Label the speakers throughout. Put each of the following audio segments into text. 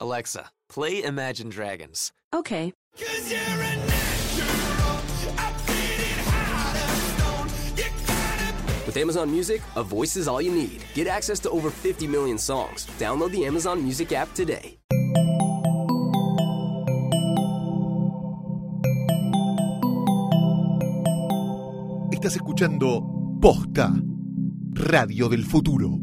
Speaker 1: Alexa, play Imagine Dragons.
Speaker 2: Okay.
Speaker 3: Cause you're a natural. I'm getting hotter. Stone, you gotta
Speaker 4: With Amazon Music, a voice is all you need. Get access to over 50 million songs. Download the Amazon Music app today.
Speaker 5: Estás escuchando Posta, Radio del Futuro.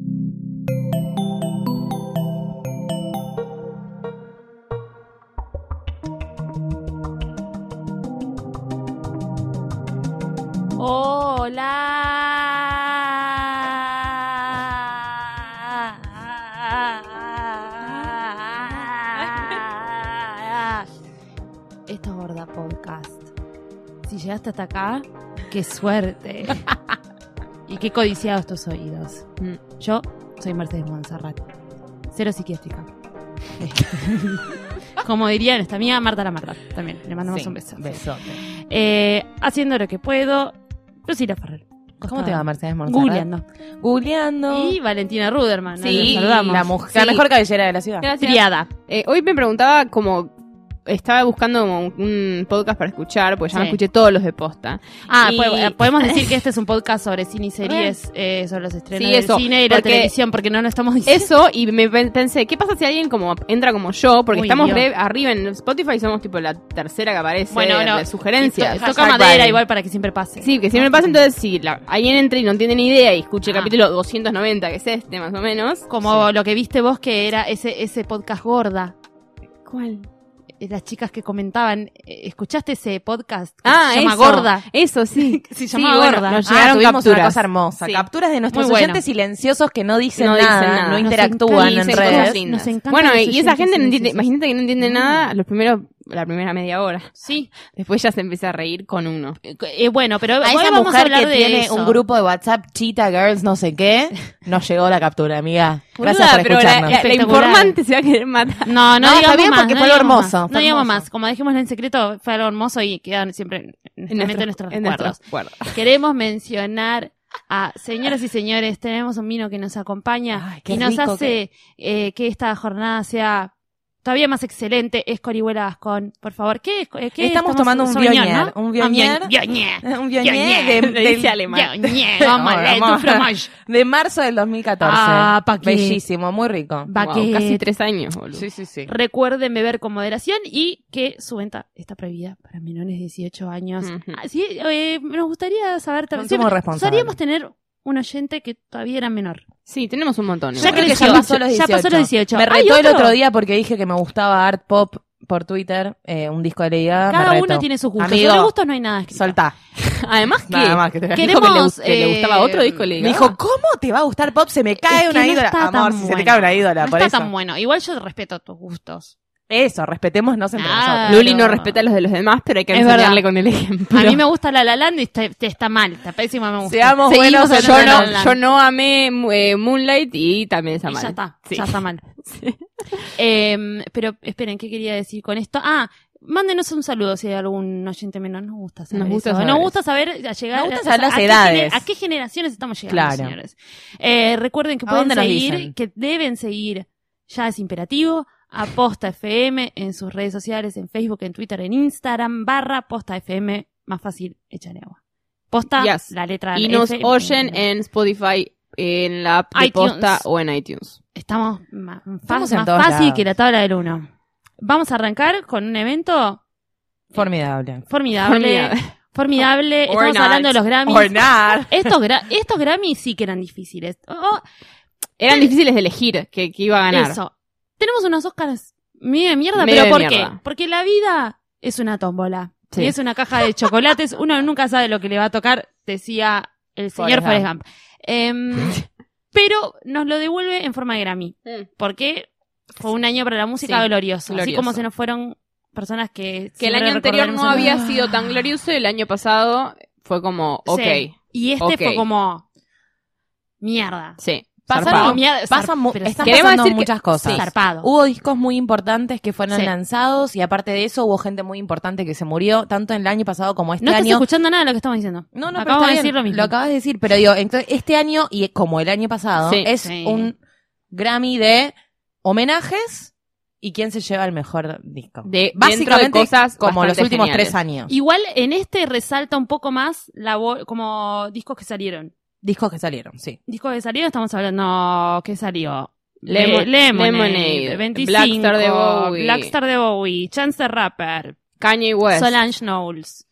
Speaker 6: Hola. Esto es Gorda Podcast. Si llegaste hasta acá, qué suerte. y qué codiciados tus oídos. Mm, Yo soy Mercedes Monserrat. Cero psiquiátrica. Como diría nuestra amiga Marta la Marta. También le mandamos
Speaker 7: Sí,
Speaker 6: un beso.
Speaker 7: Besote.
Speaker 6: Eh, haciendo lo que puedo. Lucila Ferrer.
Speaker 7: ¿Cómo te va, Mercedes Monserrat?
Speaker 6: Googleando.
Speaker 7: Googleando.
Speaker 6: Y Valentina Ruderman.
Speaker 7: Sí,
Speaker 6: la saludamos.
Speaker 7: la, mujer, la
Speaker 8: Sí.
Speaker 7: mejor cabellera de la ciudad.
Speaker 6: Triada.
Speaker 8: Eh, hoy me preguntaba como estaba buscando como un, un podcast para escuchar, pues ya me
Speaker 6: Sí.
Speaker 8: escuché todos los de posta.
Speaker 6: Ah,
Speaker 8: Y-
Speaker 6: po- eh, podemos decir que este es un podcast sobre cine y series, eh, sobre los estrenos
Speaker 8: Sí,
Speaker 6: del
Speaker 8: eso,
Speaker 6: cine y la
Speaker 8: porque-
Speaker 6: televisión, porque no lo estamos diciendo.
Speaker 8: Eso, y me pe- pensé, ¿qué pasa si alguien como entra como yo? Porque
Speaker 6: Uy,
Speaker 8: estamos
Speaker 6: Dios.
Speaker 8: re arriba en Spotify, somos tipo la tercera que aparece
Speaker 6: Bueno,
Speaker 8: de,
Speaker 6: no.
Speaker 8: eh, de sugerencias.
Speaker 6: Y to- toca
Speaker 8: Hashtag
Speaker 6: madera
Speaker 8: Valen.
Speaker 6: igual para que siempre pase.
Speaker 8: Sí, que si me pasa, entonces si la- alguien entra y no tiene ni idea y escuche el
Speaker 6: Ah.
Speaker 8: capítulo 290, que es este más o menos.
Speaker 6: Como lo que viste vos que era ese, ese podcast gorda.
Speaker 8: ¿Cuál?
Speaker 6: Eh, Las chicas que comentaban, eh, ¿escuchaste ese podcast? que
Speaker 8: Ah,
Speaker 6: se llama
Speaker 8: eso.
Speaker 6: Gorda.
Speaker 8: Eso, sí.
Speaker 6: Se
Speaker 8: Sí,
Speaker 6: llama
Speaker 8: bueno,
Speaker 6: Gorda.
Speaker 8: nos
Speaker 7: Ah,
Speaker 8: llegaron
Speaker 7: tuvimos
Speaker 8: capturas.
Speaker 7: una cosa hermosa.
Speaker 8: Sí.
Speaker 7: Capturas de nuestros
Speaker 6: Muy bueno.
Speaker 7: oyentes silenciosos que no dicen,
Speaker 8: No dicen
Speaker 7: nada,
Speaker 8: nada.
Speaker 7: no
Speaker 8: Nos
Speaker 6: encanta-
Speaker 7: interactúan en
Speaker 6: dicen
Speaker 8: Cosas
Speaker 7: redes.
Speaker 6: Sí,
Speaker 8: lindas.
Speaker 6: nos encantan
Speaker 8: bueno,
Speaker 6: los
Speaker 8: y- y esa
Speaker 6: oyentes
Speaker 8: gente, no entiende,
Speaker 6: silenciosos.
Speaker 8: imagínate que no entiende
Speaker 6: Mm.
Speaker 8: nada los primeros, la primera media hora.
Speaker 6: Sí.
Speaker 8: Después ya se empieza a reír con uno.
Speaker 6: Eh, eh, bueno, pero
Speaker 7: A
Speaker 6: hoy
Speaker 7: esa
Speaker 6: vamos a
Speaker 7: mujer
Speaker 6: hablar
Speaker 7: que
Speaker 6: de
Speaker 7: tiene
Speaker 6: eso.
Speaker 7: un grupo de WhatsApp, Cheetah Girls, no sé qué, nos llegó la captura, amiga.
Speaker 8: Boluda,
Speaker 7: Gracias por
Speaker 8: pero la,
Speaker 7: escucharnos.
Speaker 8: la- la
Speaker 6: Espectacular.
Speaker 8: informante se va a querer matar.
Speaker 6: No, no,
Speaker 7: No,
Speaker 6: digamos
Speaker 7: está bien
Speaker 6: más,
Speaker 7: porque
Speaker 6: no
Speaker 7: fue algo
Speaker 6: digamos
Speaker 7: hermoso,
Speaker 6: más.
Speaker 7: fue
Speaker 6: no digamos
Speaker 7: hermoso.
Speaker 6: más. Como dijimos en secreto, fue algo hermoso y quedan siempre en, en, nuestra mente, en nuestros
Speaker 8: en
Speaker 6: recuerdos.
Speaker 8: nuestros recuerdos.
Speaker 6: Queremos mencionar a señoras y señores, tenemos un vino que nos acompaña
Speaker 7: Ay, qué
Speaker 6: y nos
Speaker 7: rico
Speaker 6: hace eh, que esta jornada sea todavía más excelente. Es Corihuela Gascón, por favor. ¿Qué, es- eh, qué
Speaker 7: Estamos tomando un
Speaker 6: Sauvignon,
Speaker 7: Bionier, un Bionier.
Speaker 6: Ah, Bionier.
Speaker 7: un vionier de,
Speaker 6: Bionier,
Speaker 7: del-
Speaker 8: dice alemán.
Speaker 6: Bionier, omelette,
Speaker 7: Vamos.
Speaker 6: un fromage.
Speaker 7: de marzo del 2014.
Speaker 6: Ah, pa' qué.
Speaker 7: Bellísimo, muy rico.
Speaker 6: Baguette.
Speaker 8: Wow, casi tres años, boludo.
Speaker 7: Sí, sí, sí.
Speaker 6: Recuerden beber con moderación y que su venta está prohibida para menores de 18 años.
Speaker 8: Ujú.
Speaker 6: Así, eh, nos gustaría saber también.
Speaker 7: Consumo responsable.
Speaker 6: Solíamos tener un oyente que todavía era menor.
Speaker 8: Sí, tenemos un montón.
Speaker 6: Ya
Speaker 8: igual.
Speaker 7: Creo que
Speaker 6: creció.
Speaker 7: ya pasó los 18.
Speaker 6: Ya pasó los 18.
Speaker 7: Me
Speaker 6: ¿Hay
Speaker 7: retó el
Speaker 6: otro?
Speaker 7: otro día porque dije que me gustaba Art Pop por Twitter, eh, un disco de Lady Gaga, me
Speaker 6: Cada
Speaker 7: retó.
Speaker 6: uno tiene sus gustos.
Speaker 7: Amigo,
Speaker 6: Sobre gustos no hay nada escrito.
Speaker 7: Soltá.
Speaker 8: Además que,
Speaker 7: Nada más que te-
Speaker 8: dijo que le,
Speaker 6: Queremos,
Speaker 8: gust- que le gustaba
Speaker 6: eh,
Speaker 8: otro disco y le
Speaker 7: Me dijo, ¿cómo te va a gustar pop? Se me
Speaker 6: Es
Speaker 7: cae
Speaker 6: que
Speaker 7: una
Speaker 6: no
Speaker 7: ídola.
Speaker 6: está tan
Speaker 7: Amor, si se te
Speaker 6: bueno.
Speaker 7: cae una ídola,
Speaker 6: No
Speaker 7: por
Speaker 6: está
Speaker 7: eso.
Speaker 6: tan bueno. Igual yo respeto tus gustos.
Speaker 7: Eso, respetémonos entre
Speaker 6: Ah,
Speaker 7: nosotros.
Speaker 8: Luli no respeta los de los demás, pero hay que
Speaker 6: Es
Speaker 8: enseñarle
Speaker 6: verdad.
Speaker 8: con el ejemplo.
Speaker 6: A mí me gusta La La Land y está, te- está mal. Está pésima, me gusta.
Speaker 7: Seamos
Speaker 8: Seguimos,
Speaker 7: buenos entre
Speaker 8: yo,
Speaker 6: La La
Speaker 8: no,
Speaker 7: nosotros.
Speaker 6: Land.
Speaker 8: yo no amé eh, Moonlight y también esa
Speaker 6: Y ya está,
Speaker 8: Sí.
Speaker 6: ya está mal. Em, pero esperen, ¿qué quería decir con esto? Ah, mándenos un saludo si hay algún oyente menor. Nos gusta saber.
Speaker 8: Nos gusta
Speaker 6: eso.
Speaker 8: saber
Speaker 6: Nos
Speaker 8: eso.
Speaker 6: gusta saber a llegar
Speaker 7: Nos gusta
Speaker 6: a-
Speaker 7: saber
Speaker 6: o sea,
Speaker 7: las
Speaker 6: a qué
Speaker 7: edades.
Speaker 6: gener- a qué generaciones estamos llegando,
Speaker 7: Claro.
Speaker 6: señores. Eh, recuerden que
Speaker 7: ¿A
Speaker 6: pueden
Speaker 7: dónde nos
Speaker 6: seguir,
Speaker 7: dicen?
Speaker 6: que deben seguir, ya es imperativo. A Posta FM en sus redes sociales, en Facebook, en Twitter, en Instagram, barra Posta FM, más fácil, échale agua. Posta,
Speaker 8: Yes.
Speaker 6: la letra
Speaker 8: Y
Speaker 6: F,
Speaker 8: nos oyen en Spotify, en la app de
Speaker 6: iTunes.
Speaker 8: Posta o en iTunes.
Speaker 6: Estamos ma- más,
Speaker 7: Estamos en
Speaker 6: más
Speaker 7: todos
Speaker 6: fácil
Speaker 7: lados.
Speaker 6: que la tabla del 1. Vamos a arrancar con un evento
Speaker 7: Formidable.
Speaker 6: formidable.
Speaker 8: Formidable.
Speaker 6: Formidable.
Speaker 8: Or
Speaker 6: Estamos
Speaker 8: not.
Speaker 6: hablando de los
Speaker 7: Or
Speaker 6: Grammys.
Speaker 7: not.
Speaker 6: Estos, gra- estos Grammys sí que eran difíciles. Oh,
Speaker 8: Eran difíciles de elegir que, que iba a ganar.
Speaker 6: eso. Tenemos unos Oscars medio de mierda,
Speaker 8: Medio
Speaker 6: pero
Speaker 8: de
Speaker 6: ¿por
Speaker 8: mierda.
Speaker 6: qué? Porque la vida es una tómbola.
Speaker 8: Sí.
Speaker 6: Y es una caja de chocolates. Uno nunca sabe lo que le va a tocar, decía el señor
Speaker 7: Forrest
Speaker 6: Forrest Gump. Em, pero nos lo devuelve en forma de Grammy.
Speaker 8: Mm.
Speaker 6: Porque fue un año para la música
Speaker 8: Sí,
Speaker 6: glorioso, Así
Speaker 8: glorioso.
Speaker 6: como se nos fueron personas que.
Speaker 8: Que el
Speaker 6: siempre
Speaker 8: año anterior
Speaker 6: recordaremos
Speaker 8: no
Speaker 6: en-
Speaker 8: había sido tan glorioso, el año pasado fue como, ok,
Speaker 6: Sí. Y este
Speaker 8: ok.
Speaker 6: fue como. Mierda.
Speaker 8: sí.
Speaker 7: Pasaron,
Speaker 8: zarpado.
Speaker 6: mierda,
Speaker 7: pasan, mu-
Speaker 6: zarp- pero
Speaker 7: están
Speaker 8: Queremos
Speaker 7: pasando
Speaker 8: decir que-
Speaker 7: muchas cosas.
Speaker 6: Zarpado.
Speaker 7: Hubo discos muy importantes que fueron
Speaker 6: Sí.
Speaker 7: lanzados y aparte de eso hubo gente muy importante que se murió tanto el año pasado como este
Speaker 6: no estás
Speaker 7: año.
Speaker 6: escuchando nada de lo que estamos diciendo.
Speaker 7: No, no,
Speaker 6: Acabamos
Speaker 7: pero está
Speaker 6: de
Speaker 7: bien,
Speaker 6: decir lo mismo.
Speaker 7: acabas de decir, pero digo, entonces este año y como el año pasado
Speaker 8: Sí,
Speaker 7: es
Speaker 6: sí.
Speaker 7: un Grammy de homenajes y y quién se lleva el mejor disco.
Speaker 8: De,
Speaker 7: Básicamente
Speaker 8: dentro de cosas
Speaker 7: como los
Speaker 8: bastante
Speaker 7: últimos
Speaker 8: geniales.
Speaker 7: tres años.
Speaker 6: Igual en este resalta un poco más la vo- como discos que salieron.
Speaker 7: discos que salieron, sí.
Speaker 6: Discos que salieron, estamos hablando. No, ¿qué salió?
Speaker 8: Lemo-
Speaker 6: Le- Lemonade,
Speaker 8: Lemonade,
Speaker 6: 25,
Speaker 8: Blackstar de Bowie.
Speaker 6: Blackstar de Bowie, Chance the Rapper,
Speaker 8: Kanye West.
Speaker 6: Solange Knowles.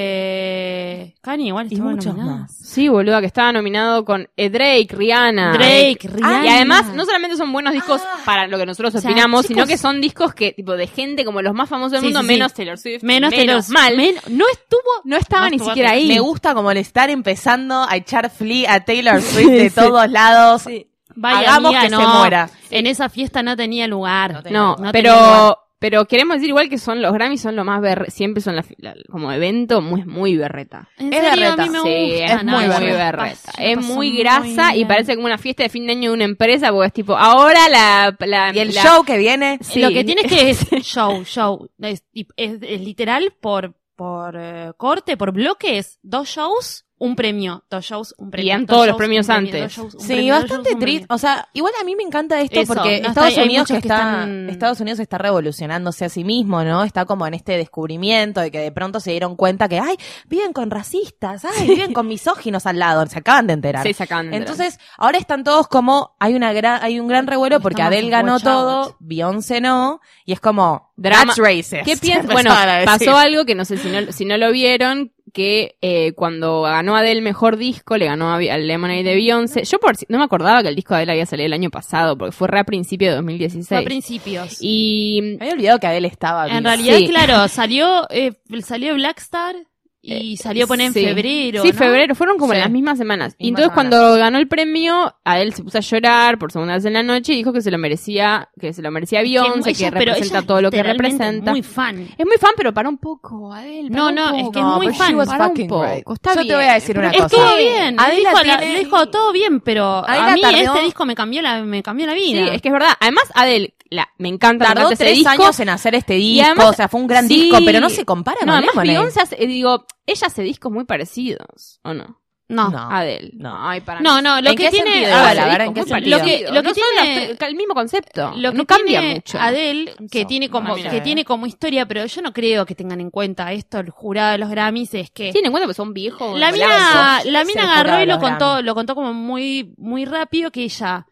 Speaker 6: Eh, Kanye igual
Speaker 7: Y
Speaker 6: estuvo
Speaker 7: muchos
Speaker 6: nominada.
Speaker 7: más.
Speaker 8: Sí, boluda, que estaba nominado con eh, Drake, Rihanna.
Speaker 6: Drake,
Speaker 8: Ah,
Speaker 6: Rihanna.
Speaker 8: y además, no solamente son buenos discos para lo que nosotros
Speaker 6: Ah. O sea,
Speaker 8: opinamos, sino
Speaker 6: chicos-
Speaker 8: que son discos que, tipo, de gente como los más famosos del
Speaker 6: Sí,
Speaker 8: mundo,
Speaker 6: sí, sí.
Speaker 8: menos Taylor Swift.
Speaker 6: menos de los
Speaker 8: mal.
Speaker 6: no estuvo
Speaker 8: no estaba
Speaker 6: no
Speaker 8: ni
Speaker 6: estuvo
Speaker 8: siquiera
Speaker 6: Taylor.
Speaker 8: ahí.
Speaker 7: Me gusta como le están empezando a echar flea a Taylor Swift de todos lados.
Speaker 6: Vaya
Speaker 7: Hagamos
Speaker 6: amiga,
Speaker 7: que se
Speaker 6: no.
Speaker 7: muera.
Speaker 6: En esa fiesta no tenía lugar.
Speaker 7: No tenía
Speaker 8: No,
Speaker 6: No tenía lugar.
Speaker 8: pero, pero queremos decir igual que son los Grammys son lo más berre, siempre son la, la- como evento muy, muy berreta.
Speaker 6: En
Speaker 7: Es
Speaker 6: serio,
Speaker 7: berreta.
Speaker 6: a mí me
Speaker 8: Sí,
Speaker 6: gusta. Ah,
Speaker 7: es muy berreta.
Speaker 8: Es muy grasa y parece como una fiesta de fin de año de una empresa, porque es tipo, ahora la... la-
Speaker 7: Y el
Speaker 8: la-
Speaker 7: show que viene,
Speaker 8: Sí.
Speaker 6: Lo que tiene es que es show, show. Es, tip- es- es literal por, por eh, corte, por bloques. Dos shows, un premio. Dos shows, un premio.
Speaker 8: dan
Speaker 6: Dos
Speaker 8: todos los
Speaker 6: shows, un
Speaker 8: premios
Speaker 6: premio,
Speaker 8: antes.
Speaker 6: dos shows, un
Speaker 7: Sí,
Speaker 6: premio, dos
Speaker 7: bastante
Speaker 6: shows, un
Speaker 7: triste.
Speaker 6: premio.
Speaker 7: O sea, igual a mí me encanta esto
Speaker 6: Eso,
Speaker 7: porque
Speaker 6: no,
Speaker 7: Estados
Speaker 6: está- hay
Speaker 7: Unidos que
Speaker 6: muchos que
Speaker 7: está,
Speaker 6: están-
Speaker 7: Estados Unidos está revolucionándose a sí mismo, ¿no? Está como en este descubrimiento de que de pronto se dieron cuenta que, ay, viven con racistas, ay, viven con misóginos al lado, se acaban de enterar.
Speaker 8: Sí, sacan.
Speaker 7: Entonces, ahora están todos como, hay una gran, hay un gran revuelo porque
Speaker 6: Estamos
Speaker 7: Adele ganó
Speaker 6: watch
Speaker 7: todo,
Speaker 6: out.
Speaker 7: Beyoncé no, y es como,
Speaker 8: Drama.
Speaker 7: that's racist.
Speaker 8: ¿Qué piensas? Bueno,
Speaker 7: Empezaron a decir.
Speaker 8: pasó algo que no sé si no, si no lo vieron, que eh, cuando ganó Adele mejor disco, le ganó a Bi- al Lemonade de Beyoncé. Yo por, si- no me acordaba que el disco de Adele había salido el año pasado, porque fue re a principio de
Speaker 6: Fue a
Speaker 8: 2016.
Speaker 6: principios.
Speaker 8: Y
Speaker 7: Me había olvidado que Adele estaba viva.
Speaker 6: en realidad,
Speaker 8: Sí.
Speaker 6: claro, salió, eh, salió Blackstar y salió poner en
Speaker 8: Eh, sí.
Speaker 6: febrero.
Speaker 8: Sí,
Speaker 6: ¿no?
Speaker 8: febrero, fueron como
Speaker 7: Sí.
Speaker 8: en las mismas semanas. Y
Speaker 7: Mismas
Speaker 8: entonces cuando ganó el premio, Adele se puso a llorar por segunda vez en la noche y dijo que se lo merecía, que se lo merecía Beyoncé, que,
Speaker 6: ella- pero
Speaker 8: representa
Speaker 6: ella
Speaker 8: todo lo que
Speaker 6: literalmente
Speaker 8: representa.
Speaker 6: muy fan.
Speaker 8: Es muy fan, pero para un poco, Adele. para
Speaker 6: No,
Speaker 8: un
Speaker 6: no, es
Speaker 8: poco.
Speaker 6: que es muy
Speaker 7: but she
Speaker 6: fan,
Speaker 7: was
Speaker 8: para un
Speaker 7: fucking
Speaker 8: poco.
Speaker 7: right.
Speaker 8: Está
Speaker 7: Yo te
Speaker 8: bien.
Speaker 7: voy a decir una
Speaker 8: Pero
Speaker 7: cosa.
Speaker 6: Estuvo bien, le
Speaker 7: Adela
Speaker 6: dijo, la-
Speaker 7: tiene-
Speaker 6: le dijo todo bien, pero
Speaker 7: Adela
Speaker 6: a mí
Speaker 7: tardó-
Speaker 6: este disco me cambió la, me cambió la
Speaker 8: Sí,
Speaker 6: vida.
Speaker 8: es que es verdad. Además, Adele, la, me encanta. me
Speaker 7: Tardó
Speaker 8: encanta ese
Speaker 7: tres
Speaker 8: disco.
Speaker 7: años en hacer este
Speaker 8: Y
Speaker 7: disco,
Speaker 8: además-
Speaker 7: o sea, fue un gran
Speaker 8: Sí.
Speaker 7: disco, pero no se compara
Speaker 8: No,
Speaker 7: con
Speaker 8: además
Speaker 7: Lemonade.
Speaker 8: Beyoncé, hace- eh, digo, ella hace discos muy parecidos, ¿o no?
Speaker 6: no.
Speaker 7: No.
Speaker 8: Adele.
Speaker 7: No.
Speaker 8: Ay, para
Speaker 6: No, no, lo
Speaker 7: ¿En
Speaker 6: que
Speaker 7: qué
Speaker 6: tiene.
Speaker 7: sentido
Speaker 6: a
Speaker 7: igual?
Speaker 6: ver,
Speaker 7: A ver,
Speaker 6: disco,
Speaker 7: ¿en qué
Speaker 6: muy
Speaker 7: sentido?
Speaker 6: parecido. Lo que, lo que
Speaker 8: no son
Speaker 6: tiene.
Speaker 8: los- el mismo concepto.
Speaker 6: Lo que
Speaker 8: no cambia
Speaker 6: tiene
Speaker 8: mucho.
Speaker 6: Adele, que,
Speaker 7: So,
Speaker 6: tiene como,
Speaker 7: ah, mira,
Speaker 6: que
Speaker 7: eh.
Speaker 6: tiene como historia, pero yo no creo que tengan en cuenta esto el jurado de los Grammys, es que
Speaker 8: Tienen en cuenta que son viejos.
Speaker 6: la mina,
Speaker 7: blancos.
Speaker 6: la
Speaker 7: Es
Speaker 6: mina
Speaker 7: el jurado
Speaker 6: agarró
Speaker 7: de
Speaker 6: y lo
Speaker 7: los
Speaker 6: contó,
Speaker 7: Grammys.
Speaker 6: lo contó como muy, muy rápido que ella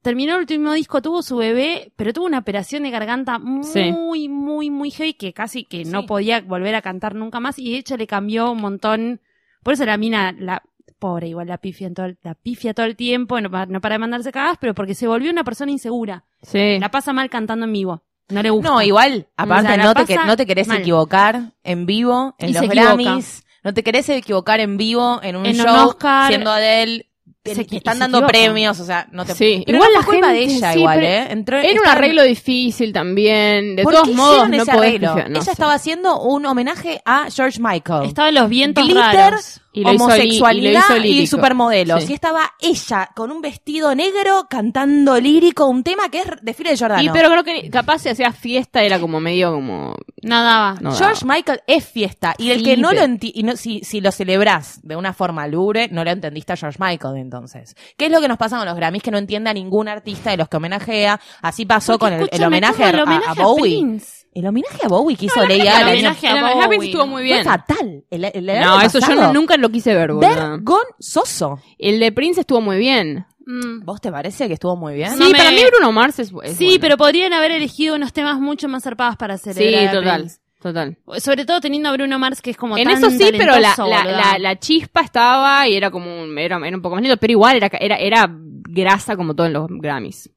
Speaker 6: terminó el último disco, tuvo su bebé, pero tuvo una operación de garganta muy,
Speaker 8: Sí.
Speaker 6: muy, muy heavy que casi que
Speaker 7: Sí.
Speaker 6: no podía volver a cantar nunca más y de hecho le cambió un montón. Por eso la mina, la pobre, igual la pifia en todo, el- la pifia todo el tiempo, no, pa- no para de mandarse cagadas, pero porque se volvió una persona insegura.
Speaker 8: Sí.
Speaker 6: La pasa mal cantando en vivo. No le gusta.
Speaker 7: No, igual,
Speaker 6: O
Speaker 7: aparte
Speaker 6: sea, la
Speaker 7: no, te, que-
Speaker 6: pasa
Speaker 7: no te querés
Speaker 6: mal.
Speaker 7: equivocar en vivo, en
Speaker 6: Y
Speaker 7: los
Speaker 6: se equivoca.
Speaker 7: Grammys, no te querés equivocar en vivo, en un
Speaker 6: En un
Speaker 7: show,
Speaker 6: Oscar.
Speaker 7: siendo Adele,
Speaker 6: Se
Speaker 7: te-
Speaker 6: equi-
Speaker 7: te están
Speaker 6: se
Speaker 7: dando
Speaker 6: equivoca.
Speaker 7: premios, o sea, no te...
Speaker 8: Sí.
Speaker 7: Pero
Speaker 8: Igual
Speaker 7: no
Speaker 8: la
Speaker 7: fue culpa
Speaker 8: gente-
Speaker 7: de ella
Speaker 8: sí,
Speaker 7: igual,
Speaker 8: pero
Speaker 7: ¿eh? Entró-
Speaker 8: Era un
Speaker 7: estaba-
Speaker 8: arreglo difícil también. De
Speaker 7: ¿Por
Speaker 8: todos
Speaker 7: qué
Speaker 8: modos,
Speaker 7: hicieron
Speaker 8: no
Speaker 7: ese
Speaker 8: podés
Speaker 7: arreglo?
Speaker 8: pifiar- no
Speaker 7: Ella
Speaker 8: sé.
Speaker 7: estaba haciendo un homenaje a George Michael.
Speaker 6: Estaba en los vientos
Speaker 7: Glitter,
Speaker 6: raros.
Speaker 8: Y lo hizo li- y lo
Speaker 7: homosexualidad
Speaker 8: hizo
Speaker 7: y,
Speaker 8: lírico.
Speaker 7: supermodelos.
Speaker 8: Sí.
Speaker 7: Y estaba ella con un vestido negro cantando lírico un tema que es de Fire
Speaker 6: Ah,
Speaker 7: Jordano.
Speaker 8: Y pero creo que capaz si hacía fiesta era como medio como...
Speaker 6: No daba.
Speaker 8: no
Speaker 7: George Michael es fiesta. Y el
Speaker 8: Ah. Sí,
Speaker 7: que no
Speaker 8: pero-
Speaker 7: lo enti- y no- si, si lo celebrás de una forma lure, no lo entendiste a George Michael entonces. ¿Qué es lo que nos pasa con los Grammys? Que no entiende a ningún artista de los que homenajea. Así
Speaker 6: Porque,
Speaker 7: pasó con el, el
Speaker 6: escúchame,
Speaker 7: homenaje,
Speaker 6: ¿cómo
Speaker 7: a,
Speaker 6: el
Speaker 7: a-
Speaker 6: homenaje
Speaker 7: a
Speaker 6: a
Speaker 7: Bowie.
Speaker 6: Prince?
Speaker 7: el homenaje a Bowie que hizo Lady
Speaker 6: El
Speaker 7: Gaga el año
Speaker 6: homenaje a
Speaker 8: El homenaje a Prince
Speaker 6: Bowie.
Speaker 8: estuvo muy bien.
Speaker 7: fue fatal. El, el- el
Speaker 8: No,
Speaker 7: año
Speaker 8: eso yo
Speaker 7: pasado.
Speaker 8: no- nunca lo quise ver, boluda.
Speaker 7: Vergonzoso.
Speaker 8: El de Prince estuvo muy bien.
Speaker 6: Mm.
Speaker 7: ¿Vos te parece que estuvo muy bien?
Speaker 6: No
Speaker 8: Sí,
Speaker 6: me-
Speaker 8: para mí Bruno Mars es, es
Speaker 6: Sí,
Speaker 8: bueno.
Speaker 6: pero podrían haber elegido unos temas mucho más zarpados para celebrar.
Speaker 8: Sí,
Speaker 6: a
Speaker 8: total,
Speaker 6: Prince.
Speaker 8: total.
Speaker 6: Sobre todo teniendo a Bruno Mars, que es como
Speaker 8: En
Speaker 6: tan
Speaker 8: eso sí, pero la,
Speaker 6: talentoso,
Speaker 8: la,
Speaker 6: boluda.
Speaker 8: la, la chispa estaba y era como un, era, era un poco más lindo, pero igual era, era, era grasa como todos los Grammys.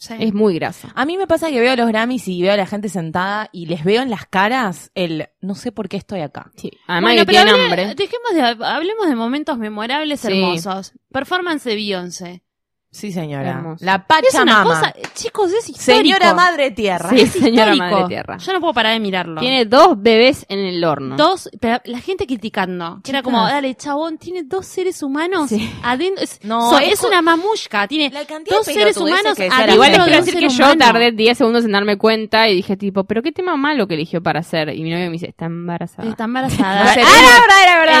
Speaker 6: Sí.
Speaker 8: Es muy grasa.
Speaker 7: A mí me pasa que veo los Grammys y veo a la gente sentada y les veo en las caras el no sé por qué estoy acá.
Speaker 8: Sí. Además
Speaker 6: Bueno,
Speaker 8: que
Speaker 6: pero
Speaker 8: tienen
Speaker 6: hable-
Speaker 8: hambre.
Speaker 6: dejemos de- hablemos de momentos memorables
Speaker 8: Sí.
Speaker 6: hermosos. Performance de Beyoncé.
Speaker 7: Sí, señora.
Speaker 8: Hermoso.
Speaker 7: La
Speaker 6: Es una
Speaker 7: Pachamama.
Speaker 6: cosa, chicos, es histórico.
Speaker 7: señora Madre Tierra.
Speaker 8: Sí, señora
Speaker 6: Histórico.
Speaker 8: Madre Tierra.
Speaker 6: Yo no puedo parar de mirarlo.
Speaker 8: Tiene dos bebés en el horno.
Speaker 6: dos, pero la gente criticando. Que era como,
Speaker 7: Chicas.
Speaker 6: dale, chabón, tiene dos seres humanos
Speaker 8: Sí.
Speaker 6: adentro. Es,
Speaker 7: No,
Speaker 6: so-
Speaker 7: es
Speaker 6: es,
Speaker 7: co-
Speaker 6: una mamushka, tiene
Speaker 7: La cantidad de
Speaker 6: dos seres
Speaker 7: pelotudeces
Speaker 6: humanos
Speaker 7: que decía la
Speaker 6: adentro
Speaker 8: Igual les
Speaker 7: Dentro
Speaker 6: de
Speaker 8: quiero
Speaker 6: un
Speaker 8: decir
Speaker 6: ser
Speaker 8: que yo
Speaker 6: humano.
Speaker 8: tardé 10 segundos en darme cuenta y dije, tipo, ¿pero qué tema malo que eligió para hacer? Y mi novio me dice, está embarazada.
Speaker 6: Está embarazada.
Speaker 7: No sé,
Speaker 8: verdad,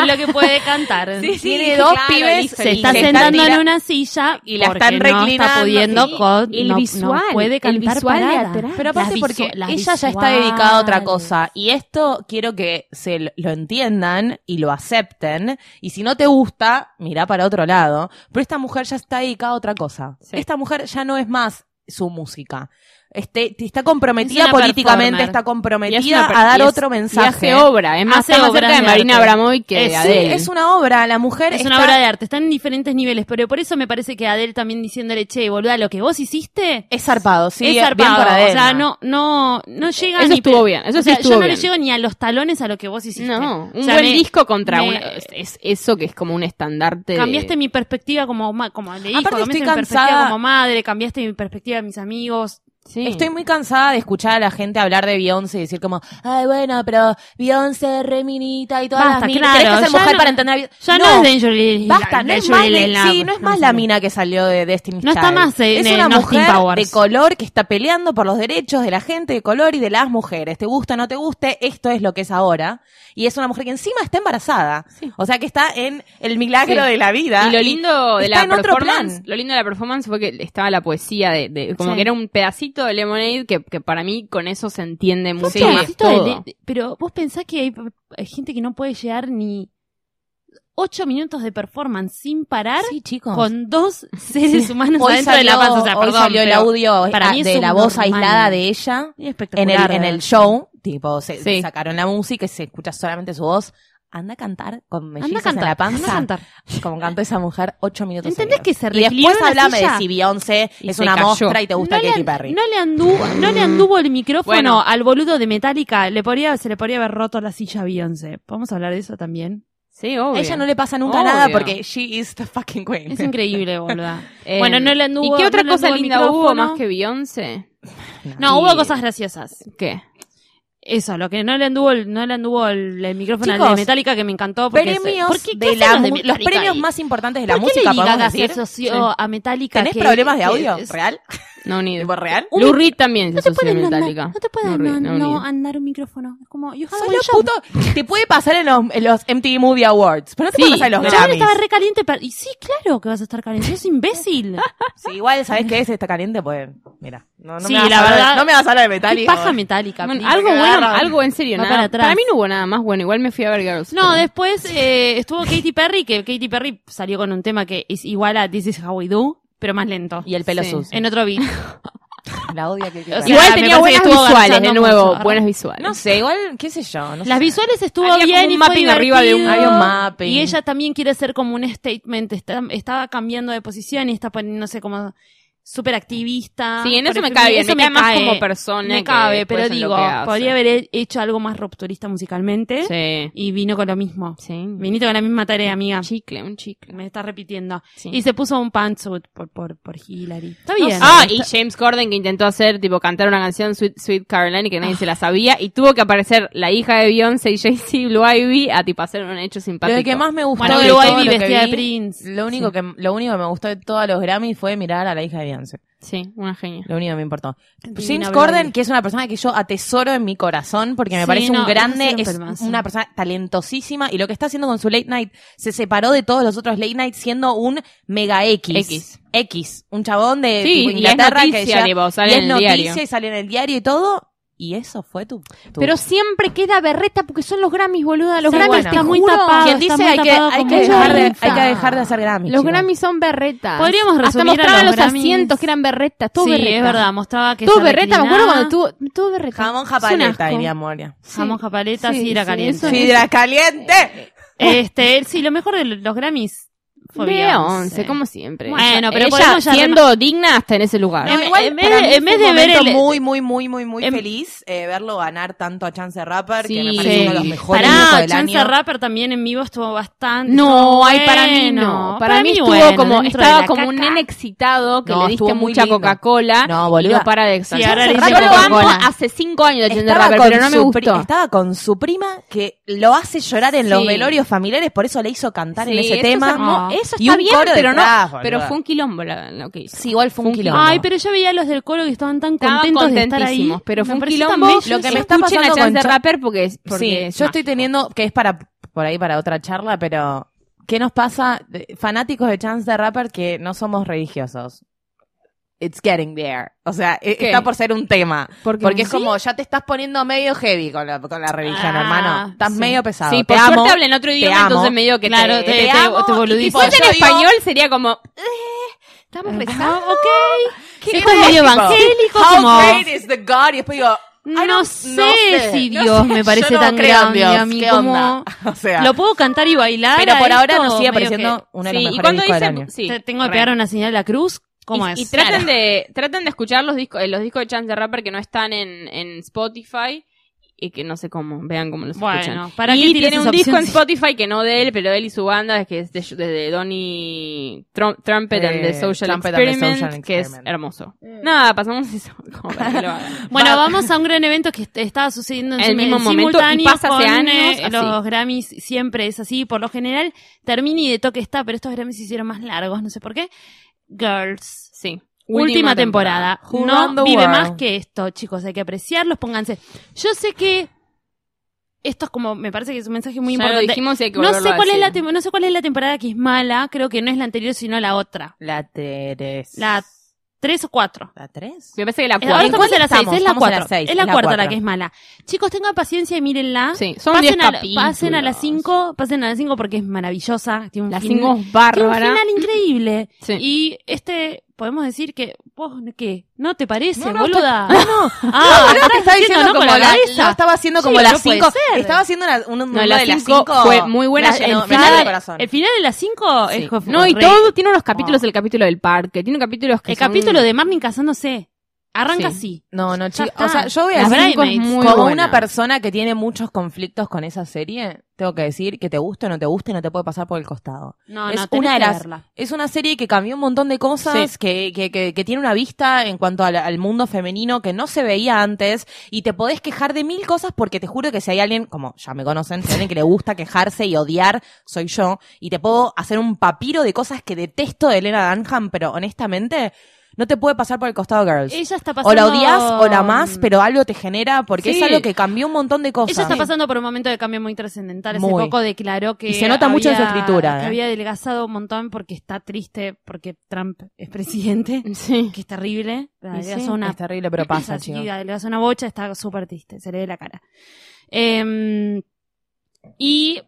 Speaker 6: Es lo que puede cantar.
Speaker 7: Tiene dos pibes,
Speaker 6: se está sentando en una silla
Speaker 7: y la
Speaker 6: porque
Speaker 7: Están
Speaker 6: no está
Speaker 7: reclinando,
Speaker 6: pudiendo
Speaker 7: sí.
Speaker 6: con
Speaker 8: El
Speaker 6: no- no
Speaker 8: visual,
Speaker 6: puede
Speaker 8: el
Speaker 6: cantar
Speaker 8: visual de
Speaker 6: parada.
Speaker 8: atrás.
Speaker 7: Pero aparte
Speaker 6: Las
Speaker 7: porque
Speaker 6: visu- las
Speaker 7: ella ya está dedicada a otra
Speaker 6: visuales.
Speaker 7: cosa y esto quiero que se l- lo entiendan y lo acepten y si no te gusta, mirá para otro lado, pero esta mujer ya está dedicada a otra cosa.
Speaker 8: Sí.
Speaker 7: Esta mujer ya no es más su música. Este, t- está comprometida
Speaker 6: Es una
Speaker 7: políticamente,
Speaker 6: performer.
Speaker 7: está
Speaker 8: Y es
Speaker 7: comprometida
Speaker 8: una per-
Speaker 7: a dar
Speaker 8: y es-
Speaker 7: otro
Speaker 8: Y
Speaker 7: mensaje.
Speaker 8: hace obra, es más,
Speaker 6: Hace
Speaker 8: está más
Speaker 6: obras
Speaker 8: cerca de
Speaker 6: de
Speaker 8: Marina
Speaker 6: arte.
Speaker 8: Abramovic que
Speaker 7: Eh,
Speaker 8: de
Speaker 7: sí,
Speaker 8: Adele.
Speaker 7: es una obra, la mujer
Speaker 6: Es
Speaker 7: está-
Speaker 6: una obra de arte, está en diferentes niveles, pero por eso me parece que Adele también diciéndole, che, boluda, lo que vos hiciste
Speaker 7: es zarpado, sí,
Speaker 6: es
Speaker 7: bien
Speaker 6: zarpado.
Speaker 7: por
Speaker 6: o
Speaker 7: Adele.
Speaker 6: sea, no, no, no llega
Speaker 8: Eso
Speaker 6: ni
Speaker 8: estuvo bien, eso
Speaker 6: o
Speaker 8: sí
Speaker 6: sea,
Speaker 8: estuvo
Speaker 6: yo no
Speaker 8: bien.
Speaker 6: le llego ni a los talones a lo que vos hiciste.
Speaker 8: No, un
Speaker 6: O sea,
Speaker 8: buen
Speaker 6: me-
Speaker 8: disco contra
Speaker 6: me-
Speaker 8: una- es eso que es como un estandarte. de-
Speaker 6: Cambiaste mi perspectiva como, ma- como le dijo,
Speaker 7: Aparte
Speaker 6: cambiaste
Speaker 7: estoy
Speaker 6: mi perspectiva
Speaker 7: cansada.
Speaker 6: como madre, cambiaste mi perspectiva de mis amigos.
Speaker 8: Sí.
Speaker 7: Estoy muy cansada de escuchar a la gente hablar de Beyoncé y decir como, ay, bueno, pero Beyoncé, Reminita y todas
Speaker 6: Basta,
Speaker 7: las minas.
Speaker 6: claro,
Speaker 7: Tenés que ser
Speaker 6: ya
Speaker 7: mujer
Speaker 6: no-
Speaker 7: para entender a Beyoncé.
Speaker 6: Ya no, es Danger Lily-
Speaker 7: Basta, no es
Speaker 6: Danger
Speaker 7: más,
Speaker 6: Lily
Speaker 7: de-
Speaker 6: Lab,
Speaker 7: sí, no es más
Speaker 6: sé.
Speaker 7: la mina que salió de Destiny's
Speaker 6: No está
Speaker 7: Child.
Speaker 6: más en-
Speaker 7: Es
Speaker 6: en
Speaker 7: una
Speaker 6: Austin
Speaker 7: mujer
Speaker 6: Powers.
Speaker 7: de color que está peleando por los derechos de la gente de color y de las mujeres. Te gusta, no te guste, esto es lo que es ahora. Y es una mujer que encima está embarazada. O sea, que está en el milagro
Speaker 8: Sí.
Speaker 7: de la vida.
Speaker 8: Y lo lindo de
Speaker 7: está
Speaker 8: la
Speaker 7: en otro
Speaker 8: performance,
Speaker 7: plan.
Speaker 8: lo lindo de la performance fue que estaba la poesía de, de- como
Speaker 6: Sí.
Speaker 8: que era un pedacito de Lemonade que, que para mí con eso se entiende mucho
Speaker 7: Sí,
Speaker 6: Un
Speaker 8: más
Speaker 6: pedacito de-
Speaker 8: todo.
Speaker 6: de- pero vos pensás que hay, hay gente que no puede llegar ni ocho minutos de performance sin parar
Speaker 7: Sí, chicos.
Speaker 6: con dos seres humanos
Speaker 7: Hoy
Speaker 6: adentro de la
Speaker 7: salió-
Speaker 6: panza. O sea,
Speaker 7: hoy
Speaker 6: perdón,
Speaker 7: salió el
Speaker 6: pero
Speaker 7: audio
Speaker 6: para
Speaker 7: ah,
Speaker 6: mí es
Speaker 7: de
Speaker 6: un
Speaker 7: la voz
Speaker 6: normal.
Speaker 7: aislada de ella
Speaker 6: es
Speaker 7: en
Speaker 6: espectacular,
Speaker 7: el, en
Speaker 6: ¿verdad?
Speaker 7: el show. Tipo, se
Speaker 8: Sí.
Speaker 7: sacaron la música y se escucha solamente su voz. Anda a cantar con mellizos
Speaker 6: Anda a cantar,
Speaker 7: en la panza.
Speaker 6: anda a cantar.
Speaker 7: Como cantó esa mujer ocho minutos
Speaker 6: ¿Entendés
Speaker 7: seguidos.
Speaker 6: que se
Speaker 7: Y
Speaker 6: reclinó
Speaker 7: después
Speaker 6: en la
Speaker 7: hablame de
Speaker 6: silla?
Speaker 7: si Beyoncé
Speaker 8: Y
Speaker 7: es
Speaker 8: se
Speaker 7: una
Speaker 8: cayó.
Speaker 7: mostra y te gusta
Speaker 6: no le,
Speaker 7: Katy
Speaker 6: an-
Speaker 7: Perry.
Speaker 6: no le anduvo, no le anduvo el micrófono
Speaker 8: Bueno.
Speaker 6: al boludo de Metallica. Le podría, se le podría haber roto la silla a Beyoncé. ¿Podemos hablar de eso también?
Speaker 8: Sí, obvio.
Speaker 7: a ella no le pasa nunca
Speaker 8: Obvio.
Speaker 7: nada porque she is the fucking queen.
Speaker 6: Es increíble, boluda.
Speaker 8: Eh,
Speaker 6: bueno, no le anduvo.
Speaker 8: ¿Y qué otra
Speaker 6: no le
Speaker 8: cosa
Speaker 6: anduvo el
Speaker 8: linda hubo
Speaker 6: micrófono.
Speaker 8: más que Beyoncé?
Speaker 6: No,
Speaker 8: Y-
Speaker 6: hubo cosas graciosas.
Speaker 8: ¿Qué?
Speaker 6: Eso, lo que no le anduvo el, no le anduvo el, el micrófono al de
Speaker 7: Chicos,
Speaker 6: Metallica que me encantó. Porque se-
Speaker 7: Premios
Speaker 6: ¿por qué- qué
Speaker 7: de
Speaker 6: hacen
Speaker 7: la
Speaker 6: los de
Speaker 7: mu- los
Speaker 6: Metallica
Speaker 7: premios
Speaker 6: ahí?
Speaker 7: más importantes de la
Speaker 6: ¿Por qué
Speaker 7: música,
Speaker 6: Lady Gaga
Speaker 7: podemos
Speaker 6: se
Speaker 7: decir.
Speaker 6: asoció
Speaker 8: Sí.
Speaker 6: a Metallica?
Speaker 7: ¿Tenés
Speaker 6: que-
Speaker 7: problemas
Speaker 6: que-
Speaker 7: de audio?
Speaker 6: es-
Speaker 7: ¿Real?
Speaker 8: No, ni
Speaker 7: ¿Tipo real?
Speaker 8: Lou Reed también se
Speaker 6: No te
Speaker 8: asoció a
Speaker 6: pueden andar,
Speaker 8: Metallica.
Speaker 6: no te pueden
Speaker 8: Lou Reed,
Speaker 6: no,
Speaker 8: ni
Speaker 6: no
Speaker 8: idea.
Speaker 6: andar un micrófono. Es como, you have
Speaker 7: Solo
Speaker 6: one job.
Speaker 7: puto. Te puede pasar en los, en los MTV Movie Awards, pero no te
Speaker 8: Sí,
Speaker 7: pasa en los
Speaker 8: no.
Speaker 6: Chabón
Speaker 7: Grammys.
Speaker 6: estaba re caliente. pero- Y sí, claro que vas a estar caliente. Es imbécil.
Speaker 7: Sí, igual, ¿sabés qué es? Está caliente, pues, mira. No, no
Speaker 6: Sí,
Speaker 7: me vas
Speaker 6: la
Speaker 7: a hablar-
Speaker 6: verdad-
Speaker 7: no me vas a hablar de
Speaker 6: Qué
Speaker 7: Metallica.
Speaker 6: paja metálica.
Speaker 8: Bueno,
Speaker 6: please.
Speaker 8: algo
Speaker 7: que
Speaker 8: bueno,
Speaker 7: agarran.
Speaker 8: algo en serio,
Speaker 6: Va
Speaker 8: nada.
Speaker 6: para
Speaker 8: Para,
Speaker 6: atrás.
Speaker 8: mí no hubo nada más bueno, igual me fui a ver Girls.
Speaker 6: No, después eh, estuvo Katy Perry, que Katy Perry salió con un tema que es igual a This is how we do, pero más lento.
Speaker 7: Y el pelo
Speaker 8: Sí.
Speaker 7: sucio.
Speaker 6: En otro beat.
Speaker 7: La odia que
Speaker 6: sea,
Speaker 8: igual
Speaker 6: me
Speaker 8: tenía
Speaker 6: parece que
Speaker 8: buenas
Speaker 6: estuvo
Speaker 8: visuales, de
Speaker 6: garchando
Speaker 8: nuevo,
Speaker 6: mucho.
Speaker 8: buenas visuales.
Speaker 7: No sé, igual, qué sé yo. No sé.
Speaker 6: Las visuales estuvo
Speaker 8: Había como
Speaker 6: bien
Speaker 8: un
Speaker 6: y fue
Speaker 8: mapping arriba de un-
Speaker 6: divertido.
Speaker 7: Había un mapping.
Speaker 6: Y ella también quiere hacer como un statement. Está, estaba cambiando de posición y está poniéndose como súper activista.
Speaker 8: Sí, en
Speaker 6: Por
Speaker 8: eso me
Speaker 6: ejemplo,
Speaker 8: cae bien, me cae más como persona
Speaker 6: Me
Speaker 8: que
Speaker 6: cabe,
Speaker 8: después
Speaker 6: pero
Speaker 8: en lo
Speaker 6: digo,
Speaker 8: que hace.
Speaker 6: podría haber hecho algo más rupturista musicalmente.
Speaker 8: Sí.
Speaker 6: Y vino con lo mismo.
Speaker 8: Sí.
Speaker 6: Viniste con la misma tarea, amiga.
Speaker 8: Un chicle, un chicle.
Speaker 6: Me está repitiendo.
Speaker 8: Sí.
Speaker 6: Y se puso un pantsuit por, por, por Hillary. Está bien.
Speaker 8: Ah, y James Corden que intentó hacer, tipo, cantar una canción Sweet, Sweet Caroline y que nadie se la sabía. Y tuvo que aparecer la hija de Beyoncé y Jay-Z, Blue Ivy, a tipo hacer un hecho simpático.
Speaker 7: Lo que más me gustó
Speaker 6: Bueno,
Speaker 7: de
Speaker 6: Blue
Speaker 7: todo
Speaker 6: Ivy
Speaker 7: lo que
Speaker 6: vestida de
Speaker 7: vi,
Speaker 8: Mm.
Speaker 6: Prince.
Speaker 7: Lo único, que, lo único que me gustó de todos los Grammys fue mirar a la hija de Beyoncé.
Speaker 8: Sí, una genia.
Speaker 7: Lo único que me importó.
Speaker 6: Divina
Speaker 7: Pues James
Speaker 6: Blue
Speaker 7: Corden,
Speaker 6: Ivy.
Speaker 7: que es una persona que yo atesoro en mi corazón porque me
Speaker 6: Sí,
Speaker 7: parece
Speaker 6: no,
Speaker 7: un grande,
Speaker 6: eso
Speaker 7: es
Speaker 6: siempre me hace.
Speaker 7: una persona talentosísima y lo que está haciendo con su late night se separó de todos los otros late nights siendo un mega X.
Speaker 8: X.
Speaker 7: X, un chabón de
Speaker 8: Sí,
Speaker 7: tipo
Speaker 8: y es
Speaker 7: Inglaterra que
Speaker 8: noticia,
Speaker 7: ya-
Speaker 8: tipo, sale
Speaker 7: y es
Speaker 8: en el
Speaker 7: noticia
Speaker 8: diario.
Speaker 7: y sale en el diario y todo. Y eso fue tu. tu-
Speaker 8: Pero siempre queda berreta porque son los Grammys, boluda. Los
Speaker 6: Sí,
Speaker 8: Grammys
Speaker 6: bueno.
Speaker 8: te
Speaker 6: está muy
Speaker 8: juro.
Speaker 6: tapado,
Speaker 7: Quien
Speaker 6: está
Speaker 7: dice
Speaker 6: muy
Speaker 7: hay que,
Speaker 6: tapado
Speaker 7: hay,
Speaker 6: con
Speaker 7: que
Speaker 6: mucha
Speaker 7: dejar de,
Speaker 6: lista.
Speaker 7: hay que dejar de hacer Grammys.
Speaker 8: Los
Speaker 7: chicos.
Speaker 8: Grammys son berretas.
Speaker 6: Podríamos
Speaker 8: Hasta
Speaker 6: resumir a
Speaker 8: mostraban
Speaker 6: los
Speaker 8: los,
Speaker 6: Grammys.
Speaker 8: asientos que eran berretas. Todo
Speaker 6: sí,
Speaker 8: berreta.
Speaker 6: es verdad, mostraba que
Speaker 8: Todo
Speaker 6: se
Speaker 8: berreta. Me acuerdo
Speaker 6: reclinaba.
Speaker 8: cuando tuvo. Todo berreta.
Speaker 7: Jamón
Speaker 8: Es un
Speaker 7: japaneta,
Speaker 8: asco.
Speaker 7: diría Moria.
Speaker 6: Jamón japaleta,
Speaker 8: Sí,
Speaker 6: sidra
Speaker 8: sí,
Speaker 6: caliente.
Speaker 8: eso es.
Speaker 7: ¡Sidra caliente!
Speaker 6: Este, sí, lo mejor de los Grammys fue
Speaker 8: Beyoncé,
Speaker 6: Beyoncé.
Speaker 8: como siempre.
Speaker 6: Bueno, pero
Speaker 8: ella
Speaker 6: podemos ya
Speaker 8: siendo digna hasta en ese lugar.
Speaker 6: No, igual, en vez
Speaker 7: para
Speaker 6: de-
Speaker 7: mí
Speaker 6: en
Speaker 7: fue
Speaker 6: vez
Speaker 7: un
Speaker 6: de ver
Speaker 7: momento
Speaker 6: el-
Speaker 7: muy, muy, muy, muy, muy
Speaker 6: en-
Speaker 7: feliz eh, verlo ganar tanto a Chance the Rapper, que me
Speaker 8: Sí.
Speaker 7: parece uno de los mejores discos
Speaker 6: Pará,
Speaker 7: del
Speaker 6: Chance
Speaker 7: año.
Speaker 6: Rapper también en vivo estuvo bastante.
Speaker 8: No,
Speaker 6: estuvo
Speaker 8: ay, para mí
Speaker 6: bueno.
Speaker 8: no. Para, mí, estuvo
Speaker 6: bueno, dentro
Speaker 8: como,
Speaker 6: de
Speaker 8: estaba
Speaker 6: la
Speaker 8: como un
Speaker 6: caca.
Speaker 8: nene excitado que
Speaker 7: No,
Speaker 8: le diste
Speaker 7: estuvo muy
Speaker 8: mucha
Speaker 7: lindo.
Speaker 8: Coca-Cola
Speaker 7: No,
Speaker 8: y
Speaker 7: boluda.
Speaker 8: no para de
Speaker 6: Sí, ahora
Speaker 8: Yo
Speaker 6: le
Speaker 7: dice
Speaker 8: lo amo
Speaker 7: Coca-Cola.
Speaker 8: hace cinco años de
Speaker 7: Estaba
Speaker 8: Rapper,
Speaker 7: con,
Speaker 8: pero no me
Speaker 7: su
Speaker 8: gustó.
Speaker 7: pri- estaba con su prima que lo hace llorar en los
Speaker 8: Sí.
Speaker 7: velorios familiares, por eso le hizo cantar en
Speaker 8: Sí,
Speaker 7: ese
Speaker 8: eso
Speaker 7: tema.
Speaker 8: es hermo-
Speaker 6: Ah.
Speaker 8: Eso
Speaker 7: Y
Speaker 8: está
Speaker 7: un
Speaker 8: bien,
Speaker 7: coro
Speaker 8: pero
Speaker 7: detrás,
Speaker 8: no.
Speaker 7: boluda.
Speaker 8: Pero fue un quilombo la- lo que hizo.
Speaker 7: Sí, igual fue un quilombo.
Speaker 6: Ay, pero yo veía a los del coro que estaban tan
Speaker 8: Estaban
Speaker 6: contentos de estar ahí.
Speaker 8: contentísimos, pero
Speaker 6: Me
Speaker 8: fue un
Speaker 6: pareció tan
Speaker 8: quilombo.
Speaker 6: bello.
Speaker 7: Lo que me está
Speaker 8: Escuchen
Speaker 7: pasando
Speaker 8: a Chance
Speaker 7: con
Speaker 8: the
Speaker 7: Cha-
Speaker 8: Rapper porque, es- porque
Speaker 7: sí,
Speaker 8: es
Speaker 7: yo estoy
Speaker 8: mágico.
Speaker 7: teniendo, que es para por ahí para otra charla, pero ¿Qué nos pasa, de- fanáticos de Chance the Rapper, que no somos religiosos? It's getting there. O sea, e-
Speaker 8: ¿Qué?
Speaker 7: está por ser un tema.
Speaker 8: Porque-
Speaker 7: Porque, es
Speaker 8: ¿sí?
Speaker 7: como, ya te estás poniendo medio heavy con la, con la religión,
Speaker 6: Ah,
Speaker 7: hermano. Estás
Speaker 6: sí.
Speaker 7: medio pesado. te
Speaker 8: Sí, por
Speaker 7: amo.
Speaker 8: suerte hablan otro idioma,
Speaker 7: amo.
Speaker 8: entonces medio que
Speaker 6: Claro,
Speaker 8: te,
Speaker 6: te-
Speaker 8: te
Speaker 6: te-
Speaker 8: amo.
Speaker 6: te boludizas.
Speaker 8: Y tipo,
Speaker 7: Yo
Speaker 8: en
Speaker 7: digo-
Speaker 8: español sería como, eh, estamos
Speaker 6: Ah,
Speaker 8: rezando.
Speaker 7: ¿Qué
Speaker 6: Es
Speaker 7: querés,
Speaker 6: como medio
Speaker 7: tipo?
Speaker 6: evangélico,
Speaker 7: How
Speaker 6: como-
Speaker 7: great is the God? Y después digo, I
Speaker 6: No,
Speaker 7: don't- no
Speaker 6: sé,
Speaker 7: sé,
Speaker 6: si
Speaker 7: no
Speaker 6: Dios
Speaker 7: sé,
Speaker 6: me parece
Speaker 7: yo no
Speaker 6: tan
Speaker 7: creo en
Speaker 6: grande a
Speaker 7: Dios,
Speaker 6: mí
Speaker 7: ¿qué
Speaker 6: como...
Speaker 7: onda? O sea,
Speaker 6: Lo puedo cantar y bailar.
Speaker 7: pero
Speaker 6: a
Speaker 7: por ahora
Speaker 6: esto?
Speaker 7: nos sigue
Speaker 6: Medio
Speaker 7: pareciendo uno de los
Speaker 8: Sí, y
Speaker 7: mejores
Speaker 8: cuando
Speaker 7: discos del
Speaker 8: dicen,
Speaker 7: año.
Speaker 8: sí,
Speaker 6: Te- tengo que
Speaker 8: re.
Speaker 6: pegar una señal de la cruz. ¿Cómo
Speaker 8: y,
Speaker 6: es?
Speaker 8: y traten de traten de escuchar los discos eh, los discos de Chance the Rapper que no están en, en Spotify y que no sé cómo vean cómo los escuchan
Speaker 6: Bueno, ¿para qué
Speaker 8: y
Speaker 6: tienes
Speaker 8: tiene un
Speaker 6: esa
Speaker 8: disco en
Speaker 6: opción?
Speaker 8: Spotify que no de él pero él y su banda que es de, de Donny Trum- Trumpet and the
Speaker 7: Eh,
Speaker 8: Social
Speaker 7: Trumpet and the
Speaker 8: Experiment
Speaker 7: Social
Speaker 8: que es
Speaker 7: Experiment.
Speaker 8: hermoso nada pasamos eso como para que lo hagan.
Speaker 6: Mm. Bueno, vamos a un gran evento que est- estaba sucediendo en
Speaker 8: El
Speaker 6: sim-
Speaker 8: mismo
Speaker 6: en
Speaker 8: momento y
Speaker 6: simultáneo
Speaker 8: pasa hace
Speaker 6: con,
Speaker 8: años,
Speaker 6: eh,
Speaker 8: así.
Speaker 6: los Grammys siempre es así, por lo general termina y de toque está, pero estos Grammys se hicieron más largos, no sé por qué. Girls.
Speaker 8: sí
Speaker 6: Última, temporada.
Speaker 7: temporada. Who Run
Speaker 6: No
Speaker 7: the
Speaker 6: vive
Speaker 7: World.
Speaker 6: más que esto, chicos. Hay que apreciarlos, pónganse. Yo sé que esto es como, me parece que es un mensaje muy
Speaker 8: Ya lo
Speaker 6: importante.
Speaker 8: dijimos y hay que
Speaker 6: No
Speaker 8: volverlo
Speaker 6: sé
Speaker 8: a
Speaker 6: cuál es la
Speaker 8: decir.
Speaker 6: tem- no sé cuál es la temporada que es mala, creo que no es la anterior sino la otra.
Speaker 7: La tres.
Speaker 6: La tres o cuatro. Eh,
Speaker 7: ¿La tres?
Speaker 8: me parece que la
Speaker 6: Ahora
Speaker 7: ¿En
Speaker 8: cuarta
Speaker 7: cuál
Speaker 6: estamos en la seis,
Speaker 7: estamos?
Speaker 6: es la
Speaker 7: Estamos en la
Speaker 6: cuatro.
Speaker 7: seis,
Speaker 6: Es la
Speaker 7: es la
Speaker 6: cuarta la
Speaker 7: cuatro.
Speaker 6: que es mala. Chicos, tengan paciencia y mírenla.
Speaker 8: sí son 10
Speaker 6: pasen, a, la-
Speaker 8: capítulos
Speaker 6: pasen a las 5, pasen a las 5 porque es maravillosa. Tiene un,
Speaker 8: las
Speaker 6: fin-
Speaker 8: 5 es
Speaker 6: tiene un
Speaker 8: bárbara
Speaker 6: final increíble.
Speaker 8: Sí.
Speaker 6: Y este, podemos decir que, vos, ¿qué? ¿No te parece,
Speaker 7: No, no,
Speaker 6: boluda?
Speaker 7: No,
Speaker 6: Ah,
Speaker 7: no, te estaba diciendo
Speaker 6: no
Speaker 7: como
Speaker 6: con
Speaker 7: la,
Speaker 6: la cabeza.
Speaker 7: no, estaba haciendo como
Speaker 6: Sí,
Speaker 7: las
Speaker 6: no puede
Speaker 7: 5.
Speaker 6: ser.
Speaker 7: Estaba haciendo una, un, un
Speaker 8: No,
Speaker 7: uno
Speaker 8: la
Speaker 7: de las
Speaker 8: cinco
Speaker 7: 5.
Speaker 8: fue muy buena,
Speaker 7: Me,
Speaker 8: el
Speaker 7: llenó- me
Speaker 8: final-
Speaker 7: llenó el corazón.
Speaker 6: El final de las 5
Speaker 8: Sí.
Speaker 6: es como
Speaker 8: no y
Speaker 6: re-
Speaker 8: todo tiene unos capítulos el capítulo del parque tiene capítulos que
Speaker 6: El
Speaker 8: son-
Speaker 6: capítulo de Marnie casándose arranca
Speaker 8: Sí.
Speaker 6: así.
Speaker 7: No, no,
Speaker 6: Ya
Speaker 7: chicos.
Speaker 6: está.
Speaker 7: O sea, yo voy a
Speaker 6: Las
Speaker 7: decir
Speaker 6: Bridesmaids.
Speaker 8: cinco es muy-
Speaker 7: como
Speaker 8: buena.
Speaker 7: una persona que tiene muchos conflictos con esa serie, tengo que decir que te guste o no te guste, no te puede pasar por el costado.
Speaker 6: No,
Speaker 7: es
Speaker 6: no, tenés
Speaker 7: una de
Speaker 6: que
Speaker 7: las-
Speaker 6: verla.
Speaker 7: Es una serie que cambió un montón de cosas, que, que, que, que tiene una vista en cuanto al, al mundo femenino que no se veía antes, y te podés quejar de mil cosas porque te juro que si hay alguien, como ya me conocen, si hay alguien que le gusta quejarse y odiar, soy yo, y te puedo hacer un papiro de cosas que detesto de Elena Dunham, pero honestamente, no te puede pasar por el costado, girls.
Speaker 6: Ella está pasando... mm,
Speaker 7: O la odias o la amás, pero algo te genera porque
Speaker 8: Sí.
Speaker 7: es algo que cambió un montón de cosas.
Speaker 6: Ella está pasando por un momento de cambio muy trascendental. Hace
Speaker 7: Muy.
Speaker 6: poco declaró que.
Speaker 7: Y se nota mucho en su
Speaker 6: había-
Speaker 7: escritura,
Speaker 6: que
Speaker 7: eh.
Speaker 6: había adelgazado un montón porque está triste, porque Trump es presidente,
Speaker 8: sí
Speaker 6: que es terrible. Adelgazó
Speaker 7: Mm. Sí,
Speaker 6: una.
Speaker 7: Es terrible, pero pasa,
Speaker 6: así,
Speaker 7: chicos.
Speaker 6: adelgazó una bocha, está súper triste, se le ve la cara. Em, y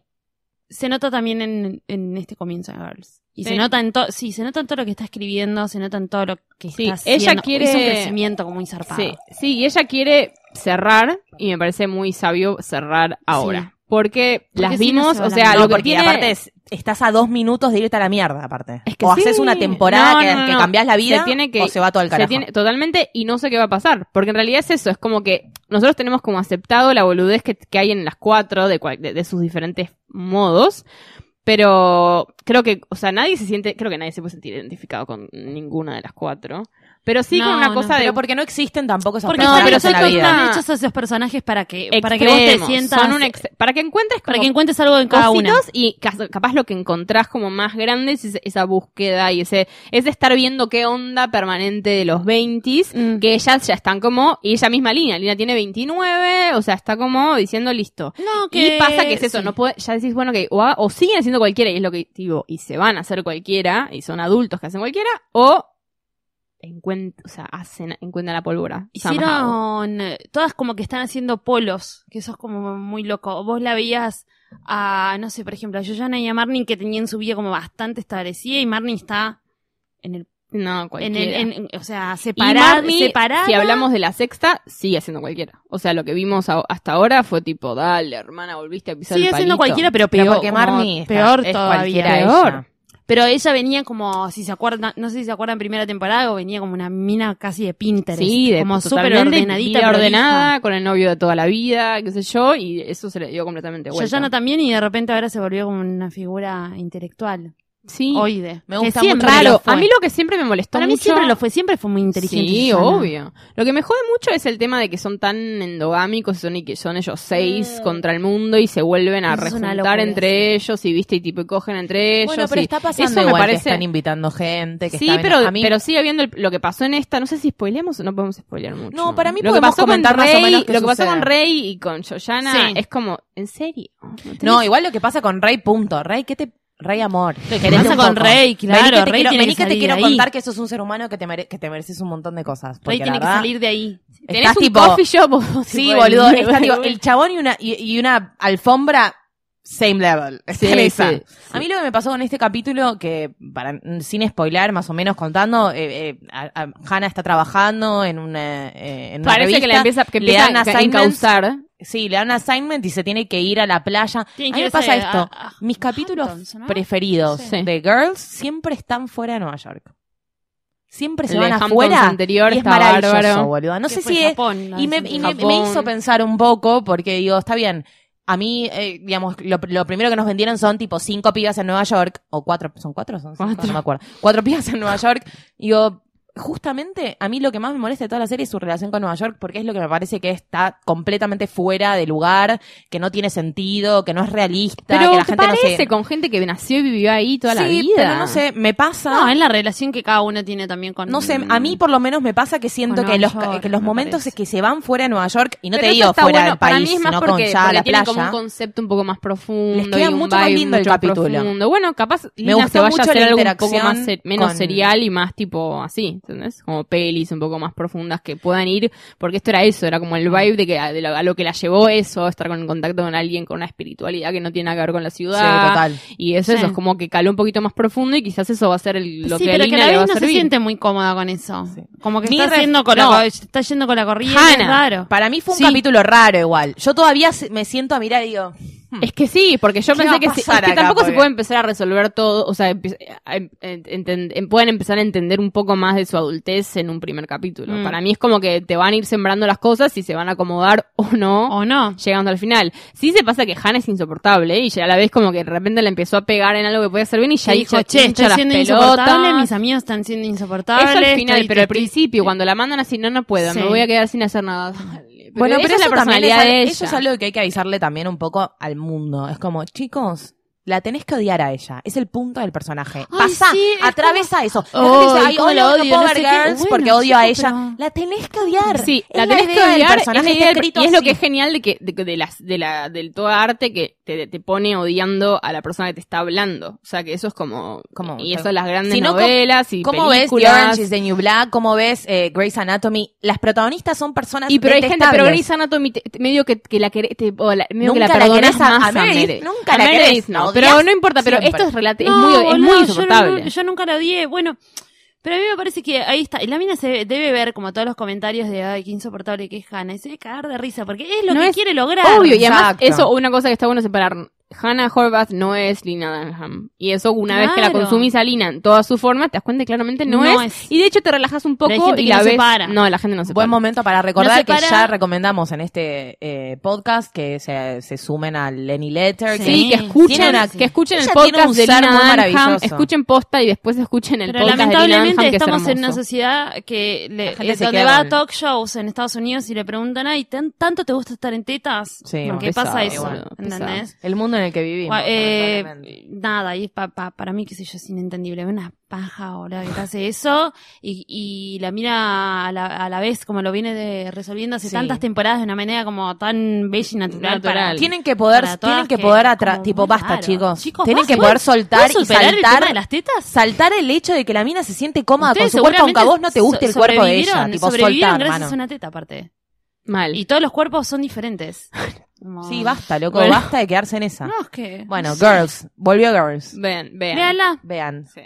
Speaker 6: se nota también en, en este comienzo de Girls. Y
Speaker 8: Sí.
Speaker 6: se nota en todo, sí, se nota en todo lo que está escribiendo, se nota en todo lo que
Speaker 8: Sí,
Speaker 6: está
Speaker 8: ella
Speaker 6: haciendo.
Speaker 8: quiere-
Speaker 6: Es un crecimiento como muy zarpado.
Speaker 8: Sí, sí, y ella quiere cerrar y me parece muy sabio cerrar ahora. Porque, las
Speaker 6: si no
Speaker 8: vimos,
Speaker 6: se
Speaker 8: o
Speaker 6: van a
Speaker 8: sea,
Speaker 6: Ah,
Speaker 7: no,
Speaker 8: lo que
Speaker 7: porque
Speaker 8: tiene...
Speaker 7: aparte es- estás a dos minutos de irte a la mierda, aparte.
Speaker 8: Es que
Speaker 7: o
Speaker 8: sí.
Speaker 7: haces una temporada
Speaker 8: No,
Speaker 7: que,
Speaker 8: no,
Speaker 7: que
Speaker 8: no.
Speaker 7: cambiás la vida
Speaker 8: Se tiene que-
Speaker 7: o se va todo al
Speaker 8: se
Speaker 7: carajo.
Speaker 8: tiene- totalmente y no sé qué va a pasar. Porque en realidad es eso, es como que nosotros tenemos como aceptado la boludez que, que hay en las cuatro de, cual- de- de sus diferentes modos. Pero creo que, o sea, nadie se siente, creo que nadie se puede sentir identificado con ninguna de las cuatro. Pero sí con
Speaker 6: No,
Speaker 8: una
Speaker 6: no,
Speaker 8: cosa de
Speaker 7: Pero porque no existen tampoco esas
Speaker 6: Porque
Speaker 8: No,
Speaker 6: están
Speaker 7: personas
Speaker 6: hechos-
Speaker 8: pero
Speaker 7: en la
Speaker 8: soy
Speaker 7: vida.
Speaker 6: están hechos esos personajes para que, para que vos te
Speaker 8: extremos,
Speaker 6: sientas.
Speaker 8: son un ex- para que encuentres
Speaker 6: para
Speaker 8: como
Speaker 6: que encuentres algo en cada una.
Speaker 8: cositos y ca- capaz lo que encontrás como más grande es ese- esa búsqueda y ese es estar viendo qué onda permanente de los 20s
Speaker 6: Mm.
Speaker 8: que ellas ya están como y ella misma Lina Lina tiene 29 o sea está como diciendo listo
Speaker 6: No,
Speaker 8: y pasa que es eso no puede ya decís bueno que o, a- o siguen haciendo cualquiera y es lo que digo y se van a hacer cualquiera y son adultos que hacen cualquiera o encuent- o sea, hacen, encuentran la pólvora. somehow.
Speaker 6: Hicieron eh, todas como que están haciendo polos, que eso es como muy loco. Vos la veías a, no sé, por ejemplo, a Joanna y a Marnie que tenían su vida como bastante establecida y Marnie está en el,
Speaker 8: No,
Speaker 6: en
Speaker 8: cualquiera.
Speaker 6: el en- en- o sea,
Speaker 8: Y
Speaker 6: separada,
Speaker 8: Marnie,
Speaker 6: separada.
Speaker 8: si hablamos de la sexta, sigue haciendo cualquiera. O sea, lo que vimos a- hasta ahora fue tipo, dale, hermana, volviste a pisar
Speaker 6: sigue
Speaker 8: el
Speaker 6: haciendo
Speaker 8: palito.
Speaker 6: cualquiera, pero peor.
Speaker 7: Pero porque
Speaker 6: como
Speaker 7: Marnie está-
Speaker 6: peor
Speaker 7: es
Speaker 6: todavía.
Speaker 7: cualquiera
Speaker 8: Peor.
Speaker 7: ella.
Speaker 6: Pero ella venía como, si se acuerdan, no sé si se acuerdan primera temporada, o venía como una mina casi de Pinterest.
Speaker 8: Sí, de, pues,
Speaker 6: como súper
Speaker 8: totalmente
Speaker 6: ordenadita.
Speaker 8: vida
Speaker 6: prolija.
Speaker 8: ordenada, con el novio de toda la vida, qué sé yo, y eso se le dio completamente vuelta.
Speaker 6: Yoyana también, y de repente ahora se volvió como una figura intelectual.
Speaker 8: Sí,
Speaker 6: Oide.
Speaker 7: Me
Speaker 6: Que
Speaker 7: gusta
Speaker 6: siempre
Speaker 7: mucho que
Speaker 6: lo
Speaker 8: raro.
Speaker 6: fue.
Speaker 8: A mí lo que siempre me molestó
Speaker 6: Para mí
Speaker 8: mucho-
Speaker 6: siempre lo fue, siempre fue muy inteligente.
Speaker 8: Sí,
Speaker 6: Yoyana.
Speaker 8: obvio. Lo que me jode mucho es el tema de que son tan endogámicos son y que son ellos seis contra el mundo y se vuelven a
Speaker 6: Mm. Eso es una
Speaker 8: rejuntar
Speaker 6: locura,
Speaker 8: entre ellos y viste y tipo y cogen entre ellos.
Speaker 7: Bueno, pero
Speaker 8: y-
Speaker 7: está pasando
Speaker 8: Eso me
Speaker 7: igual que
Speaker 8: parece-
Speaker 7: están invitando gente, que
Speaker 8: sí,
Speaker 7: está
Speaker 8: pero,
Speaker 7: a mí-
Speaker 8: pero sigue habiendo el- lo que pasó en esta. No sé si spoileamos o no podemos spoilear mucho.
Speaker 7: No, para mí
Speaker 8: lo que
Speaker 7: podemos
Speaker 8: pasó
Speaker 7: comentar
Speaker 8: con
Speaker 7: más o
Speaker 8: Rey,
Speaker 7: menos qué
Speaker 8: Lo que pasó
Speaker 7: sucede.
Speaker 8: con Rey y con Shoshana
Speaker 6: Sí.
Speaker 8: es como, ¿en serio? tenés-
Speaker 7: No, igual lo que pasa con Rey, punto. Rey, ¿qué te Rey amor.
Speaker 6: ¿Qué pasa con Rey? Claro,
Speaker 7: vení que te
Speaker 6: Rey
Speaker 7: quiero,
Speaker 6: tiene
Speaker 7: vení
Speaker 6: que
Speaker 7: que te
Speaker 6: salir
Speaker 7: quiero
Speaker 6: de ahí.
Speaker 7: contar que sos un ser humano que te, mere- que te mereces un montón de cosas.
Speaker 6: Rey
Speaker 7: porque la
Speaker 6: tiene que
Speaker 7: verdad-
Speaker 6: salir de ahí.
Speaker 8: Tenés
Speaker 7: Estás
Speaker 8: un
Speaker 7: tipo-
Speaker 8: coffee shop. vos,
Speaker 7: Sí,
Speaker 8: tipo,
Speaker 7: boludo.
Speaker 8: el-
Speaker 7: está, tipo, el chabón y una, y, y una alfombra, same level. Está en
Speaker 8: Sí,
Speaker 7: esa.
Speaker 8: sí,
Speaker 7: A mí lo que me pasó con este capítulo, que para, sin spoiler, más o menos contando, eh, eh, a- a- Hannah está trabajando en una, eh, en una
Speaker 8: Parece que
Speaker 7: revista,
Speaker 8: la empieza, que
Speaker 7: le
Speaker 8: empieza
Speaker 7: dan
Speaker 8: a
Speaker 7: assignments,
Speaker 8: encauzar.
Speaker 7: Sí, le dan assignment y se tiene que ir a la playa.
Speaker 6: Tiene
Speaker 7: a
Speaker 6: que
Speaker 7: mí me
Speaker 6: irse
Speaker 7: pasa
Speaker 6: a-
Speaker 7: esto.
Speaker 6: a-
Speaker 7: Mis capítulos
Speaker 6: Hamptons, ¿no?
Speaker 7: preferidos
Speaker 8: Sí.
Speaker 7: de Girls siempre están fuera de Nueva York. Siempre se
Speaker 8: El
Speaker 7: van
Speaker 8: de Hamptons
Speaker 7: afuera.
Speaker 8: anterior
Speaker 7: y es
Speaker 8: está
Speaker 7: maravilloso,
Speaker 8: bárbaro.
Speaker 7: boluda. No
Speaker 6: Que
Speaker 7: sé
Speaker 6: fue
Speaker 7: si es,
Speaker 6: Japón, la
Speaker 7: y me,
Speaker 6: vez
Speaker 7: y
Speaker 6: en
Speaker 7: me-
Speaker 6: Japón.
Speaker 8: Japón.
Speaker 7: me hizo pensar un poco, porque digo, está bien. A mí, eh, digamos, lo, lo primero que nos vendieron son tipo cinco pibas en Nueva York, o cuatro, ¿son cuatro? o Son cinco?
Speaker 8: Cuatro.
Speaker 7: No me acuerdo. Cuatro pibas en Nueva York. Y Digo, justamente a mí lo que más me molesta de toda la serie es su relación con Nueva York, porque es lo que me parece que está completamente fuera de lugar, que no tiene sentido, que no es realista, que
Speaker 8: Pero
Speaker 7: la
Speaker 8: te
Speaker 7: gente
Speaker 8: parece
Speaker 7: no se...
Speaker 8: con gente que nació y vivió ahí toda la
Speaker 7: Sí,
Speaker 8: vida.
Speaker 7: pero no sé, me pasa...
Speaker 6: No, es la relación que cada uno tiene también con.
Speaker 7: No sé, a
Speaker 8: Mm.
Speaker 7: mí por lo menos me pasa que siento
Speaker 6: Con
Speaker 7: que los,
Speaker 6: Nueva York,
Speaker 7: que los
Speaker 6: me
Speaker 7: momentos
Speaker 6: parece.
Speaker 7: que se van fuera de Nueva York, y no
Speaker 8: Pero
Speaker 7: te
Speaker 8: eso
Speaker 7: digo
Speaker 8: está
Speaker 7: fuera
Speaker 8: bueno.
Speaker 7: del
Speaker 8: para
Speaker 7: país,
Speaker 8: mí es más
Speaker 7: sino
Speaker 8: porque,
Speaker 7: con ya
Speaker 8: porque
Speaker 7: la
Speaker 8: tienen
Speaker 7: playa.
Speaker 8: como un concepto un poco más profundo.
Speaker 7: Les queda
Speaker 8: y un
Speaker 7: mucho más
Speaker 8: vibe
Speaker 7: lindo el
Speaker 8: mucho más
Speaker 7: capítulo.
Speaker 8: profundo. Bueno, capaz Lina
Speaker 7: gustó
Speaker 8: se vaya
Speaker 7: mucho
Speaker 8: a hacer
Speaker 7: la
Speaker 8: algo un poco
Speaker 7: interacción
Speaker 8: más se- menos
Speaker 7: con-
Speaker 8: serial y más tipo así, ¿entendés? Como pelis un poco más profundas que puedan ir, porque esto era eso, era como
Speaker 7: Mm.
Speaker 8: el vibe de que a, de lo, a lo que la llevó eso, estar con- en contacto con alguien con una espiritualidad que no tiene nada que ver con la ciudad.
Speaker 7: Sí, total.
Speaker 8: Y eso,
Speaker 6: Sí.
Speaker 8: eso es como que caló un poquito más profundo y quizás eso va a ser el- lo
Speaker 6: sí,
Speaker 8: que a
Speaker 6: pero que
Speaker 8: Lina
Speaker 6: a la
Speaker 8: le va
Speaker 6: vez no
Speaker 8: a
Speaker 6: se
Speaker 8: servir.
Speaker 6: siente muy cómoda con eso. Como que
Speaker 7: Ni
Speaker 6: está,
Speaker 7: ref-
Speaker 6: yendo con
Speaker 7: no.
Speaker 6: la, está yendo con la corriente.
Speaker 8: Hannah,
Speaker 6: Claro.
Speaker 7: Para mí fue un
Speaker 8: Sí.
Speaker 7: capítulo raro igual. Yo todavía se- me siento a mirar y digo,
Speaker 8: Es que sí, porque yo
Speaker 7: Hmm. ¿Qué va a
Speaker 8: pensé que, sí-
Speaker 7: pasar
Speaker 8: es que
Speaker 7: acá,
Speaker 8: tampoco
Speaker 7: porque-
Speaker 8: se puede empezar a resolver todo, o sea, empe- a- em, en- enten- en- pueden empezar a entender un poco más de su adultez en un primer capítulo.
Speaker 7: Hmm.
Speaker 6: Mm.
Speaker 8: Para mí es como que te van a ir sembrando las cosas y se van a acomodar o no.
Speaker 6: ¿O no?
Speaker 8: Llegando al final. Sí se pasa que Hannah es insoportable ¿eh? y ya a la vez como que de repente la empezó a pegar en algo que podía ser bien y ya
Speaker 6: Que
Speaker 8: dijo, che,
Speaker 6: estoy
Speaker 8: estoy
Speaker 6: siendo insoportable, mis amigos están siendo insoportables.
Speaker 8: Eso al final,
Speaker 6: estoy-
Speaker 8: pero al
Speaker 6: estoy-
Speaker 8: principio cuando la mandan así, no, no puedo,
Speaker 6: Sí.
Speaker 8: me voy a quedar sin hacer nada. Dale.
Speaker 7: bueno,
Speaker 8: esa
Speaker 7: pero
Speaker 8: es
Speaker 7: eso
Speaker 8: la
Speaker 7: también es
Speaker 8: personalidad
Speaker 7: al-
Speaker 8: de ella.
Speaker 7: Eso es algo que hay que avisarle también un poco al mundo. Es como, chicos, la tenés que odiar a ella. Es el punto del personaje.
Speaker 6: Ay,
Speaker 7: Pasá,
Speaker 6: sí, es
Speaker 7: atravesa eso. La
Speaker 6: Ay,
Speaker 7: gente dice, ay,
Speaker 6: cómo
Speaker 7: odio,
Speaker 6: la
Speaker 7: no
Speaker 6: odio,
Speaker 7: puedo
Speaker 6: no
Speaker 7: ver
Speaker 6: sé qué.
Speaker 7: Girls
Speaker 6: Bueno,
Speaker 7: porque odio a
Speaker 6: sí,
Speaker 7: ella.
Speaker 6: pero-
Speaker 7: La tenés que odiar.
Speaker 8: Sí,
Speaker 7: Es
Speaker 8: la tenés que
Speaker 7: idea del
Speaker 8: odiar. Es la
Speaker 7: personaje, está
Speaker 8: idea del-
Speaker 7: escrito
Speaker 8: y es lo
Speaker 7: así.
Speaker 8: que es genial de que de, de las, de la, del toda arte que te, te pone odiando a la persona que te está hablando. O sea, que eso es como.
Speaker 7: Como-
Speaker 8: y eso las grandes
Speaker 7: Si no, ¿cómo-
Speaker 8: novelas y
Speaker 7: ¿Cómo ves The
Speaker 8: películas.
Speaker 7: Orange is the New Black? ¿Cómo ves eh, Grey's Anatomy? Las protagonistas son personas
Speaker 8: y pero hay gente, pero
Speaker 7: detestables.
Speaker 8: Grey's Anatomy te- te- medio que, que la querés, te- o la- medio que
Speaker 7: Nunca
Speaker 8: la
Speaker 7: la
Speaker 8: perdonás
Speaker 7: querés a-
Speaker 8: más
Speaker 7: a Meredith,
Speaker 8: Meredith.
Speaker 7: nunca
Speaker 8: A
Speaker 7: la
Speaker 8: Meredith
Speaker 7: querés, la
Speaker 8: no,
Speaker 7: odias
Speaker 8: pero no importa, pero
Speaker 7: siempre.
Speaker 8: esto es relati-
Speaker 6: No,
Speaker 8: es muy, es
Speaker 6: boludo,
Speaker 8: muy
Speaker 6: yo
Speaker 8: insoportable.
Speaker 6: no- Yo, nunca la odié. Bueno, pero a mí me parece que ahí está. Y la mina se debe ver, como todos los comentarios de ay, qué insoportable que es Hannah. Y se debe cagar de risa, porque es lo
Speaker 8: No
Speaker 6: que
Speaker 8: es
Speaker 6: quiere lograr.
Speaker 8: Obvio, y además,
Speaker 7: Exacto.
Speaker 8: eso, una cosa que está bueno separar. Hannah Horvath no es Lina Dunham. Y eso, una vez que la
Speaker 6: Claro.
Speaker 8: consumís a Lina en toda su forma, te das cuenta que claramente no,
Speaker 6: No
Speaker 8: es.
Speaker 6: es.
Speaker 8: Y de hecho, te relajas un poco
Speaker 6: Pero hay gente
Speaker 8: y
Speaker 6: que
Speaker 8: la
Speaker 6: no se
Speaker 8: ves.
Speaker 6: para.
Speaker 8: No, la gente no se
Speaker 7: Buen
Speaker 8: para.
Speaker 7: momento para
Speaker 6: No
Speaker 7: recordar
Speaker 6: se
Speaker 7: que
Speaker 6: para-
Speaker 7: ya recomendamos en este eh, podcast que se, se sumen al Lenny Letter.
Speaker 6: Sí,
Speaker 8: Sí, que
Speaker 7: Tiene
Speaker 8: escuchen,
Speaker 7: una-
Speaker 8: que escuchen el
Speaker 7: Ella tiene un
Speaker 8: podcast de
Speaker 7: ser muy
Speaker 8: Lina Dunham,
Speaker 7: maravilloso.
Speaker 8: escuchen posta y después escuchen el
Speaker 6: Pero
Speaker 8: podcast de Lina Dunham,
Speaker 6: lamentablemente
Speaker 8: que es
Speaker 6: estamos en una
Speaker 8: hermoso.
Speaker 6: sociedad que le,
Speaker 7: La gente
Speaker 6: eh,
Speaker 7: se
Speaker 6: donde
Speaker 7: queda
Speaker 6: va
Speaker 7: con-
Speaker 6: a talk shows en Estados Unidos y le preguntan, ay, ¿tan- ¿tanto te gusta estar en tetas?
Speaker 7: Sí,
Speaker 6: ¿Por qué
Speaker 7: pesado,
Speaker 6: pasa eso?
Speaker 7: boludo,
Speaker 6: ¿Entendés?
Speaker 7: El mundo en el que vivimos.
Speaker 6: Gua- eh,
Speaker 7: lamentablemente.
Speaker 6: nada, y pa- pa- para mí, qué sé yo, es inentendible. Una paja ahora que te hace eso y, y la mira a la, a la vez como lo viene de- resolviendo hace
Speaker 7: Sí.
Speaker 6: tantas temporadas de una manera como tan bella y natural.
Speaker 8: Natural.
Speaker 6: para-
Speaker 7: tienen que poder,
Speaker 6: para todas
Speaker 7: tienen que
Speaker 6: que-
Speaker 7: poder atra-
Speaker 6: como
Speaker 7: tipo
Speaker 6: muy
Speaker 7: basta,
Speaker 6: raro.
Speaker 7: chicos.
Speaker 6: Chicos,
Speaker 7: tienen
Speaker 6: ¿vos-
Speaker 7: que
Speaker 6: vos-
Speaker 7: poder soltar
Speaker 6: ¿puedes
Speaker 7: y
Speaker 6: superar el tema
Speaker 7: saltar
Speaker 6: de las tetas?
Speaker 7: saltar el hecho de que la mina se siente cómoda con
Speaker 6: Ustedes
Speaker 7: su cuerpo aunque a vos no te
Speaker 6: seguramente
Speaker 7: guste el
Speaker 6: so-
Speaker 7: cuerpo de
Speaker 6: sobrevivieron-
Speaker 7: ella, tipo
Speaker 6: sobrevivieron
Speaker 7: soltar,
Speaker 6: gracias
Speaker 7: mano.
Speaker 6: a una teta aparte.
Speaker 8: Mal.
Speaker 6: Y todos los cuerpos son diferentes. Como-
Speaker 7: Sí, basta, loco,
Speaker 8: Bueno.
Speaker 7: basta de quedarse en esa.
Speaker 6: No, es que.
Speaker 7: bueno, Girls, volvió Girls.
Speaker 8: Vean, vean.
Speaker 6: Véanla.
Speaker 7: Vean.
Speaker 8: Sí.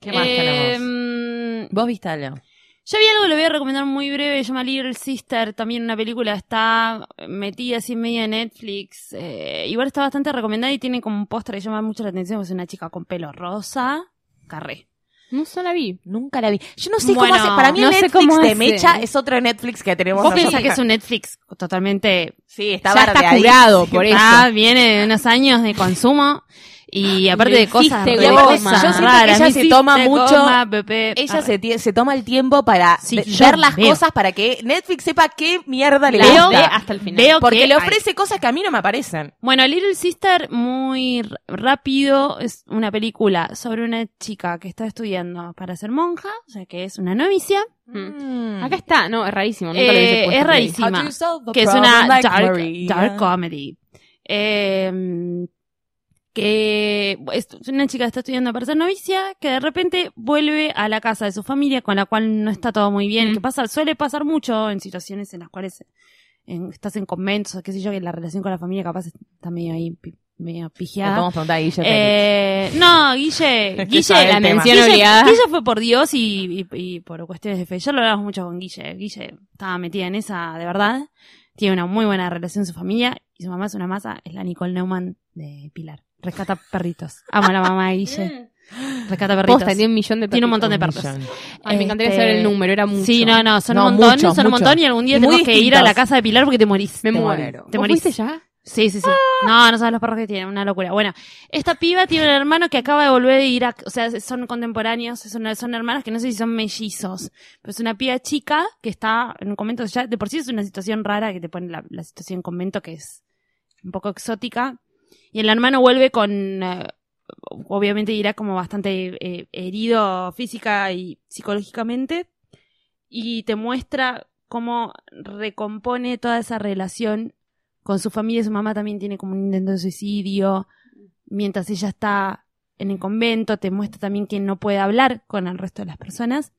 Speaker 7: ¿Qué más
Speaker 6: Eh,
Speaker 7: tenemos? Vos viste algo.
Speaker 6: Yo vi algo, que lo voy a recomendar muy breve, se llama Little Sister, también una película, está metida así en media de Netflix, eh, igual está bastante recomendada y tiene como un póster que llama mucho la atención, porque es una chica con pelo rosa, carré.
Speaker 8: No solo la vi.
Speaker 7: Nunca la vi. Yo no sé
Speaker 6: Bueno,
Speaker 7: cómo hace. Para mí
Speaker 8: no sé
Speaker 7: Netflix
Speaker 8: cómo
Speaker 7: de
Speaker 8: hace.
Speaker 7: Mecha es otro Netflix que tenemos.
Speaker 6: Vos
Speaker 7: nosotros.
Speaker 6: pensás que es un Netflix totalmente...
Speaker 7: Sí, está
Speaker 8: ya está
Speaker 7: bardeadísimo.
Speaker 8: curado por eso.
Speaker 6: Ah, viene de unos años de consumo y aparte
Speaker 8: Lo
Speaker 6: de cosas,
Speaker 8: hiciste,
Speaker 6: de
Speaker 8: goma.
Speaker 6: cosas
Speaker 8: Yo siento que
Speaker 6: raras.
Speaker 7: ella
Speaker 6: Me
Speaker 7: se
Speaker 6: hiciste
Speaker 7: toma mucho-
Speaker 6: goma, bebé.
Speaker 7: Ella
Speaker 6: Arre.
Speaker 7: se, tie- se toma el tiempo para
Speaker 6: Sí,
Speaker 7: de-
Speaker 6: yo
Speaker 7: ver las
Speaker 6: veo.
Speaker 7: cosas para que Netflix sepa qué mierda le
Speaker 8: La
Speaker 6: Veo-
Speaker 8: ve
Speaker 7: gusta.
Speaker 8: hasta el final.
Speaker 6: Veo
Speaker 7: Porque
Speaker 6: que
Speaker 7: le
Speaker 6: hay-
Speaker 7: ofrece cosas que a mí no me aparecen.
Speaker 6: Bueno, Little Sister, muy r- rápido, es una película sobre una chica que está estudiando para ser monja, o sea que es una novicia,
Speaker 8: Mm.
Speaker 7: Mm.
Speaker 8: Acá está. No, es rarísimo. nunca
Speaker 6: Eh,
Speaker 8: lo hubiese puesto
Speaker 6: es
Speaker 8: play.
Speaker 6: rarísimo.
Speaker 7: How do you solve a
Speaker 6: que es
Speaker 7: problem
Speaker 6: una
Speaker 7: like
Speaker 6: dark,
Speaker 7: Maria?
Speaker 6: dark comedy. Eh, que es una chica que está estudiando para ser novicia, que de repente vuelve a la casa de su familia con la cual no está todo muy bien,
Speaker 8: Mm.
Speaker 6: que pasa, suele pasar mucho en situaciones en las cuales en- estás en conventos, o qué sé yo, que la relación con la familia capaz está medio ahí, pi- medio
Speaker 7: Le
Speaker 6: pijeada.
Speaker 7: podemos preguntar a Guille Félix.
Speaker 6: Eh, no, Guille,
Speaker 7: Sabe
Speaker 6: Guille,
Speaker 7: el
Speaker 8: la
Speaker 7: tema.
Speaker 8: mención
Speaker 6: Guille,
Speaker 8: obligada.
Speaker 6: Guille fue por Dios y, y- y por cuestiones de fe. Ya lo hablamos mucho con Guille. Guille estaba metida en esa de verdad. Tiene una muy buena relación con su familia y su mamá es una masa, es la Nicole Neumann de Pilar. Rescata perritos. Amo a la mamá de Guille. Rescata perritos.
Speaker 8: Mm. Posta, tiene un millón de
Speaker 6: Tiene un montón de
Speaker 7: Un
Speaker 6: perros.
Speaker 7: millón.
Speaker 8: Ay, me encantaría
Speaker 6: Este,
Speaker 8: saber el número, era mucho.
Speaker 6: Sí, no, no, son
Speaker 7: No,
Speaker 6: un montón,
Speaker 7: muchos,
Speaker 6: son un
Speaker 7: muchos.
Speaker 6: montón y algún día
Speaker 7: Y muy
Speaker 6: tenemos que ir a la
Speaker 7: distintos.
Speaker 6: casa de Pilar porque te morís.
Speaker 8: Me
Speaker 6: Te
Speaker 8: muero.
Speaker 6: morís.
Speaker 8: ¿Vos
Speaker 6: Te morís.
Speaker 8: fuiste ya?
Speaker 6: Sí, sí, sí. No, no sabes los perros que tienen, una locura. Bueno, esta piba tiene un hermano que acaba de volver de Irak, o sea, son contemporáneos, son, son hermanos que no sé si son mellizos, pero es una piba chica que está en un convento, ya de por sí es una situación rara que te pone la, la situación en convento que es un poco exótica, y el hermano vuelve con, eh, obviamente irá como bastante eh, herido física y psicológicamente, y te muestra cómo recompone toda esa relación con su familia, su mamá también tiene como un intento de suicidio, mientras ella está en el convento, te muestra también que no puede hablar con el resto de las personas.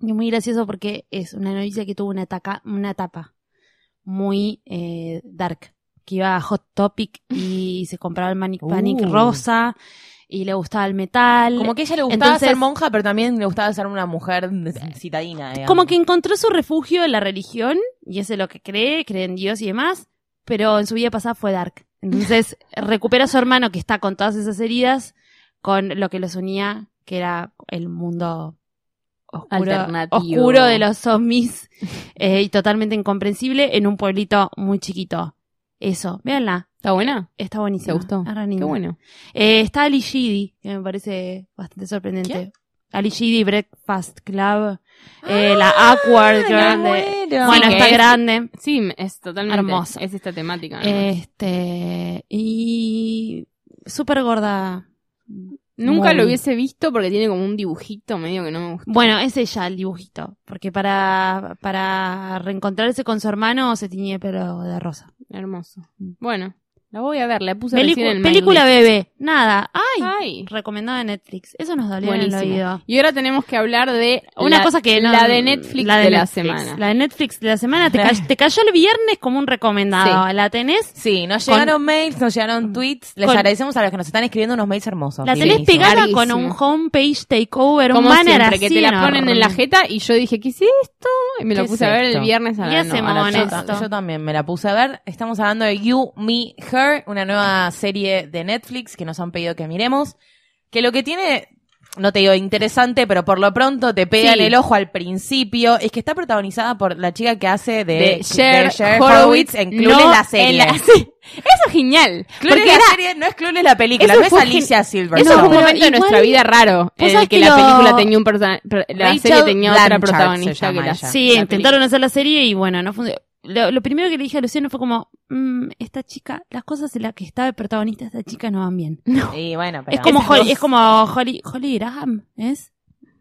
Speaker 6: Y es muy gracioso porque es una novicia que tuvo una, ataca, una etapa muy eh, dark, que iba a Hot Topic y se compraba el Manic Panic
Speaker 7: Uh.
Speaker 6: rosa y le gustaba el metal.
Speaker 7: Como que a ella le gustaba
Speaker 6: Entonces-
Speaker 7: ser monja, pero también le gustaba ser una mujer citadina. digamos.
Speaker 6: Como que encontró su refugio en la religión, y eso es lo que cree, cree en Dios y demás, pero en su vida pasada fue dark. Entonces recupera a su hermano que está con todas esas heridas, con lo que los unía, que era el mundo oscuro,
Speaker 8: Alternativo.
Speaker 6: oscuro de los zombies eh, y totalmente incomprensible en un pueblito muy chiquito. Eso, véanla,
Speaker 8: ¿Está buena?
Speaker 6: está buenísima.
Speaker 8: ¿Te gustó?
Speaker 6: Es re
Speaker 8: Qué
Speaker 6: linda.
Speaker 8: bueno.
Speaker 6: Eh, está Ali Sheedy, que me parece bastante sorprendente. Ali Sheedy, Breakfast Club, eh, la Awkward,
Speaker 7: me
Speaker 6: grande. Bueno,
Speaker 7: muero.
Speaker 8: Ah, Sí, que
Speaker 6: está
Speaker 8: es-
Speaker 6: grande.
Speaker 8: Sí, me- es totalmente.
Speaker 6: Hermosa.
Speaker 8: Es esta temática. ¿no?
Speaker 6: Eh, Este, y súper gorda.
Speaker 8: Nunca
Speaker 6: muy-
Speaker 8: lo hubiese visto porque tiene como un dibujito medio que no me gusta.
Speaker 6: Bueno, es ella el dibujito, porque para, para reencontrarse con su hermano se tiñe pero de rosa.
Speaker 8: Hermoso. Bueno, la voy a ver, la puse
Speaker 6: Pelicu-
Speaker 8: recién en el
Speaker 6: película
Speaker 8: mailing.
Speaker 6: bebé, nada. Ay,
Speaker 8: Ay,
Speaker 6: recomendada de Netflix. Eso nos dolió
Speaker 8: buenísimo.
Speaker 6: en el oído.
Speaker 8: Y ahora tenemos que hablar de
Speaker 6: Una
Speaker 8: la-
Speaker 6: cosa que no-
Speaker 8: la de Netflix de, la
Speaker 6: Netflix.
Speaker 8: semana.
Speaker 6: La de Netflix de la semana te, ca- te cayó el viernes como un recomendado. La tenés,
Speaker 7: Sí, nos
Speaker 6: Con-
Speaker 7: llegaron mails, nos llegaron tweets. Les
Speaker 6: Con-
Speaker 7: agradecemos a los que nos están escribiendo unos mails hermosos.
Speaker 6: la tenés
Speaker 7: Divinos.
Speaker 6: pegada
Speaker 8: Larguísimo.
Speaker 6: con un homepage takeover, un
Speaker 8: Como
Speaker 6: banner
Speaker 8: siempre,
Speaker 6: así
Speaker 8: que te la ponen
Speaker 6: enorme.
Speaker 8: en la jeta y yo dije, ¿qué es esto? Y me lo
Speaker 7: ¿Qué
Speaker 8: puse
Speaker 7: es
Speaker 8: a ver el
Speaker 7: esto?
Speaker 8: viernes a
Speaker 6: ¿Qué
Speaker 8: la, no,
Speaker 6: hacemos
Speaker 8: a la
Speaker 6: con
Speaker 8: tarde.
Speaker 7: Yo, ta-
Speaker 6: esto?
Speaker 7: yo también me la puse a ver. Estamos hablando de You, Me, Her, una nueva serie de Netflix que nos han pedido que miremos. Que lo que tiene, no te digo interesante, pero por lo pronto te pega
Speaker 8: Sí.
Speaker 7: en el ojo al principio, es que está protagonizada por la chica que hace de,
Speaker 8: De Cher
Speaker 7: de Cher Horowitz
Speaker 8: Horowitz,
Speaker 7: en Clueless
Speaker 8: no
Speaker 7: la serie.
Speaker 8: en la- Sí, Eso es genial.
Speaker 7: Clueless
Speaker 8: porque
Speaker 7: la
Speaker 8: era-
Speaker 7: serie no es Clueless la película,
Speaker 8: Eso
Speaker 7: no es
Speaker 8: fue
Speaker 7: Alicia
Speaker 8: Eso
Speaker 7: Silverstone.
Speaker 8: fue un
Speaker 6: pero
Speaker 8: momento de nuestra
Speaker 6: igual-
Speaker 8: vida raro. En el
Speaker 6: sabés
Speaker 8: que,
Speaker 6: que
Speaker 8: la
Speaker 6: lo-
Speaker 8: película tenía un persona- per- La serie
Speaker 7: Rachel
Speaker 8: tenía otra
Speaker 7: Blanchard se
Speaker 8: protagonista que
Speaker 7: llama
Speaker 8: la
Speaker 7: ella.
Speaker 6: Sí,
Speaker 8: la
Speaker 6: intentaron hacer la serie y bueno, no funcionó. Lo, lo primero que le dije a Luciano fue como, mm, esta chica, las cosas en las que está de protagonista esta chica no van bien.
Speaker 7: Y bueno, pero
Speaker 6: es como
Speaker 7: esas
Speaker 6: Holly,
Speaker 7: dos-
Speaker 6: es como Holly, Holly Graham, ¿es?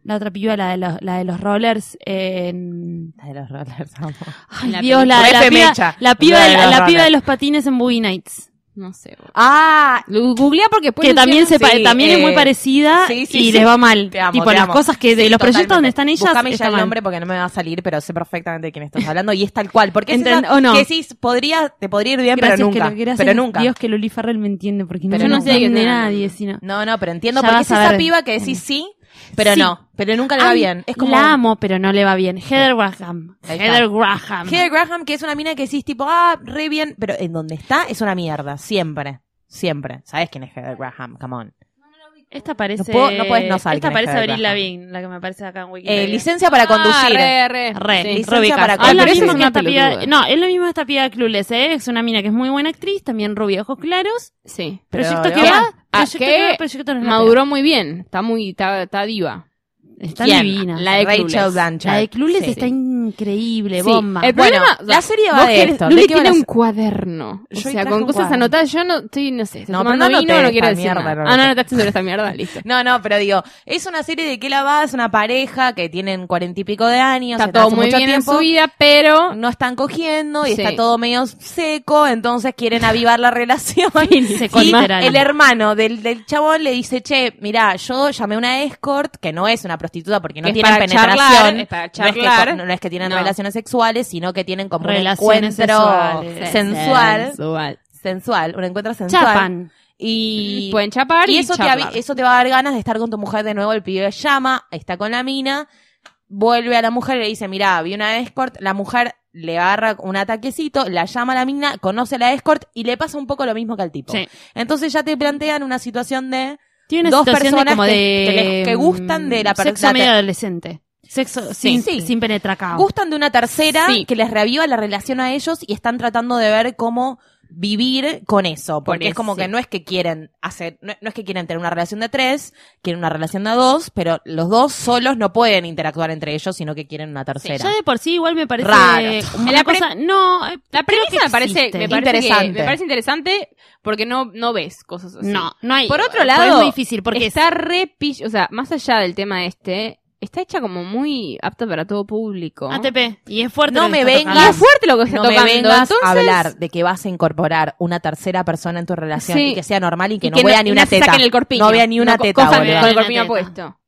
Speaker 6: La otra piba, la de los, la de los rollers en...
Speaker 7: La de los rollers, amo.
Speaker 6: Ay,
Speaker 8: La
Speaker 6: Dios, la, de la
Speaker 7: F.
Speaker 6: piba,
Speaker 7: Mecha.
Speaker 6: la piba,
Speaker 7: La
Speaker 6: de
Speaker 7: de
Speaker 6: la,
Speaker 7: los
Speaker 6: la piba de
Speaker 7: rollers.
Speaker 6: los patines en Boogie Nights.
Speaker 8: No sé. boludo.
Speaker 7: Ah,
Speaker 8: Lo googleé porque después
Speaker 6: que
Speaker 8: Luciano
Speaker 6: también se
Speaker 7: sí,
Speaker 6: pare- también es muy
Speaker 7: eh,
Speaker 6: parecida
Speaker 7: sí, sí,
Speaker 6: y
Speaker 7: sí.
Speaker 6: les va mal.
Speaker 7: Te amo,
Speaker 6: tipo
Speaker 7: te
Speaker 6: las
Speaker 7: amo.
Speaker 6: cosas que de
Speaker 7: Sí,
Speaker 6: los proyectos donde
Speaker 7: totalmente.
Speaker 6: están ellas
Speaker 7: Buscame ya
Speaker 6: está
Speaker 7: el
Speaker 6: mal.
Speaker 7: nombre porque no me va a salir, pero sé perfectamente de quién estás hablando y es tal cual. Porque es
Speaker 6: Enten-
Speaker 7: esa
Speaker 6: o no.
Speaker 7: que decís, podría, te podría ir bien,
Speaker 6: Gracias
Speaker 7: pero
Speaker 6: que
Speaker 7: nunca.
Speaker 6: lo querés
Speaker 7: pero
Speaker 6: hacer.
Speaker 7: nunca.
Speaker 6: Dios que Luli Farrell me entiende porque no,
Speaker 7: Pero
Speaker 6: yo no
Speaker 7: nunca.
Speaker 6: sé
Speaker 8: No,
Speaker 6: de
Speaker 8: no, no.
Speaker 6: nadie sino
Speaker 7: No, no, pero entiendo
Speaker 6: Ya
Speaker 7: porque
Speaker 6: vas
Speaker 7: es
Speaker 6: a
Speaker 7: esa
Speaker 6: ver.
Speaker 7: piba que decís sí, pero
Speaker 6: Sí.
Speaker 7: no. Pero nunca le va
Speaker 6: Ay,
Speaker 7: bien. Es como
Speaker 6: La amo, pero no le va bien. Heather Graham.
Speaker 7: Ahí
Speaker 6: Heather Graham.
Speaker 7: Heather Graham, que es una mina que decís tipo, ah, re bien, pero en donde está es una mierda. Siempre. Siempre. ¿Sabes quién es Heather Graham? Come on.
Speaker 6: Esta parece.
Speaker 7: No puedo- no podés no saber
Speaker 6: Esta
Speaker 7: quién es
Speaker 6: parece
Speaker 7: Heather
Speaker 6: Abril
Speaker 7: Graham.
Speaker 6: Lavigne, la que me aparece acá en Wikipedia.
Speaker 7: Eh, licencia para conducir.
Speaker 8: Ah, re, re.
Speaker 6: Re,
Speaker 8: Sí.
Speaker 6: re
Speaker 7: licencia
Speaker 6: ubicada.
Speaker 7: para
Speaker 6: Ah, es
Speaker 7: conducir. Pero
Speaker 6: lo
Speaker 7: esa
Speaker 6: mismo
Speaker 8: es
Speaker 6: que
Speaker 8: una
Speaker 6: esta
Speaker 8: pelotuda.
Speaker 6: piba. No, es lo mismo que esta piba de Clueless, ¿eh? Es una mina que es muy buena actriz, también rubia, ojos claros.
Speaker 8: Sí.
Speaker 7: Pero
Speaker 6: proyecto que
Speaker 7: ahora-
Speaker 6: va.
Speaker 8: Ah,
Speaker 6: Proyecto
Speaker 8: que
Speaker 6: que va, proyecto no es la
Speaker 8: Maduró muy bien. Está muy, está, está
Speaker 6: peor.
Speaker 8: diva.
Speaker 6: Está
Speaker 7: ¿Quién?
Speaker 6: divina.
Speaker 8: La de
Speaker 7: Rachel
Speaker 8: Clueless.
Speaker 7: Blanchard.
Speaker 6: La de Clueless
Speaker 7: Sí.
Speaker 6: está en increíble,
Speaker 9: Sí,
Speaker 6: bomba.
Speaker 8: El
Speaker 7: Bueno,
Speaker 8: problema, o sea,
Speaker 7: la serie va
Speaker 8: vos
Speaker 7: de
Speaker 8: querés-
Speaker 7: esto,
Speaker 8: Luli
Speaker 7: ¿de qué va
Speaker 8: tiene
Speaker 7: la
Speaker 8: un
Speaker 7: se-
Speaker 8: cuaderno.
Speaker 7: Yo
Speaker 8: o
Speaker 7: hoy
Speaker 8: sea,
Speaker 7: traje
Speaker 8: con
Speaker 7: un
Speaker 8: cosas
Speaker 7: cuaderno.
Speaker 8: anotadas. Yo no estoy, no sé, estoy
Speaker 7: No,
Speaker 8: tomando
Speaker 7: pero no
Speaker 8: vino,
Speaker 7: anoté
Speaker 8: no quiero
Speaker 7: esta
Speaker 8: decir
Speaker 7: mierda,
Speaker 8: nada.
Speaker 7: no
Speaker 8: Ah, no,
Speaker 7: anoté.
Speaker 8: no estás haciendo esta mierda, listo.
Speaker 7: No, no, pero digo, es una serie de que la va, es una pareja que tienen cuarenta y pico de años,
Speaker 8: Está
Speaker 7: están
Speaker 8: todo
Speaker 7: hace
Speaker 8: muy
Speaker 7: mucho
Speaker 8: bien en
Speaker 7: tiempo,
Speaker 8: su vida, pero...
Speaker 7: no están cogiendo y
Speaker 8: Sí.
Speaker 7: está todo medio seco, entonces quieren avivar la relación.
Speaker 6: Seco,
Speaker 7: y
Speaker 6: literal.
Speaker 7: el hermano del, del chabón le dice, che, mirá, yo llamé a una escort, que no es una prostituta porque no
Speaker 8: Es
Speaker 7: tienen
Speaker 8: para charlar,
Speaker 7: penetración.
Speaker 8: es para
Speaker 7: no, es que,
Speaker 8: charlar.
Speaker 7: con- no es que tienen
Speaker 8: No.
Speaker 7: relaciones sexuales, sino que tienen como
Speaker 6: Relaciones
Speaker 7: un encuentro
Speaker 6: sexuales.
Speaker 7: sensual.
Speaker 8: Sensual.
Speaker 7: Sensual, un encuentro sensual.
Speaker 6: Chapan.
Speaker 7: Y
Speaker 8: Pueden chapar y,
Speaker 7: y eso te,
Speaker 8: charlar.
Speaker 7: avi- eso te va a dar ganas de estar con tu mujer de nuevo. El pibe llama, está con la mina, vuelve a la mujer y le dice, mirá, vi una escort. La mujer le agarra un ataquecito, la llama a la mina, conoce a la escort y le pasa un poco lo mismo que al tipo.
Speaker 9: Sí.
Speaker 7: Entonces ya te plantean una situación de
Speaker 6: Tiene una
Speaker 7: dos
Speaker 6: situación de
Speaker 7: personas
Speaker 6: como
Speaker 7: que-
Speaker 6: de, mm,
Speaker 7: que les- que gustan de la per-
Speaker 6: Sexo
Speaker 7: la
Speaker 6: medio
Speaker 7: ter-
Speaker 6: adolescente. Sexo sin,
Speaker 7: Sí.
Speaker 6: sin penetracao.
Speaker 7: gustan de una tercera
Speaker 8: Sí.
Speaker 7: que les reaviva la relación a ellos y están tratando de ver cómo vivir con eso. Porque
Speaker 8: Por
Speaker 7: es como
Speaker 8: eso.
Speaker 7: que no es que quieren hacer, no, no es que quieren tener una relación de tres, quieren una relación de dos, pero los dos solos no pueden interactuar entre ellos, sino que quieren una tercera.
Speaker 6: Ya de por sí igual me parece
Speaker 7: Raro.
Speaker 6: una
Speaker 8: La pre-
Speaker 6: cosa... No, eh,
Speaker 8: La
Speaker 6: creo que
Speaker 8: premisa me parece,
Speaker 6: existe.
Speaker 8: me parece que-
Speaker 7: Interesante.
Speaker 8: me parece interesante porque no, no ves cosas así.
Speaker 6: No, no hay...
Speaker 8: Por otro
Speaker 6: pero
Speaker 8: lado,
Speaker 6: Es muy difícil porque...
Speaker 8: está re pill- o sea, más allá del tema este, está hecha como muy apta para todo público.
Speaker 6: ATP. Y es fuerte.
Speaker 7: No
Speaker 6: lo que
Speaker 7: me
Speaker 6: está
Speaker 7: vengas-
Speaker 8: Y
Speaker 6: tocando.
Speaker 8: es fuerte lo que está
Speaker 7: No me
Speaker 8: tocando.
Speaker 7: vengas
Speaker 8: entonces-
Speaker 7: a hablar de que vas a incorporar una tercera persona en tu relación
Speaker 8: Sí.
Speaker 7: y que sea normal y que
Speaker 8: y
Speaker 7: no vea
Speaker 8: y
Speaker 7: ni una
Speaker 8: se
Speaker 7: teta.
Speaker 8: saquen el corpiño.
Speaker 7: No vea ni una
Speaker 8: co-
Speaker 7: teta,
Speaker 8: cojan
Speaker 7: boluda.
Speaker 8: con el
Speaker 6: Una
Speaker 8: corpiño
Speaker 6: teta.
Speaker 8: puesto.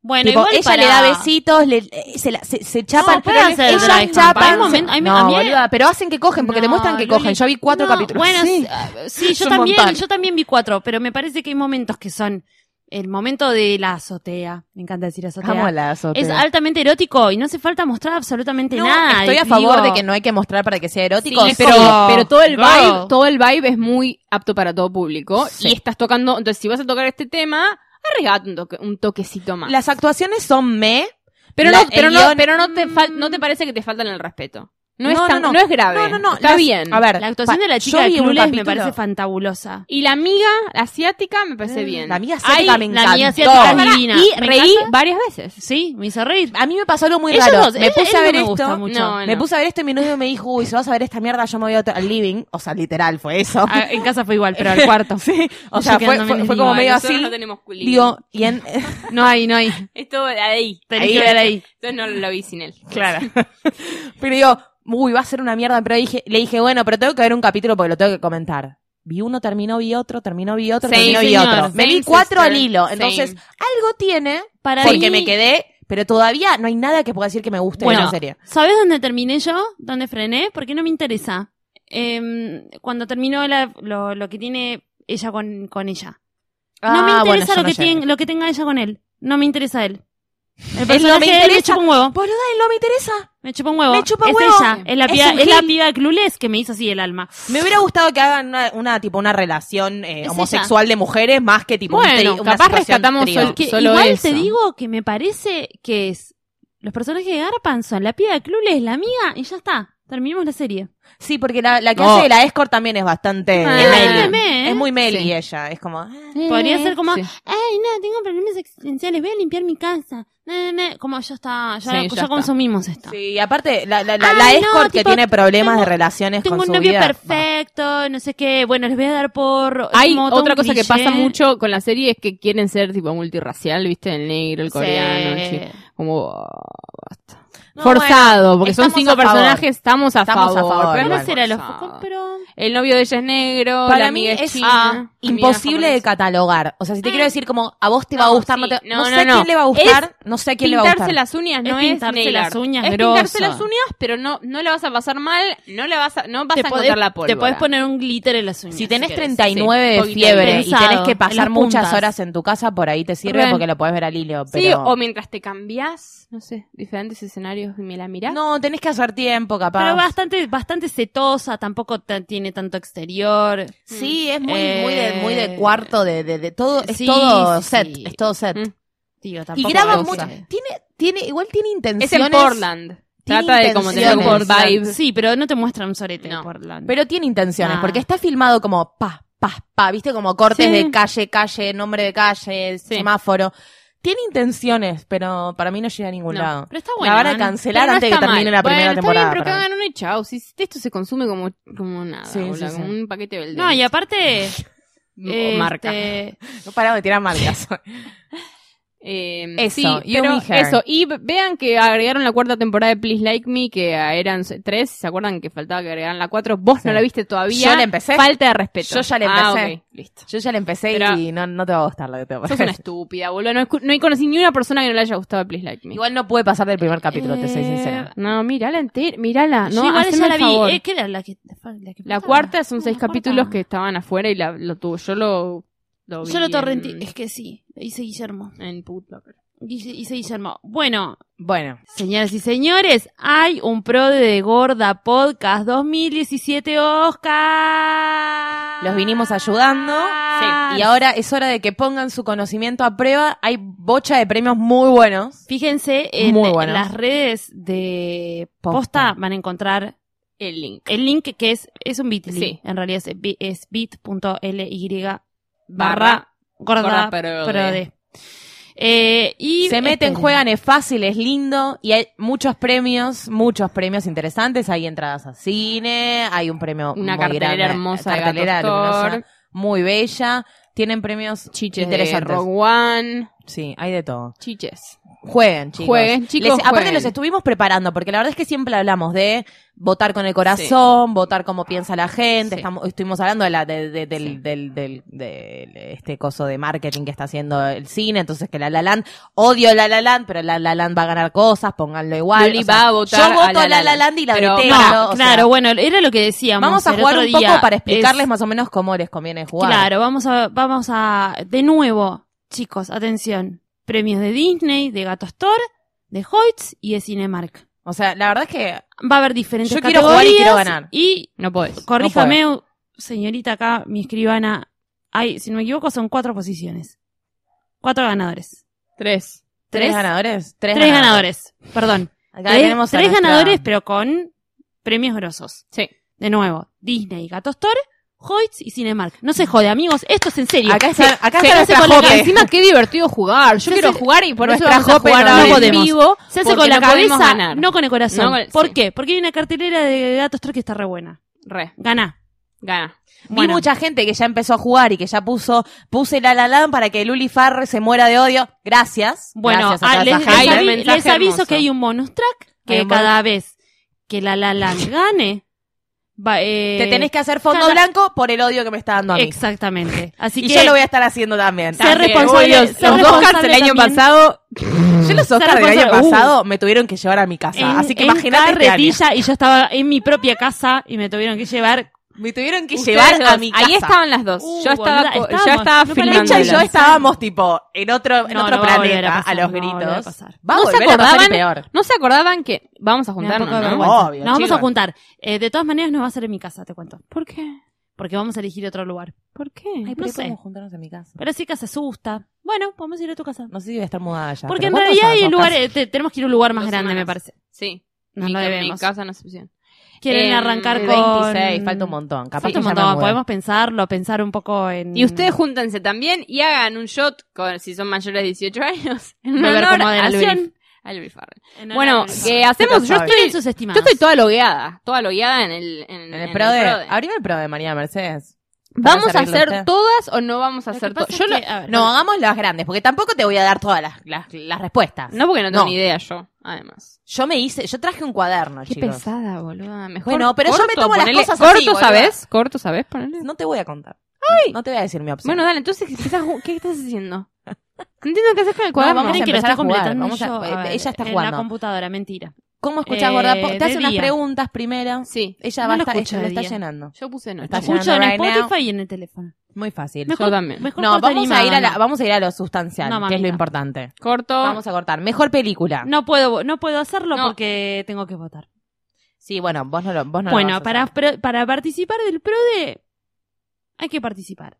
Speaker 6: Bueno,
Speaker 7: Tipo,
Speaker 6: igual
Speaker 7: ella
Speaker 6: para-
Speaker 7: le da besitos, le- eh, se, la- se, se chapan,
Speaker 6: No, puede hacer
Speaker 7: ellas
Speaker 6: dry hump. Hay
Speaker 7: chapan.
Speaker 6: momen- hay- a
Speaker 7: no,
Speaker 6: mí-
Speaker 7: boluda, pero hacen que cogen, porque te
Speaker 6: No,
Speaker 7: muestran que
Speaker 6: Luli,
Speaker 7: cogen. Yo vi cuatro
Speaker 6: no,
Speaker 7: capítulos.
Speaker 6: Bueno,
Speaker 7: Sí.
Speaker 6: sí, ah, sí,
Speaker 7: Es
Speaker 6: yo
Speaker 7: un
Speaker 6: también,
Speaker 7: montón.
Speaker 6: yo también vi cuatro, pero me parece que hay momentos que son el momento de la azotea. Me encanta decir azotea.
Speaker 7: Amo la azotea.
Speaker 6: eh, Es altamente erótico y no hace falta mostrar absolutamente
Speaker 7: No,
Speaker 6: nada.
Speaker 7: Estoy
Speaker 6: Y
Speaker 7: a favor
Speaker 6: digo,
Speaker 7: de que no hay que mostrar para que sea erótico.
Speaker 8: Sí,
Speaker 7: sí.
Speaker 8: pero, pero todo el
Speaker 6: Go.
Speaker 8: vibe, todo el vibe es muy apto para todo público.
Speaker 7: Sí.
Speaker 8: Y estás tocando, entonces si vas a tocar este tema, arriesgate un, toque- un toquecito más.
Speaker 7: Las actuaciones son me.
Speaker 8: pero
Speaker 7: la-
Speaker 8: no, pero
Speaker 7: el
Speaker 8: no,
Speaker 7: guión-
Speaker 8: pero no te fal- no te parece que te faltan el respeto. No, es tan- no, es grave.
Speaker 7: No, no, no.
Speaker 8: Está
Speaker 7: Las-
Speaker 8: bien.
Speaker 7: A ver,
Speaker 6: La actuación
Speaker 7: pa-
Speaker 6: de la
Speaker 7: yo
Speaker 6: chica de
Speaker 7: vi un
Speaker 6: Clueless me
Speaker 7: capítulo-
Speaker 6: parece fantabulosa.
Speaker 8: Y la amiga asiática me parece
Speaker 7: Mm,
Speaker 8: bien.
Speaker 7: La amiga asiática
Speaker 6: Ay,
Speaker 7: me
Speaker 6: la amiga
Speaker 7: encantó.
Speaker 6: asiática es
Speaker 8: Pará,
Speaker 6: divina.
Speaker 8: Y
Speaker 6: Me
Speaker 8: reí
Speaker 6: encanta.
Speaker 8: varias veces.
Speaker 6: Sí, me hizo reír.
Speaker 7: A mí me pasó algo Ah, muy
Speaker 6: Ellos
Speaker 7: raro.
Speaker 6: dos,
Speaker 7: me
Speaker 6: él-
Speaker 7: puse
Speaker 6: él
Speaker 7: a
Speaker 6: no
Speaker 7: ver
Speaker 6: me
Speaker 7: esto.
Speaker 6: gusta mucho.
Speaker 8: No,
Speaker 7: Me puse a ver esto y mi novio me dijo, uy, si vas a ver esta mierda, yo me voy a otro- al living. O sea, literal, fue eso.
Speaker 6: Ah, en casa fue igual, pero al cuarto.
Speaker 7: sí. O
Speaker 6: Yo
Speaker 7: sea, fue,
Speaker 6: quedándome
Speaker 7: fue,
Speaker 6: en el
Speaker 7: fue como
Speaker 6: diván.
Speaker 7: medio
Speaker 8: Nosotros
Speaker 7: así.
Speaker 8: no tenemos culito.
Speaker 7: Digo, y en.
Speaker 6: No hay, no hay.
Speaker 8: Esto de ahí.
Speaker 6: Tenés que ver ahí.
Speaker 8: Entonces no lo vi sin él.
Speaker 7: Claro. pero digo, uy, va a ser una mierda. Pero dije, le dije, bueno, pero tengo que ver un capítulo porque lo tengo que comentar. Vi uno, terminó, vi otro, terminó, vi otro,
Speaker 8: Same,
Speaker 7: terminó, vi
Speaker 8: señor.
Speaker 7: otro. Me
Speaker 8: Same,
Speaker 7: vi cuatro
Speaker 8: sister.
Speaker 7: al hilo.
Speaker 8: Same.
Speaker 7: Entonces, algo tiene
Speaker 6: Para
Speaker 7: porque
Speaker 6: mí-
Speaker 7: me quedé, pero todavía no hay nada que pueda decir que me guste de la
Speaker 6: Bueno,
Speaker 7: serie.
Speaker 6: ¿sabes dónde terminé yo? ¿Dónde frené? Porque no me interesa. Em, cuando terminó la- lo, lo que tiene ella con, con ella. no me
Speaker 7: Ah, bueno,
Speaker 6: interesa
Speaker 7: yo
Speaker 6: lo,
Speaker 7: no
Speaker 6: que
Speaker 7: llegué.
Speaker 6: tiene, lo que tenga ella con él. No me interesa él. El
Speaker 7: Él no me
Speaker 6: personaje de él me
Speaker 7: interesa.
Speaker 6: chupa un huevo.
Speaker 7: Boluda, él no me interesa.
Speaker 6: Me chupa un huevo.
Speaker 7: Me chupa
Speaker 6: es
Speaker 7: huevo.
Speaker 6: ella. Es la
Speaker 7: Es
Speaker 6: piba,
Speaker 7: un
Speaker 6: es la
Speaker 7: gil.
Speaker 6: piba Clueless que me hizo así el alma.
Speaker 7: Me hubiera gustado que hagan una, una, tipo una relación eh,
Speaker 6: Es
Speaker 7: homosexual de mujeres más que tipo un
Speaker 8: Bueno,
Speaker 7: tri- una
Speaker 8: capaz
Speaker 7: situación
Speaker 8: rescatamos
Speaker 7: trío.
Speaker 8: el-
Speaker 6: Que
Speaker 8: Solo
Speaker 6: igual
Speaker 8: eso.
Speaker 6: te digo que me parece que es los personajes de Garpan son la piba de Clueless, la amiga y ya está. Terminamos la serie.
Speaker 7: Sí, porque la, la que
Speaker 8: No.
Speaker 7: hace de la escort también es bastante
Speaker 8: Ah,
Speaker 7: Meli.
Speaker 8: es muy
Speaker 6: meh,
Speaker 7: Es muy Meli
Speaker 8: Sí.
Speaker 7: ella, es como ah,
Speaker 6: Podría ser como,
Speaker 8: Sí.
Speaker 6: ay, no, tengo problemas existenciales, voy a limpiar mi casa. Na, na, na. Como ya está, ya,
Speaker 8: Sí,
Speaker 6: ya
Speaker 8: ya está.
Speaker 6: consumimos esto.
Speaker 7: Sí, y aparte, la, la, la, la
Speaker 6: Ay, no,
Speaker 7: escort que
Speaker 6: tipo,
Speaker 7: tiene problemas
Speaker 6: tengo-
Speaker 7: de relaciones
Speaker 6: Tengo
Speaker 7: con
Speaker 6: un
Speaker 7: su
Speaker 6: novio
Speaker 7: vida,
Speaker 6: perfecto, no sé qué, bueno, les voy a dar por...
Speaker 8: Hay otra cosa que pasa mucho con la serie es que quieren ser tipo multirracial, ¿viste? El negro, el coreano, el chi- Como. oh, basta.
Speaker 7: No,
Speaker 8: Forzado,
Speaker 7: bueno,
Speaker 8: porque son
Speaker 7: estamos
Speaker 8: cinco
Speaker 7: a favor.
Speaker 8: personajes, estamos a
Speaker 7: Estamos a
Speaker 8: favor.
Speaker 7: favor,
Speaker 8: pero
Speaker 7: igual.
Speaker 8: no
Speaker 6: No
Speaker 8: es
Speaker 6: será los
Speaker 8: forzado.
Speaker 6: pero...
Speaker 8: El novio de ella es negro,
Speaker 7: Para
Speaker 8: la
Speaker 7: mí
Speaker 8: amiga es,
Speaker 7: es,
Speaker 8: china,
Speaker 7: ah,
Speaker 8: amiga
Speaker 7: imposible de
Speaker 8: japonesa.
Speaker 7: catalogar. O sea, si te
Speaker 8: Eh.
Speaker 7: quiero decir como a vos te va a
Speaker 8: No,
Speaker 7: gustar,
Speaker 8: sí.
Speaker 7: no, te,
Speaker 8: No,
Speaker 7: no
Speaker 8: no,
Speaker 7: sé
Speaker 8: no.
Speaker 7: quién le va a gustar, no sé quién le va a
Speaker 8: pintarse
Speaker 7: gustar.
Speaker 8: las uñas no
Speaker 6: Es
Speaker 8: es,
Speaker 6: pintarse
Speaker 8: nail
Speaker 6: las
Speaker 8: art.
Speaker 6: uñas
Speaker 8: es
Speaker 6: grosso.
Speaker 8: pintarse las uñas pero no no la vas a pasar mal no la vas a no vas
Speaker 6: Te
Speaker 8: a
Speaker 6: podés,
Speaker 8: encontrar la pólvora
Speaker 6: te podés poner un glitter en las uñas.
Speaker 7: Si tenés
Speaker 6: querés.
Speaker 7: 39 de
Speaker 8: sí,
Speaker 7: fiebre
Speaker 6: poquito
Speaker 7: y tenés que
Speaker 6: en las
Speaker 7: pasar muchas
Speaker 6: puntas.
Speaker 7: horas en tu casa, por ahí te sirve
Speaker 8: Re.
Speaker 7: porque lo podés ver al hilo. Pero...
Speaker 8: sí o mientras te cambiás no sé diferentes escenarios y me la mirás
Speaker 7: No, tenés que hacer tiempo, capaz.
Speaker 6: Pero bastante, bastante setosa, tampoco ta- tiene tanto exterior.
Speaker 7: Sí, es muy, muy, de, muy de
Speaker 6: Eh,
Speaker 7: cuarto, de, de, de todo, es
Speaker 6: sí,
Speaker 7: todo
Speaker 6: sí,
Speaker 7: set,
Speaker 6: sí.
Speaker 7: es todo set.
Speaker 8: Mm.
Speaker 6: Digo,
Speaker 7: Y
Speaker 6: tampoco
Speaker 7: graba
Speaker 6: me
Speaker 7: mucho,
Speaker 6: gusta.
Speaker 7: tiene, tiene, igual tiene intenciones.
Speaker 8: es en Portland
Speaker 7: tiene
Speaker 8: trata de como tener un
Speaker 7: intenciones.
Speaker 8: vibe
Speaker 6: Sí, pero no te muestra un sorete
Speaker 8: No.
Speaker 6: por la...
Speaker 7: Pero tiene intenciones,
Speaker 6: Ah.
Speaker 7: porque está filmado como pa, pa, pa, viste, como cortes
Speaker 6: Sí.
Speaker 7: de calle, calle, nombre de calle, semáforo. Tiene intenciones, pero para mí no llega a ningún
Speaker 6: No,
Speaker 7: lado.
Speaker 6: pero está bueno,
Speaker 7: La van a
Speaker 6: man.
Speaker 7: cancelar
Speaker 8: Pero no
Speaker 7: antes de que
Speaker 8: está
Speaker 7: termine
Speaker 8: mal.
Speaker 7: la
Speaker 8: Bueno,
Speaker 7: primera
Speaker 8: está
Speaker 7: temporada.
Speaker 8: bien, pero que
Speaker 7: para mí.
Speaker 8: hagan uno y chao. Si esto se consume como, como nada,
Speaker 7: Sí,
Speaker 8: boluda,
Speaker 7: sí,
Speaker 8: como
Speaker 7: sí.
Speaker 8: un paquete de Belden.
Speaker 6: No, y aparte.
Speaker 8: O
Speaker 6: este,
Speaker 8: marca.
Speaker 7: No paraba de tirar marcas.
Speaker 8: Eh,
Speaker 7: Eso,
Speaker 8: sí,
Speaker 7: You
Speaker 8: pero
Speaker 7: Me Her.
Speaker 8: eso. Y ve- vean que agregaron la cuarta temporada de Please Like Me, que ah, eran s- tres, ¿se acuerdan que faltaba que agregaran la cuatro? Vos
Speaker 7: Sí.
Speaker 8: no la viste todavía.
Speaker 7: Yo la empecé.
Speaker 8: Falta de respeto.
Speaker 7: Yo ya la
Speaker 8: Ah,
Speaker 7: empecé.
Speaker 8: ok, listo.
Speaker 7: Yo ya la empecé
Speaker 8: Pero-
Speaker 7: y no, no te va a gustar lo que te va a
Speaker 8: Sos una
Speaker 7: parecer.
Speaker 8: estúpida, boludo. No, escu- no conocí ni una persona que no le haya gustado Please Like Me.
Speaker 7: Igual no pude pasar del primer capítulo, te soy
Speaker 6: Eh,
Speaker 7: sincera.
Speaker 8: No, mirala entera, mirala.
Speaker 6: yo
Speaker 8: Ah, No,
Speaker 6: igual
Speaker 8: haceme
Speaker 6: ya
Speaker 8: el
Speaker 6: la vi.
Speaker 8: favor.
Speaker 6: Eh, ¿qué era la que.? La, que
Speaker 8: La
Speaker 6: faltaba?
Speaker 8: cuarta son
Speaker 6: No,
Speaker 8: seis
Speaker 6: la
Speaker 8: capítulos
Speaker 6: cuarta.
Speaker 8: que estaban afuera y la, lo tuvo. Yo lo, lo vi
Speaker 6: Yo lo
Speaker 8: en-
Speaker 6: torrentí. Es que sí, lo hice Guillermo.
Speaker 8: en Putlocker.
Speaker 6: Hice, hice Guillermo. Bueno,
Speaker 7: Bueno,
Speaker 6: Señoras y señores, hay un pro de Gorda Podcast 2017 Oscar.
Speaker 7: los vinimos ayudando. Y ahora es hora de que pongan su conocimiento a prueba. Hay bocha de premios muy buenos.
Speaker 6: Fíjense en
Speaker 7: Muy bueno.
Speaker 6: las redes de Posta.
Speaker 7: Posta.
Speaker 6: van a encontrar
Speaker 8: El link.
Speaker 6: el link que es, es un bit.ly.
Speaker 8: Sí.
Speaker 6: En realidad es, bi- es bit.ly barra
Speaker 8: Barra
Speaker 6: Gorda
Speaker 8: Gorda Prode.
Speaker 6: Prode. Eh, y
Speaker 7: Se meten,
Speaker 6: esperen.
Speaker 8: este
Speaker 7: juegan, es fácil, es lindo y hay muchos premios, muchos premios interesantes. Hay entradas a cine, hay un premio
Speaker 8: Una
Speaker 7: muy
Speaker 8: cartelera
Speaker 7: grande,
Speaker 8: hermosa de
Speaker 7: cartelera
Speaker 8: Gato Store.
Speaker 7: luminosa, muy bella. Tienen premios
Speaker 8: Chiches de
Speaker 7: interesantes.
Speaker 8: Rogue One.
Speaker 7: sí, hay de todo.
Speaker 8: Chiches.
Speaker 7: Jueguen, chicos.
Speaker 8: Jueguen, chicos,
Speaker 7: Les- aparte
Speaker 8: jueguen.
Speaker 7: los estuvimos preparando, porque la verdad es que siempre hablamos de votar con el corazón, votar como piensa la gente.
Speaker 8: Sí.
Speaker 7: Estamos, estuvimos hablando de la, de, de- del,
Speaker 8: Sí.
Speaker 7: del, del- del- este coso de marketing que está haciendo el cine, entonces que la La Land, odio la La Land, pero la La Land va a ganar cosas, pónganlo igual.
Speaker 8: Luli va a votar
Speaker 7: yo voto
Speaker 8: a La La Land,
Speaker 7: y la
Speaker 8: pero-
Speaker 7: detesto,
Speaker 6: No,
Speaker 7: o sea,
Speaker 6: claro, bueno, era lo que decíamos.
Speaker 7: Vamos a
Speaker 6: el
Speaker 7: jugar
Speaker 6: otro
Speaker 7: un poco
Speaker 6: día.
Speaker 7: para
Speaker 6: Es-
Speaker 7: explicarles más o menos cómo les conviene jugar.
Speaker 6: Claro, vamos a, vamos a, de nuevo, chicos, atención, premios de Disney, de Gato Store, de Hoyts y de Cinemark.
Speaker 7: O sea, la verdad es que
Speaker 6: Va a haber diferentes
Speaker 7: Yo quiero
Speaker 6: categorías.
Speaker 7: jugar y quiero ganar.
Speaker 6: Y,
Speaker 8: No podés.
Speaker 6: corríjame, señorita acá, mi escribana, hay, si no me equivoco, son cuatro posiciones. Cuatro ganadores.
Speaker 8: Tres.
Speaker 7: tres,
Speaker 6: Tres,
Speaker 7: ganadores, tres,
Speaker 6: tres ganadores, perdón.
Speaker 7: Acá
Speaker 6: Tres,
Speaker 7: tenemos a
Speaker 6: tres
Speaker 7: nuestra-
Speaker 6: ganadores, pero con premios grosos.
Speaker 8: Sí.
Speaker 6: De nuevo, Disney, Gato Store, Hoyts y Cinemark. No se jode, amigos, esto es en serio.
Speaker 7: Acá está, acá
Speaker 8: Se
Speaker 7: está
Speaker 8: hace
Speaker 7: nuestra
Speaker 8: con la-
Speaker 7: Jope.
Speaker 8: Encima, qué divertido jugar. Yo quiero jugar y por eso
Speaker 7: nuestra
Speaker 8: vamos a
Speaker 7: Jope
Speaker 8: jugar
Speaker 7: no
Speaker 8: ahora
Speaker 7: lo
Speaker 8: en
Speaker 6: podemos.
Speaker 8: vivo.
Speaker 6: Se hace
Speaker 8: porque
Speaker 6: con la
Speaker 8: no podemos
Speaker 6: cabeza,
Speaker 8: ganar.
Speaker 6: no con el corazón.
Speaker 8: No con el-
Speaker 6: ¿Por
Speaker 8: sí.
Speaker 6: qué? Porque hay una cartelera de Gatos Store que está re buena.
Speaker 8: Re.
Speaker 6: Ganá.
Speaker 8: Gana.
Speaker 6: Bueno.
Speaker 7: Vi mucha gente que ya empezó a jugar y que ya puso, puse la la Land para que Luli Farre se muera de odio. Gracias.
Speaker 6: Bueno,
Speaker 7: Gracias a toda
Speaker 6: ah, les,
Speaker 7: esa
Speaker 6: les
Speaker 7: gente.
Speaker 8: Hay
Speaker 6: avi-
Speaker 8: un mensaje
Speaker 6: les aviso
Speaker 8: hermoso.
Speaker 6: que hay un bonus track
Speaker 7: Hay
Speaker 6: que
Speaker 7: un
Speaker 6: cada vez que la la la gane, va, eh,
Speaker 7: Te tenés que hacer fondo
Speaker 6: cada-
Speaker 7: blanco por el odio que me está dando a mí.
Speaker 6: Exactamente. Así
Speaker 7: Y
Speaker 6: que
Speaker 7: yo lo voy a estar haciendo también.
Speaker 6: ser responsable.
Speaker 8: Uy, Dios,
Speaker 6: ser
Speaker 8: Los Oscars
Speaker 6: responsable
Speaker 8: el año
Speaker 6: también
Speaker 8: pasado.
Speaker 7: Yo los Oscar
Speaker 6: Ser
Speaker 7: del año
Speaker 6: responsable.
Speaker 7: pasado me tuvieron que llevar a mi casa.
Speaker 6: uh. en-
Speaker 7: así que
Speaker 6: en
Speaker 7: imagínate este año.
Speaker 6: carretilla y yo estaba en mi propia casa y me tuvieron que llevar.
Speaker 7: Me tuvieron que
Speaker 8: ustedes
Speaker 7: llevar a
Speaker 8: dos.
Speaker 7: mi casa.
Speaker 8: Ahí estaban las dos.
Speaker 6: Uh,
Speaker 8: yo estaba,
Speaker 6: boluda,
Speaker 8: co- yo
Speaker 6: estábamos.
Speaker 8: estaba
Speaker 6: No
Speaker 8: filmando.
Speaker 6: parece
Speaker 7: Mecha y yo
Speaker 6: Mirándolas.
Speaker 7: estábamos tipo en otro, en
Speaker 6: No,
Speaker 7: otro
Speaker 6: no va a volver
Speaker 7: planeta
Speaker 6: a
Speaker 7: a,
Speaker 6: pasar,
Speaker 7: los
Speaker 6: no va a
Speaker 7: gritos.
Speaker 6: volver a pasar.
Speaker 7: Va a
Speaker 8: No se
Speaker 7: volver a pasar y
Speaker 8: acordaban-
Speaker 7: peor.
Speaker 8: No se acordaban que vamos a
Speaker 6: Me da un
Speaker 8: juntarnos.
Speaker 6: poco de
Speaker 8: ¿no?
Speaker 6: vergüenza.
Speaker 7: Obvio,
Speaker 6: Nos vamos a
Speaker 7: chicos.
Speaker 6: juntar. Eh, de todas maneras, no va a ser en mi casa, te cuento.
Speaker 8: ¿Por qué?
Speaker 6: Porque vamos a elegir otro lugar.
Speaker 8: ¿Por qué?
Speaker 6: pero podemos
Speaker 7: juntarnos en mi casa.
Speaker 6: Pero sí que se asusta. Bueno, podemos ir a tu casa.
Speaker 7: No sé si voy a estar mudada ya.
Speaker 6: Porque
Speaker 7: pero
Speaker 6: en
Speaker 7: ¿cuándo
Speaker 6: realidad
Speaker 7: son
Speaker 6: hay
Speaker 7: los Oscars?
Speaker 6: lugares, te- tenemos que ir a un lugar más
Speaker 8: Dos
Speaker 6: grande, me
Speaker 8: semanas.
Speaker 6: parece.
Speaker 8: Sí.
Speaker 6: Nos
Speaker 8: Mi-
Speaker 6: lo
Speaker 8: Mi
Speaker 6: debemos.
Speaker 8: casa no es opción.
Speaker 6: Quieren
Speaker 8: Eh,
Speaker 6: arrancar
Speaker 8: el
Speaker 6: con...
Speaker 7: 26, falta un montón. Capaz
Speaker 6: Falta un
Speaker 7: que ya me
Speaker 6: montón,
Speaker 7: mude.
Speaker 6: podemos pensarlo, pensar un poco en...
Speaker 8: Y ustedes júntense también y hagan un shot, con, si son mayores de 18 años, en
Speaker 6: Beber
Speaker 8: honor
Speaker 6: con moderación.
Speaker 8: a Luli- a Luli Farrell.
Speaker 6: En honor
Speaker 8: Bueno,
Speaker 6: a Luli
Speaker 8: que
Speaker 6: Farrell.
Speaker 8: hacemos, yo
Speaker 7: sabe.
Speaker 8: estoy,
Speaker 6: Tienen sus
Speaker 8: yo
Speaker 6: estimadas.
Speaker 8: estoy toda logueada, toda logueada en el, en,
Speaker 7: En
Speaker 8: en
Speaker 7: el
Speaker 8: el
Speaker 7: PRODE.
Speaker 8: Prode.
Speaker 7: Abrí el PRODE, María Mercedes.
Speaker 8: ¿Vamos a
Speaker 7: servirle a
Speaker 8: hacer
Speaker 7: usted?
Speaker 8: todas o no vamos a
Speaker 6: Lo que
Speaker 8: hacer
Speaker 6: pasa
Speaker 8: todas?
Speaker 6: es
Speaker 8: Yo
Speaker 6: que-
Speaker 8: lo-
Speaker 6: a ver,
Speaker 7: No, hagamos las grandes, porque tampoco te voy a dar todas las, las, las respuestas.
Speaker 8: no porque no tengo
Speaker 7: No.
Speaker 8: ni idea yo, además.
Speaker 7: Yo me hice, yo traje un cuaderno,
Speaker 8: Qué
Speaker 7: chicos.
Speaker 8: pesada, boluda. Mejor
Speaker 7: Bueno, pero yo me tomo las
Speaker 8: ponele-
Speaker 7: cosas así,
Speaker 8: Corto,
Speaker 7: boluda.
Speaker 8: ¿sabés? Corto, ¿sabés? Ponele.
Speaker 7: No te voy a contar. No te voy a decir mi opción.
Speaker 8: Bueno, dale, entonces, ¿qué estás, ju- qué estás haciendo? No entiendo qué haces con el cuaderno.
Speaker 7: vamos a
Speaker 6: ¿Creen que lo estoy
Speaker 7: empezar a jugar,
Speaker 6: completando
Speaker 7: vamos a-
Speaker 6: yo?
Speaker 7: eh,
Speaker 6: ver,
Speaker 7: ella está
Speaker 6: En
Speaker 7: jugando.
Speaker 6: la computadora, mentira.
Speaker 7: ¿cómo escuchás,
Speaker 6: eh,
Speaker 7: gorda? Po- Te
Speaker 6: de
Speaker 7: hace unas
Speaker 6: día.
Speaker 7: preguntas primero.
Speaker 8: Sí,
Speaker 7: Ella
Speaker 6: No
Speaker 7: va a
Speaker 6: lo
Speaker 7: estar,
Speaker 6: escucho
Speaker 7: ella
Speaker 6: de
Speaker 7: lo está
Speaker 6: día.
Speaker 7: llenando.
Speaker 8: yo puse no.
Speaker 7: Está
Speaker 8: Yo
Speaker 7: llenando
Speaker 6: Escucho en
Speaker 7: right now.
Speaker 6: Spotify y en el teléfono.
Speaker 7: Muy fácil.
Speaker 8: también.
Speaker 6: Mejor
Speaker 7: no,
Speaker 6: corta
Speaker 7: vamos a
Speaker 6: animada,
Speaker 7: ir a la,
Speaker 6: no.
Speaker 7: vamos a ir a lo sustancial,
Speaker 6: No,
Speaker 7: que es lo
Speaker 6: mamita.
Speaker 7: importante.
Speaker 8: Corto.
Speaker 7: Vamos a cortar. Mejor película.
Speaker 6: No puedo, no puedo hacerlo
Speaker 8: No.
Speaker 6: porque tengo que votar.
Speaker 7: Sí, bueno, vos no lo, vos no lo vas
Speaker 6: bueno,
Speaker 7: a
Speaker 6: para,
Speaker 7: hacer.
Speaker 6: pro- para participar del PRODE hay que participar.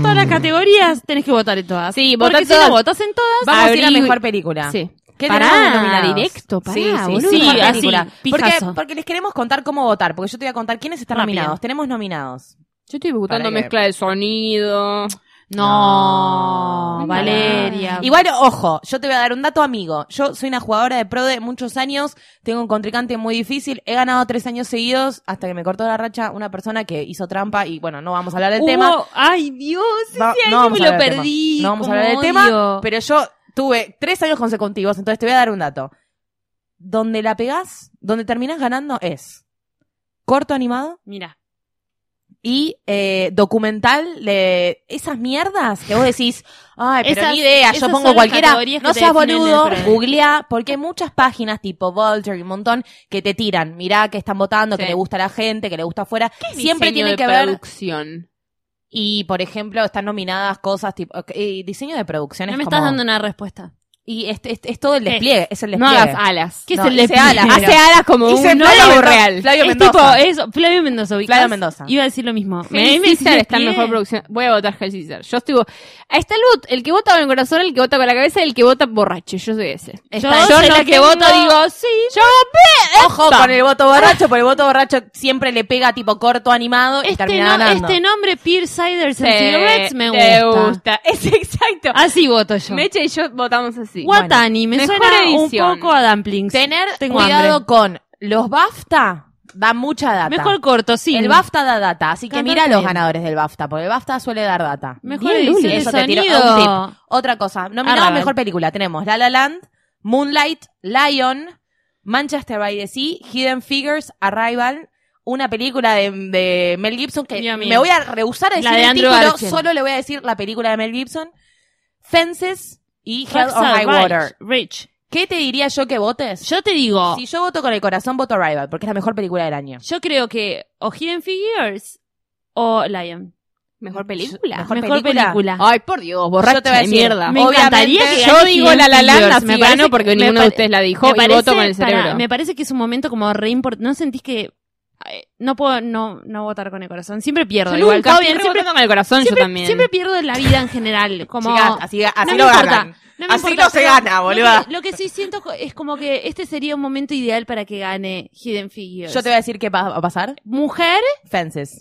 Speaker 6: Todas las categorías tenés que votar en todas.
Speaker 8: Sí,
Speaker 6: Porque
Speaker 8: votá
Speaker 6: si no
Speaker 8: todas.
Speaker 6: votas en todas.
Speaker 7: Vamos a ir a
Speaker 8: Abrí-
Speaker 7: mejor película.
Speaker 8: Sí.
Speaker 7: ¿Qué
Speaker 6: Pará,
Speaker 7: tenemos nominados?
Speaker 6: directo, pará,
Speaker 7: sí, sí,
Speaker 6: boludo.
Speaker 7: sí,
Speaker 6: Sí,
Speaker 7: mejor
Speaker 6: así,
Speaker 7: película. porque,
Speaker 6: pijazo.
Speaker 7: porque les queremos contar cómo votar, porque yo te voy a contar quiénes están
Speaker 6: Rápido.
Speaker 7: nominados. Tenemos nominados.
Speaker 8: Yo estoy
Speaker 7: Para
Speaker 8: buscando
Speaker 7: que-
Speaker 8: mezcla de sonido.
Speaker 6: No, Valeria.
Speaker 7: Igual, ojo, yo te voy a dar un dato amigo. Yo soy una jugadora de pro de muchos años, tengo un contrincante muy difícil, he ganado tres años seguidos hasta que me cortó la racha una persona que hizo trampa y bueno, no vamos a hablar del
Speaker 6: Hubo-
Speaker 7: tema.
Speaker 6: Ay, Dios, Uh, sí,
Speaker 7: Va-
Speaker 6: sí, ahí
Speaker 7: no
Speaker 6: yo
Speaker 7: vamos
Speaker 6: me
Speaker 7: a
Speaker 6: lo
Speaker 7: hablar del tema.
Speaker 6: perdí.
Speaker 7: No vamos a
Speaker 6: cómo
Speaker 7: hablar del tema,
Speaker 6: odio.
Speaker 7: pero yo tuve tres años consecutivos, entonces te voy a dar un dato. Donde la pegás, donde terminás ganando es corto animado
Speaker 6: Mira,
Speaker 7: y eh, documental de esas mierdas que vos decís, ay, pero
Speaker 6: Esas-
Speaker 7: ni idea, yo
Speaker 6: esas
Speaker 7: pongo
Speaker 6: son las
Speaker 7: cualquiera,
Speaker 6: categorías que
Speaker 7: no
Speaker 6: te
Speaker 7: seas
Speaker 6: definen
Speaker 7: boludo,
Speaker 6: dentro de-
Speaker 7: googleá, porque hay muchas páginas tipo Vulture y un montón que te tiran, mirá que están votando, que
Speaker 8: Sí.
Speaker 7: le gusta a la gente, que le gusta afuera, siempre
Speaker 8: Diseño
Speaker 7: tiene
Speaker 8: de
Speaker 7: que ver...
Speaker 8: producción.
Speaker 7: Y, por ejemplo, están nominadas cosas tipo... ok, y diseño de producciones
Speaker 6: no me estás
Speaker 7: como-
Speaker 6: dando Eh, una respuesta.
Speaker 7: Y es, es- es todo el despliegue, es el
Speaker 8: No
Speaker 7: despliegue.
Speaker 6: ah,
Speaker 8: hagas alas.
Speaker 6: ¿Qué
Speaker 7: No,
Speaker 6: es el
Speaker 7: hice
Speaker 6: despliegue?
Speaker 7: alas,
Speaker 8: Hace
Speaker 7: pero-
Speaker 8: alas como
Speaker 7: Hice
Speaker 8: un
Speaker 7: Flavio
Speaker 8: nuevo
Speaker 7: Mendoza.
Speaker 8: real.
Speaker 7: Flavio
Speaker 6: es
Speaker 7: Mendoza.
Speaker 6: tipo eso, Flavio Mendoza. ¿ubicás?
Speaker 7: Flavio Mendoza.
Speaker 6: Iba a decir lo mismo.
Speaker 8: Hell
Speaker 6: me
Speaker 8: Caesar está en
Speaker 6: despliegue.
Speaker 8: mejor producción. Voy a votar Hell Caesar. Yo estoy. Está el, vot- el que vota con el corazón, el que vota con la cabeza y el que vota borracho. Yo soy ese.
Speaker 6: Yo,
Speaker 7: Está-
Speaker 6: soy
Speaker 8: no
Speaker 6: la
Speaker 8: te voto, digo,
Speaker 6: sí.
Speaker 8: Yo
Speaker 7: Ojo con el voto borracho, porque el voto borracho siempre le pega tipo corto animado y
Speaker 6: Este,
Speaker 7: termina
Speaker 6: no-
Speaker 7: ganando.
Speaker 6: este nombre, Peer Ciders and Cigarettes, me
Speaker 8: Te
Speaker 6: gusta.
Speaker 8: gusta. Es exacto.
Speaker 6: Así voto yo.
Speaker 8: Meche y yo votamos así. Bueno.
Speaker 6: Watani, me
Speaker 8: Mejor
Speaker 6: suena
Speaker 8: edición.
Speaker 6: un poco a Dumplings.
Speaker 7: Tener
Speaker 6: Tengo
Speaker 7: cuidado
Speaker 6: hambre.
Speaker 7: con los BAFTA da mucha data.
Speaker 6: Mejor corto, sí.
Speaker 7: El BAFTA da data, así que
Speaker 6: Cantate
Speaker 7: mira los
Speaker 6: bien.
Speaker 7: ganadores del BAFTA, porque el BAFTA suele dar data.
Speaker 6: Mejor
Speaker 8: Bien, Luli.
Speaker 6: edición de
Speaker 7: Eso te tiro
Speaker 6: sonido.
Speaker 7: un tip. Otra cosa, nominado a
Speaker 6: Arragan.
Speaker 7: mejor película tenemos La La Land, Moonlight, Lion, Manchester by the Sea, Hidden Figures, Arrival, una película de, de Mel Gibson que
Speaker 6: Dios mío.
Speaker 7: me voy a rehusar a decir
Speaker 6: La de
Speaker 7: el
Speaker 6: Andrew
Speaker 7: título,
Speaker 6: Garfield.
Speaker 7: solo le voy a decir la película de Mel Gibson, Fences y Hell
Speaker 6: Raps
Speaker 7: on
Speaker 6: are
Speaker 7: High Water.
Speaker 6: rich, Rich.
Speaker 7: ¿Qué te diría yo que votes?
Speaker 6: Yo te digo,
Speaker 7: si yo voto con el corazón, voto Arrival, porque es la mejor película del año.
Speaker 6: yo creo que o Hidden Figures o Lion.
Speaker 8: Mejor película.
Speaker 7: Mejor
Speaker 6: Mejor
Speaker 7: película.
Speaker 6: película.
Speaker 8: Ay, por Dios, borracho
Speaker 7: Yo te voy a
Speaker 8: de
Speaker 7: decir,
Speaker 8: mierda.
Speaker 6: Me
Speaker 7: Obviamente,
Speaker 6: encantaría que
Speaker 8: Yo
Speaker 6: ganó
Speaker 8: digo
Speaker 6: Hidden
Speaker 8: la la
Speaker 6: Figures.
Speaker 8: lana, me gano porque
Speaker 6: me
Speaker 8: ninguno de
Speaker 6: pare-
Speaker 8: ustedes la dijo
Speaker 6: me
Speaker 8: y voto con el
Speaker 6: pará,
Speaker 8: cerebro.
Speaker 6: me parece que es un momento como re importante. ¿No sentís que ay, no puedo no, no votar con el corazón? Siempre pierdo.
Speaker 8: Yo
Speaker 6: igual,
Speaker 8: nunca,
Speaker 6: todo
Speaker 8: estoy
Speaker 6: bien,
Speaker 8: re
Speaker 6: siempre,
Speaker 8: votando con el corazón
Speaker 6: siempre-
Speaker 8: yo también.
Speaker 6: siempre pierdo en la vida en general. Como,
Speaker 7: Chicas, así, así
Speaker 6: no me
Speaker 7: lo
Speaker 6: importa,
Speaker 7: ganan.
Speaker 6: no me
Speaker 7: Así
Speaker 6: importa,
Speaker 7: no se
Speaker 6: pero
Speaker 7: gana, boluda.
Speaker 6: Lo que, lo que sí siento co- es como que este sería un momento ideal para que gane Hidden Figures.
Speaker 7: Yo te voy a decir qué va a pasar.
Speaker 6: Mujer,
Speaker 7: Fences.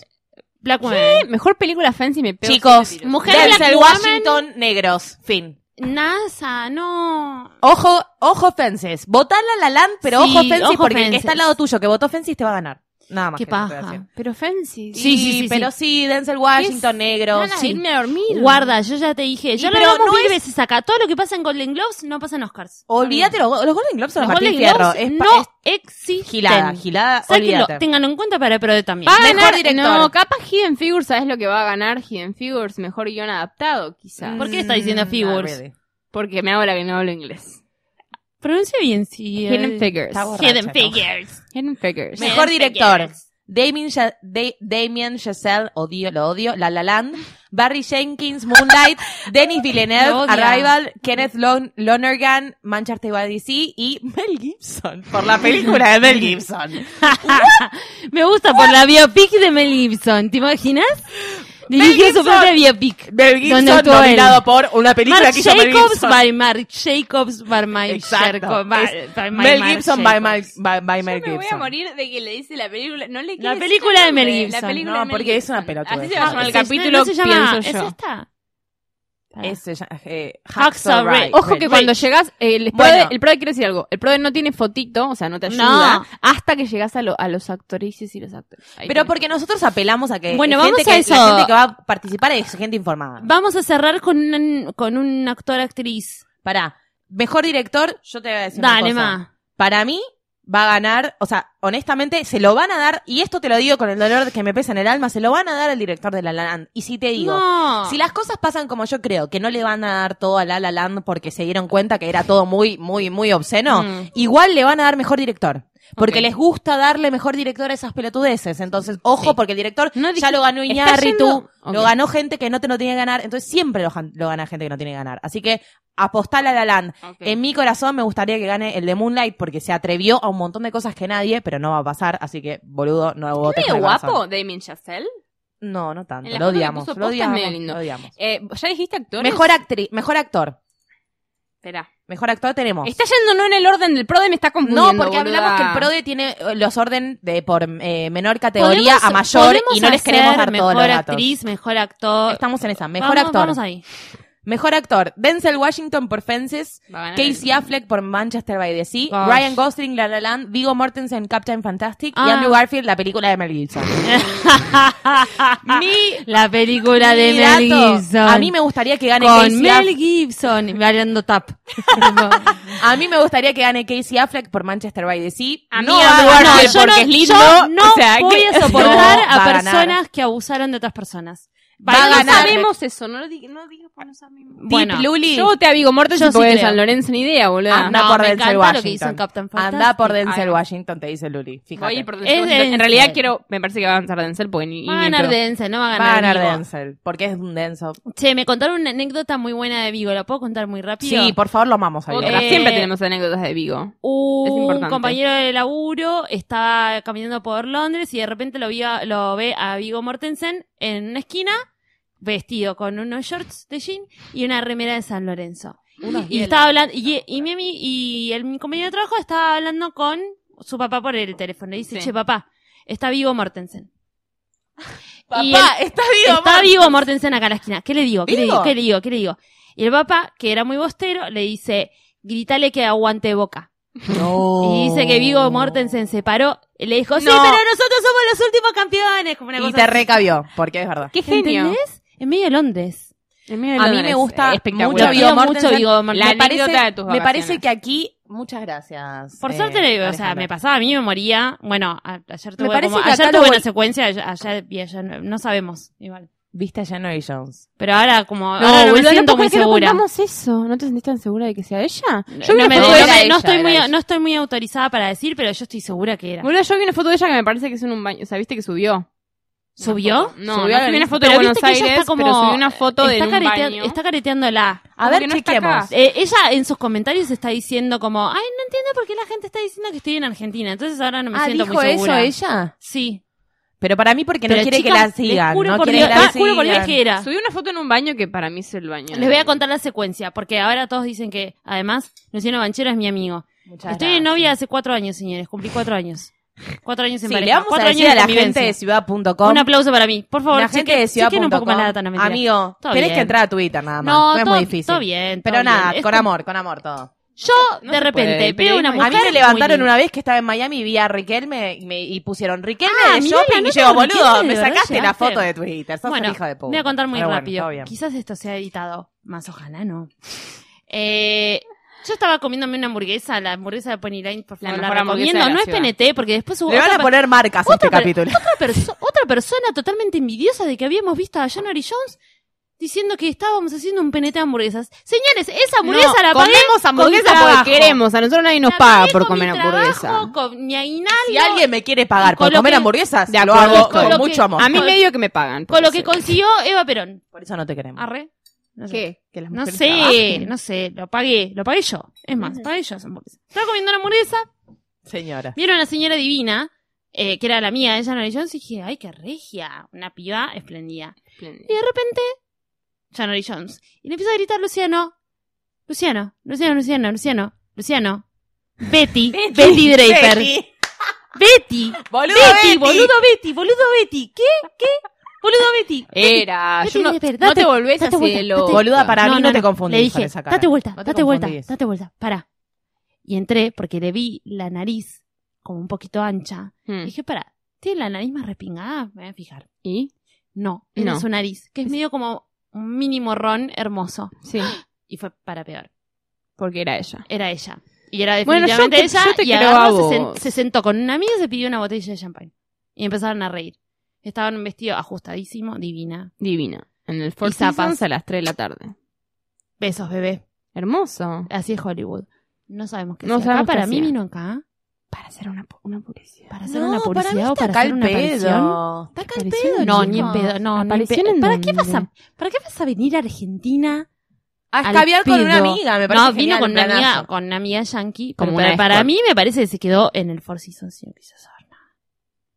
Speaker 6: Black Woman.
Speaker 8: Mejor película fancy me pego.
Speaker 7: Chicos,
Speaker 6: Mujer
Speaker 7: Denzel
Speaker 6: Black
Speaker 7: Washington, negros. Fin.
Speaker 6: NASA, no.
Speaker 7: Ojo, ojo Fences. Votar la Land, pero
Speaker 6: Sí,
Speaker 7: ojo Fences
Speaker 6: ojo
Speaker 7: porque el que
Speaker 6: Fences.
Speaker 7: está al lado tuyo que votó Fences te va a ganar. Nada más.
Speaker 6: Qué
Speaker 7: que te puedo
Speaker 6: paja.
Speaker 7: decir.
Speaker 6: Pero fancy.
Speaker 7: Sí, sí, sí, pero sí, Denzel Washington, negros.
Speaker 8: Ganas de
Speaker 7: Sí.
Speaker 8: irme a dormir.
Speaker 6: Guarda, yo ya te dije, ya
Speaker 7: Y
Speaker 6: lo
Speaker 7: pero
Speaker 6: hablamos
Speaker 7: no
Speaker 6: mil
Speaker 7: es-
Speaker 6: veces acá. Todo lo que pasa en Golden Globes no pasa en Oscars.
Speaker 7: Olvídate, los, los Golden Globes son
Speaker 6: Los
Speaker 7: los Martín
Speaker 6: Golden
Speaker 7: Fierro.
Speaker 6: Globes
Speaker 7: Es, pa-
Speaker 6: no
Speaker 7: es
Speaker 6: existen.
Speaker 7: gilada, gilada,
Speaker 6: Sáquenlo,
Speaker 7: olvídate.
Speaker 6: ténganlo en cuenta para el PRODE también.
Speaker 8: Va a
Speaker 7: Mejor
Speaker 8: ganar,
Speaker 7: director.
Speaker 8: No, capaz Hidden Figures, ¿sabes lo que va a ganar Hidden Figures? Mejor guión adaptado, quizás.
Speaker 6: ¿Por qué está diciendo
Speaker 7: Mm,
Speaker 6: figures?
Speaker 7: no, really.
Speaker 8: Porque me hago la que no hablo inglés.
Speaker 6: Pronuncia bien, sí. eh.
Speaker 8: Hidden Figures.
Speaker 7: Está borracha,
Speaker 6: Hidden
Speaker 7: ¿no?
Speaker 6: Figures.
Speaker 8: Hidden Figures.
Speaker 6: Me-
Speaker 7: Mejor
Speaker 6: Yes,
Speaker 7: director.
Speaker 6: yes.
Speaker 7: Damien, Cha- Da- Damien Chazelle, odio, lo odio, La La Land, Barry Jenkins, Moonlight, Denis Villeneuve,
Speaker 6: Lo odia.
Speaker 7: Arrival, Kenneth Lon Lonergan, Manchester by the Sea y Mel Gibson, por la película de Mel Gibson.
Speaker 6: Me gusta por la biopic de Mel Gibson. ¿Te imaginas? Dirigió su
Speaker 7: Gibson.
Speaker 6: propia biopic.
Speaker 7: Mel
Speaker 6: ¿Dónde
Speaker 7: Gibson
Speaker 6: actuó él?
Speaker 7: nominado por una película
Speaker 6: Mark
Speaker 7: que hizo Mel
Speaker 6: Jacobs
Speaker 7: Gibson.
Speaker 6: by Mark Jacobs by Mike
Speaker 7: Exacto.
Speaker 6: Jerko- by-
Speaker 7: Es
Speaker 6: by my
Speaker 7: Mel
Speaker 6: Mark
Speaker 7: Gibson by, Mel-
Speaker 6: Jacobs.
Speaker 7: by, by Mel
Speaker 8: Yo me voy a
Speaker 7: Gibson.
Speaker 8: morir de que le dice la película. No le
Speaker 6: La
Speaker 8: quiere
Speaker 6: película
Speaker 8: decir
Speaker 6: de Mel
Speaker 8: nombre,
Speaker 6: Gibson.
Speaker 8: La película
Speaker 7: No,
Speaker 8: de Mel
Speaker 7: porque es una
Speaker 8: Gibson.
Speaker 7: pelotudez.
Speaker 8: Así se va a llamar el
Speaker 6: Sí,
Speaker 8: capítulo,
Speaker 6: Ah, este? ¿no se llama-
Speaker 8: pienso
Speaker 6: ¿Es
Speaker 8: yo.
Speaker 6: esta?
Speaker 7: Es, eh,
Speaker 6: Hacksaw
Speaker 7: Hacksaw
Speaker 6: Ridge.
Speaker 7: Ridge.
Speaker 8: Ojo que cuando llegas, el
Speaker 7: Bueno.
Speaker 8: PRODE, el PRODE quiere decir algo. El PRODE no tiene fotito, o sea, no te
Speaker 6: No.
Speaker 8: ayuda hasta que llegas a, lo- a los actorices y los actores. Ahí
Speaker 7: Pero
Speaker 8: tenés.
Speaker 7: porque nosotros apelamos a que
Speaker 6: Bueno,
Speaker 7: gente
Speaker 6: vamos
Speaker 7: que,
Speaker 6: a
Speaker 7: la
Speaker 6: eso.
Speaker 7: gente que va a participar es gente informada.
Speaker 6: Vamos a cerrar con un, con un actor actriz.
Speaker 7: Pará. Mejor director, yo te voy a decir una
Speaker 6: Dale,
Speaker 7: cosa.
Speaker 6: ma.
Speaker 7: Para mí va a ganar, o sea, honestamente se lo van a dar y esto te lo digo con el dolor que me pesa en el alma, se lo van a dar al director de La La Land. Y si te digo,
Speaker 6: No.
Speaker 7: si las cosas pasan como yo creo, que no le van a dar todo a La La Land porque se dieron cuenta que era todo muy muy muy obsceno,
Speaker 8: Mm.
Speaker 7: igual le van a dar mejor director. Porque
Speaker 8: Ok.
Speaker 7: les gusta darle mejor director a esas pelotudeces. Entonces, ojo,
Speaker 8: Sí.
Speaker 7: porque el director
Speaker 8: No
Speaker 7: ya
Speaker 8: dije-
Speaker 7: lo ganó
Speaker 8: ¿Está
Speaker 7: Iñárritu,
Speaker 8: yendo? Ok.
Speaker 7: lo ganó gente que no te lo tiene que ganar. Entonces, siempre lo, jan- lo gana gente que no tiene que ganar. Así que, apostala a La Land.
Speaker 8: Ok. Em,
Speaker 7: En mi corazón me gustaría que gane el de Moonlight porque se atrevió a un montón de cosas que nadie, pero no va a pasar. Así que, boludo, no votes
Speaker 8: medio
Speaker 7: con el corazón.
Speaker 8: guapo Damien Chazelle?
Speaker 7: No, no tanto.
Speaker 8: En la
Speaker 7: Lo
Speaker 8: foto que
Speaker 7: odiamos,
Speaker 8: puso
Speaker 7: lo
Speaker 8: posta es
Speaker 7: odiamos,
Speaker 8: medio lindo.
Speaker 7: lo odiamos.
Speaker 8: Eh, ¿Ya dijiste actores?
Speaker 7: Mejor actriz, mejor actor.
Speaker 8: Espera.
Speaker 7: Mejor actor tenemos.
Speaker 8: Está yendo no en el orden del PRODEM, está
Speaker 7: No,
Speaker 8: confundiendo.
Speaker 7: porque hablamos
Speaker 8: boluda.
Speaker 7: que el PRODE tiene eh, los orden de por eh, menor categoría
Speaker 6: Podemos-
Speaker 7: a mayor y
Speaker 6: podemos
Speaker 7: no les queremos
Speaker 6: hacer
Speaker 7: dar todos los
Speaker 6: Mejor
Speaker 7: datos.
Speaker 6: actriz, mejor actor.
Speaker 7: Estamos en esa. Mejor
Speaker 6: Vamos-
Speaker 7: actor.
Speaker 6: Vamos ahí.
Speaker 7: Mejor actor. Denzel Washington por Fences.
Speaker 8: Va a ganar
Speaker 7: Casey Affleck por Manchester by the Sea.
Speaker 6: Gosh.
Speaker 7: Ryan Gosling, La La Land. Vigo Mortensen, Captain Fantastic. Y
Speaker 6: Ah.
Speaker 7: Andrew Garfield, la película de Mel Gibson. Mi-
Speaker 6: La película de
Speaker 7: mi
Speaker 6: Mel
Speaker 7: dato.
Speaker 6: Gibson.
Speaker 7: A mí me gustaría que gane Casey
Speaker 6: Con Mel
Speaker 7: Affleck.
Speaker 6: Gibson y bailando tap.
Speaker 7: A mí me gustaría que gane Casey Affleck por Manchester by the Sea.
Speaker 6: Ah,
Speaker 8: A mí
Speaker 7: No,
Speaker 8: Andrew
Speaker 7: no,
Speaker 8: Garfield
Speaker 7: yo
Speaker 8: porque
Speaker 7: no-
Speaker 8: es lindo.
Speaker 6: Yo no
Speaker 8: o sea, que-
Speaker 6: voy a
Speaker 7: No,
Speaker 6: soportar
Speaker 7: va
Speaker 6: a
Speaker 7: a ganar.
Speaker 6: personas que abusaron de otras personas.
Speaker 7: Va a
Speaker 8: no
Speaker 7: ganar.
Speaker 8: sabemos eso, no lo digo, no digo que no sabemos.
Speaker 6: Bueno,
Speaker 7: Luli.
Speaker 8: Yo voté a Vigo
Speaker 6: Yo
Speaker 8: Mortensen
Speaker 6: sí
Speaker 8: porque de
Speaker 6: creo.
Speaker 8: San Lorenzo ni idea, boludo.
Speaker 7: Anda
Speaker 6: no,
Speaker 7: por
Speaker 6: me
Speaker 7: Denzel
Speaker 6: encanta lo que hizo
Speaker 7: Washington.
Speaker 6: en Captain
Speaker 7: Anda por
Speaker 6: Fantastic.
Speaker 7: Denzel
Speaker 6: Ay,
Speaker 7: Washington, te dice Luli. Fíjate.
Speaker 8: Voy a ir por
Speaker 6: Es
Speaker 8: Denzel. Washington. En
Speaker 6: Denzel.
Speaker 8: realidad quiero, me parece que va a avanzar Denzel porque ni,
Speaker 6: Va a
Speaker 8: ni en
Speaker 6: ganar
Speaker 8: pedo.
Speaker 6: Denzel, no va a
Speaker 7: Va a
Speaker 6: ganar,
Speaker 7: ganar
Speaker 6: Vigo.
Speaker 7: Denzel, porque es un denso.
Speaker 6: Che, me contaron una anécdota muy buena de Vigo. ¿La puedo contar muy rápido?
Speaker 7: Sí, por favor, lo amamos a Vigo.
Speaker 8: Otra,
Speaker 6: Eh,
Speaker 8: Siempre tenemos anécdotas de Vigo. Es
Speaker 6: un
Speaker 8: importante.
Speaker 6: compañero de laburo estaba caminando por Londres y de repente lo, vi a- lo ve a Vigo Mortensen en una esquina, vestido con unos shorts de jean y una remera de San Lorenzo. Y, estaba hablando, y, y mi ami- y el mi compañero de trabajo estaba hablando con su papá por el teléfono. Le dice,
Speaker 8: Sí.
Speaker 6: che, papá, está Vigo Mortensen.
Speaker 7: Papá,
Speaker 6: y el-
Speaker 7: está Vigo.
Speaker 6: está Vigo Mortensen acá en la esquina. ¿Qué le digo? ¿Qué le
Speaker 7: ¿Vigo?
Speaker 6: digo? ¿Qué le digo? ¿Qué le digo? Y el papá, que era muy bostero, le dice, gritale que aguante boca.
Speaker 7: Oh.
Speaker 6: Y dice que Vigo Mortensen se paró y le dijo, sí,
Speaker 8: No.
Speaker 6: pero nosotros somos los últimos campeones. Como una
Speaker 7: Y
Speaker 6: cosa
Speaker 7: te
Speaker 6: así.
Speaker 7: recabió, porque es verdad.
Speaker 8: ¡Qué genio!
Speaker 6: ¿Entendés? En medio de Londres.
Speaker 7: A mí me gusta mucho
Speaker 6: Yo
Speaker 7: Vigo
Speaker 6: quiero mucho
Speaker 7: Mortensen.
Speaker 6: Viggo Mortensen.
Speaker 8: La
Speaker 7: me, parece,
Speaker 8: anécdota de tus
Speaker 7: me parece
Speaker 8: vacaciones.
Speaker 7: que aquí. Muchas gracias.
Speaker 6: Por
Speaker 7: eh,
Speaker 6: suerte, le- o sea,
Speaker 7: Alejandra.
Speaker 6: me pasaba, a mí me moría. Bueno, a- ayer tuve,
Speaker 7: parece
Speaker 6: como-
Speaker 7: que
Speaker 6: ayer
Speaker 7: acá lo
Speaker 6: tuve
Speaker 7: vol-
Speaker 6: una secuencia, ayer, ayer vi, ayer no, no sabemos. Igual.
Speaker 7: Viste a January Jones.
Speaker 6: Pero ahora como,
Speaker 8: No,
Speaker 6: Ah, ahora no me
Speaker 8: boludo,
Speaker 6: siento
Speaker 8: no
Speaker 6: muy segura.
Speaker 8: No eso. ¿No te sentís tan segura de que sea ella?
Speaker 6: No me- no
Speaker 8: Yo vi una foto
Speaker 6: me-
Speaker 8: de
Speaker 6: no
Speaker 8: ella.
Speaker 7: ella,
Speaker 6: estoy
Speaker 7: era
Speaker 6: muy,
Speaker 7: ella.
Speaker 6: no estoy muy autorizada para decir, pero yo estoy segura que era.
Speaker 8: Boludo, yo vi una foto de ella que me parece que es en un baño. O sea, ¿viste que subió?
Speaker 6: ¿Subió?
Speaker 8: No,
Speaker 7: Subió
Speaker 8: no
Speaker 7: al-
Speaker 8: subí una foto
Speaker 6: Pero
Speaker 8: de
Speaker 6: viste
Speaker 8: Buenos
Speaker 6: que ella
Speaker 8: Aires,
Speaker 6: está como-
Speaker 8: pero subí una foto de
Speaker 6: está,
Speaker 8: un
Speaker 6: caretea-
Speaker 8: baño.
Speaker 6: está careteándola.
Speaker 7: A
Speaker 8: Como
Speaker 7: ver,
Speaker 8: que no está
Speaker 7: chequemos.
Speaker 8: acá.
Speaker 6: Eh, ella en sus comentarios está diciendo como, ay, no entiendo por qué la gente está diciendo que estoy en Argentina, entonces ahora no me
Speaker 7: ah,
Speaker 6: siento
Speaker 7: dijo
Speaker 6: muy
Speaker 7: eso
Speaker 6: segura.
Speaker 7: ella.
Speaker 6: Sí.
Speaker 7: Pero para mí, porque
Speaker 6: Pero,
Speaker 7: no quiere
Speaker 6: chicas,
Speaker 7: que la
Speaker 6: les
Speaker 7: sigan.
Speaker 6: juro
Speaker 7: no
Speaker 6: por
Speaker 7: quiere
Speaker 6: Dios-
Speaker 7: que la
Speaker 6: ah, juro por Dios
Speaker 7: sigan.
Speaker 6: que era.
Speaker 8: Subí una foto en un baño que para mí es el baño.
Speaker 6: Les voy a contar la secuencia, porque ahora todos dicen que, además, Luciano Banchero es mi amigo.
Speaker 7: Muchas
Speaker 6: estoy de
Speaker 7: gracias.
Speaker 6: novia hace cuatro años, señores, cumplí cuatro años. Cuatro años en
Speaker 7: Sí,
Speaker 6: pareja.
Speaker 7: le vamos a
Speaker 6: cuatro
Speaker 7: decir a
Speaker 6: años
Speaker 7: la
Speaker 6: de
Speaker 7: gente de
Speaker 6: convivencia.
Speaker 7: ciudad.com.
Speaker 6: Un aplauso para mí, por favor.
Speaker 7: la gente
Speaker 6: chequen-
Speaker 7: de ciudad.com.
Speaker 6: chequen un poco más la data, no, mentira.
Speaker 7: Amigo,
Speaker 6: Todo
Speaker 7: tenés
Speaker 6: bien.
Speaker 7: que entrar a Twitter nada más.
Speaker 6: No,
Speaker 7: No, es
Speaker 6: todo-
Speaker 7: muy difícil.
Speaker 6: todo bien,
Speaker 7: Pero
Speaker 6: todo
Speaker 7: nada,
Speaker 6: bien.
Speaker 7: con
Speaker 6: Es-
Speaker 7: amor, con amor todo.
Speaker 6: Yo,
Speaker 8: No
Speaker 6: de
Speaker 8: se puede,
Speaker 6: repente,
Speaker 8: el
Speaker 6: veo una
Speaker 8: periodismo es
Speaker 6: mujer.
Speaker 7: A mí me
Speaker 6: muy
Speaker 7: levantaron
Speaker 6: linda.
Speaker 7: una vez que estaba en Miami y vi a Riquelme y, me, y pusieron Riquelme
Speaker 6: Ah,
Speaker 7: de
Speaker 6: mirá,
Speaker 7: shopping
Speaker 6: la
Speaker 7: y
Speaker 6: nota
Speaker 7: yo,
Speaker 6: de
Speaker 7: boludo,
Speaker 6: Riquelme,
Speaker 7: me
Speaker 6: de verdad
Speaker 7: sacaste la
Speaker 6: llegaste.
Speaker 7: foto de Twitter. Sos
Speaker 6: bueno,
Speaker 7: un hijo de puta.
Speaker 6: Me voy a contar muy
Speaker 7: Pero bueno,
Speaker 6: rápido.
Speaker 7: todo bien.
Speaker 6: Quizás esto sea editado. Más ojalá no. Eh, yo estaba comiéndome una hamburguesa, la hamburguesa de Pony Line, por
Speaker 8: La
Speaker 6: favor, la,
Speaker 8: mejor hamburguesa
Speaker 6: recomiendo.
Speaker 8: de la
Speaker 6: No es
Speaker 8: ciudad.
Speaker 6: PNT, porque después hubo
Speaker 7: Le van
Speaker 6: otra
Speaker 7: a
Speaker 6: per-
Speaker 7: poner marcas a
Speaker 6: otra
Speaker 7: este
Speaker 6: per-
Speaker 7: capítulo.
Speaker 6: otra, perso- otra persona totalmente envidiosa de que habíamos visto a January Jones diciendo que estábamos haciendo un PNT de hamburguesas. Señores, esa hamburguesa la pagué
Speaker 8: comemos hamburguesa
Speaker 6: con mi
Speaker 8: porque
Speaker 6: trabajo.
Speaker 8: queremos. A nosotros nadie nos
Speaker 6: La
Speaker 8: paga
Speaker 6: pagué
Speaker 8: por
Speaker 6: con mi
Speaker 8: comer hamburguesa.
Speaker 6: trabajo, Con mi aguinaldo.
Speaker 7: Si alguien me quiere pagar
Speaker 6: Con
Speaker 7: por
Speaker 6: lo
Speaker 7: comer
Speaker 6: que-
Speaker 7: hamburguesas,
Speaker 8: De
Speaker 7: lo
Speaker 8: acuerdo
Speaker 7: hago
Speaker 8: estoy.
Speaker 7: con
Speaker 6: Con lo
Speaker 7: mucho
Speaker 6: que-
Speaker 7: amor.
Speaker 8: A mí
Speaker 6: Con-
Speaker 8: medio que me pagan. por
Speaker 6: Con lo que
Speaker 8: eso.
Speaker 6: consiguió Eva Perón.
Speaker 7: Por eso no te queremos.
Speaker 6: Arre. No sé.
Speaker 8: ¿Qué? Que las
Speaker 6: No
Speaker 8: mujeres
Speaker 6: sé,
Speaker 8: trabajen.
Speaker 6: no sé, lo pagué, lo pagué yo. Es más, pagué yo esa hamburguesa. Estaba comiendo una hamburguesa,
Speaker 7: Señora.
Speaker 6: vieron a la señora divina, eh, que era la mía, ella no Jones, y dije, ay, qué regia, una piba esplendida. Y de repente, January Jones. Y le empiezo a gritar, Luciano, Luciano, Luciano, Luciano, Luciano, Luciano, Betty, Betty Draper, Betty,
Speaker 7: Betty.
Speaker 6: Betty,
Speaker 7: Boludo Betty.
Speaker 6: boludo Betty, boludo Betty, ¿qué? ¿Qué? Boludo Betty.
Speaker 8: Era.
Speaker 6: Betty
Speaker 8: Yo no,
Speaker 6: Draper,
Speaker 8: no
Speaker 6: date-
Speaker 8: te volvés
Speaker 6: date
Speaker 8: así
Speaker 6: vuelta,
Speaker 8: de loco.
Speaker 6: date-
Speaker 7: Boluda, para mí no, te confundís
Speaker 6: Le dije,
Speaker 7: con esa cara.
Speaker 6: date vuelta,
Speaker 7: No te
Speaker 6: date vuelta,
Speaker 7: confundís.
Speaker 6: date vuelta, para. Y entré porque le vi la nariz como un poquito ancha.
Speaker 8: Mm.
Speaker 6: Dije, para, tiene la nariz más repingada, me voy a fijar.
Speaker 8: ¿Y?
Speaker 6: No, era
Speaker 8: No.
Speaker 6: su nariz, que es medio como un mini morrón hermoso.
Speaker 8: Sí.
Speaker 6: Y fue para peor,
Speaker 8: Porque era ella.
Speaker 6: era ella. Y era
Speaker 8: Bueno, yo
Speaker 6: definitivamente
Speaker 8: te-
Speaker 6: ella,
Speaker 8: yo te
Speaker 6: y
Speaker 8: creo
Speaker 6: agarró,
Speaker 8: a
Speaker 6: se, sen-
Speaker 8: vos.
Speaker 6: se sentó con una amiga y se pidió una botella de champán. Y empezaron a reír. Estaban un vestido ajustadísimo, divina.
Speaker 8: Divina. En el
Speaker 6: Y
Speaker 8: Four
Speaker 6: zapas.
Speaker 8: Seasons a las 3 de la tarde.
Speaker 6: Besos, bebé.
Speaker 8: Hermoso.
Speaker 6: Así es Hollywood. No sabemos qué
Speaker 8: No
Speaker 6: hacía acá.
Speaker 8: sabemos qué
Speaker 6: Para mí
Speaker 8: hacía.
Speaker 6: vino acá
Speaker 8: Para hacer una, pu- una publicidad.
Speaker 6: para hacer
Speaker 7: No,
Speaker 6: una
Speaker 7: para mí
Speaker 6: publicidad o
Speaker 7: está
Speaker 6: para
Speaker 7: acá
Speaker 6: hacer
Speaker 7: el
Speaker 6: una aparición.
Speaker 7: pedo. Está acá el
Speaker 8: Aparición
Speaker 7: pedo,
Speaker 8: en
Speaker 6: No,
Speaker 8: Chicos,
Speaker 6: ni en pedo, no, ni en
Speaker 8: ¿aparición
Speaker 6: pedo.
Speaker 8: en
Speaker 6: ¿Para qué vas
Speaker 8: dónde?
Speaker 6: a para qué vas a venir a Argentina?
Speaker 7: A
Speaker 6: al
Speaker 7: escabiar Ah, con una
Speaker 6: pedo?
Speaker 7: amiga, me parece.
Speaker 6: No, vino
Speaker 7: genial,
Speaker 6: con una
Speaker 7: planazo.
Speaker 6: amiga, con una amiga yankee,
Speaker 8: Como
Speaker 6: como
Speaker 8: una
Speaker 6: para
Speaker 8: escort.
Speaker 6: mí me parece que se quedó en el Four Seasons y no quiso saber nada.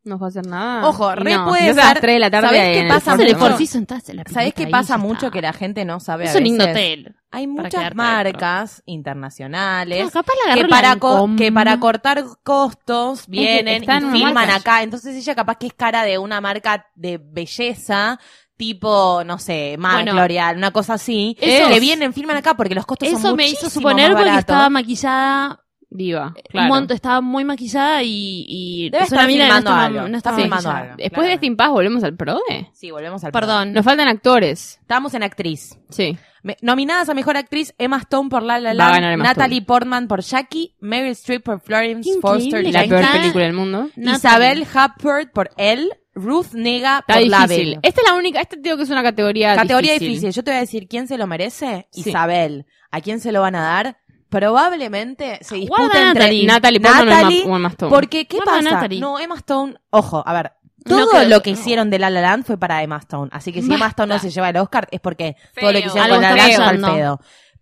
Speaker 8: No va a hacer nada.
Speaker 7: Ojo,
Speaker 8: Y
Speaker 7: re
Speaker 8: no,
Speaker 7: puede
Speaker 8: si no es a las
Speaker 7: ser-
Speaker 8: 3 de la tarde.
Speaker 7: ¿sabés qué
Speaker 8: en
Speaker 7: pasa
Speaker 6: Estás en el
Speaker 7: mucho?
Speaker 6: Four
Speaker 8: Seasons.
Speaker 6: Seasons, estás en la
Speaker 7: ¿Sabés
Speaker 6: pileta
Speaker 7: qué
Speaker 6: ahí,
Speaker 7: pasa
Speaker 6: ya
Speaker 7: mucho
Speaker 6: está.
Speaker 7: que la gente no sabe a
Speaker 6: es un lindo
Speaker 7: veces?
Speaker 6: hotel.
Speaker 7: hay
Speaker 8: Para
Speaker 7: muchas
Speaker 8: quedarte
Speaker 7: marcas internacionales
Speaker 6: No, capaz la
Speaker 7: que
Speaker 6: agarró la
Speaker 7: para, co-
Speaker 6: Lancôme.
Speaker 7: que para cortar costos vienen
Speaker 8: están
Speaker 7: y
Speaker 8: unas
Speaker 7: filman
Speaker 8: marcas.
Speaker 7: acá. Entonces ella capaz que es cara de una marca de belleza, tipo, no sé, Mac,
Speaker 6: Bueno.
Speaker 7: L'Oreal, una cosa así.
Speaker 6: Eso-
Speaker 7: que vienen, filman acá porque los costos son
Speaker 6: Eso me hizo
Speaker 7: muchísimo
Speaker 6: suponer
Speaker 7: más
Speaker 6: porque
Speaker 7: baratos.
Speaker 6: estaba maquillada
Speaker 8: Diva.
Speaker 6: un
Speaker 8: Claro.
Speaker 6: montón, estaba muy maquillada y, y
Speaker 7: Debe
Speaker 6: es una
Speaker 7: estar
Speaker 6: mina que no
Speaker 7: filmando
Speaker 6: está,
Speaker 7: algo,
Speaker 6: no
Speaker 7: está
Speaker 6: está
Speaker 7: filmando
Speaker 6: maquillada.
Speaker 7: algo.
Speaker 8: Después de
Speaker 7: Claramente.
Speaker 8: Steam Paz volvemos al PRODE.
Speaker 7: Sí, volvemos al
Speaker 6: Perdón.
Speaker 8: Nos faltan actores.
Speaker 7: Estábamos en actriz.
Speaker 8: Sí.
Speaker 7: Me- nominadas a mejor actriz: Emma Stone por La La
Speaker 8: Va a
Speaker 7: Land,
Speaker 8: ganar Emma
Speaker 7: Natalie Portman por Jackie, Meryl Streep por Florence
Speaker 6: Increíble.
Speaker 7: Foster
Speaker 8: La
Speaker 7: Jenkins.
Speaker 8: peor
Speaker 6: está-
Speaker 8: película del mundo.
Speaker 6: Natalie.
Speaker 7: Isabel Hapford por él, Ruth Nega
Speaker 8: Está
Speaker 7: por
Speaker 8: difícil.
Speaker 7: Label.
Speaker 8: Esta es la única, esta digo que es una categoría
Speaker 7: Categoría difícil. Yo te voy a decir quién se lo merece.
Speaker 8: Sí.
Speaker 7: Isabel. ¿A quién se lo van a dar? Probablemente se disputa
Speaker 6: Guarda a
Speaker 7: entre
Speaker 6: Natalie.
Speaker 8: Ah, Natalie Portman
Speaker 7: Natalie,
Speaker 8: o Emma- o Emma Stone.
Speaker 7: Porque, ¿qué
Speaker 6: Guarda a
Speaker 7: pasa?
Speaker 6: Natalie.
Speaker 7: No, Emma Stone, ojo, a ver, todo
Speaker 6: creo
Speaker 7: lo
Speaker 6: que-
Speaker 7: que hicieron de La La Land fue para Emma Stone. Así que si Emma Stone no se lleva el Oscar es porque todo lo que hicieron
Speaker 6: Algo
Speaker 7: con La La
Speaker 6: está
Speaker 7: Land fue al
Speaker 6: fallando.
Speaker 7: pedo.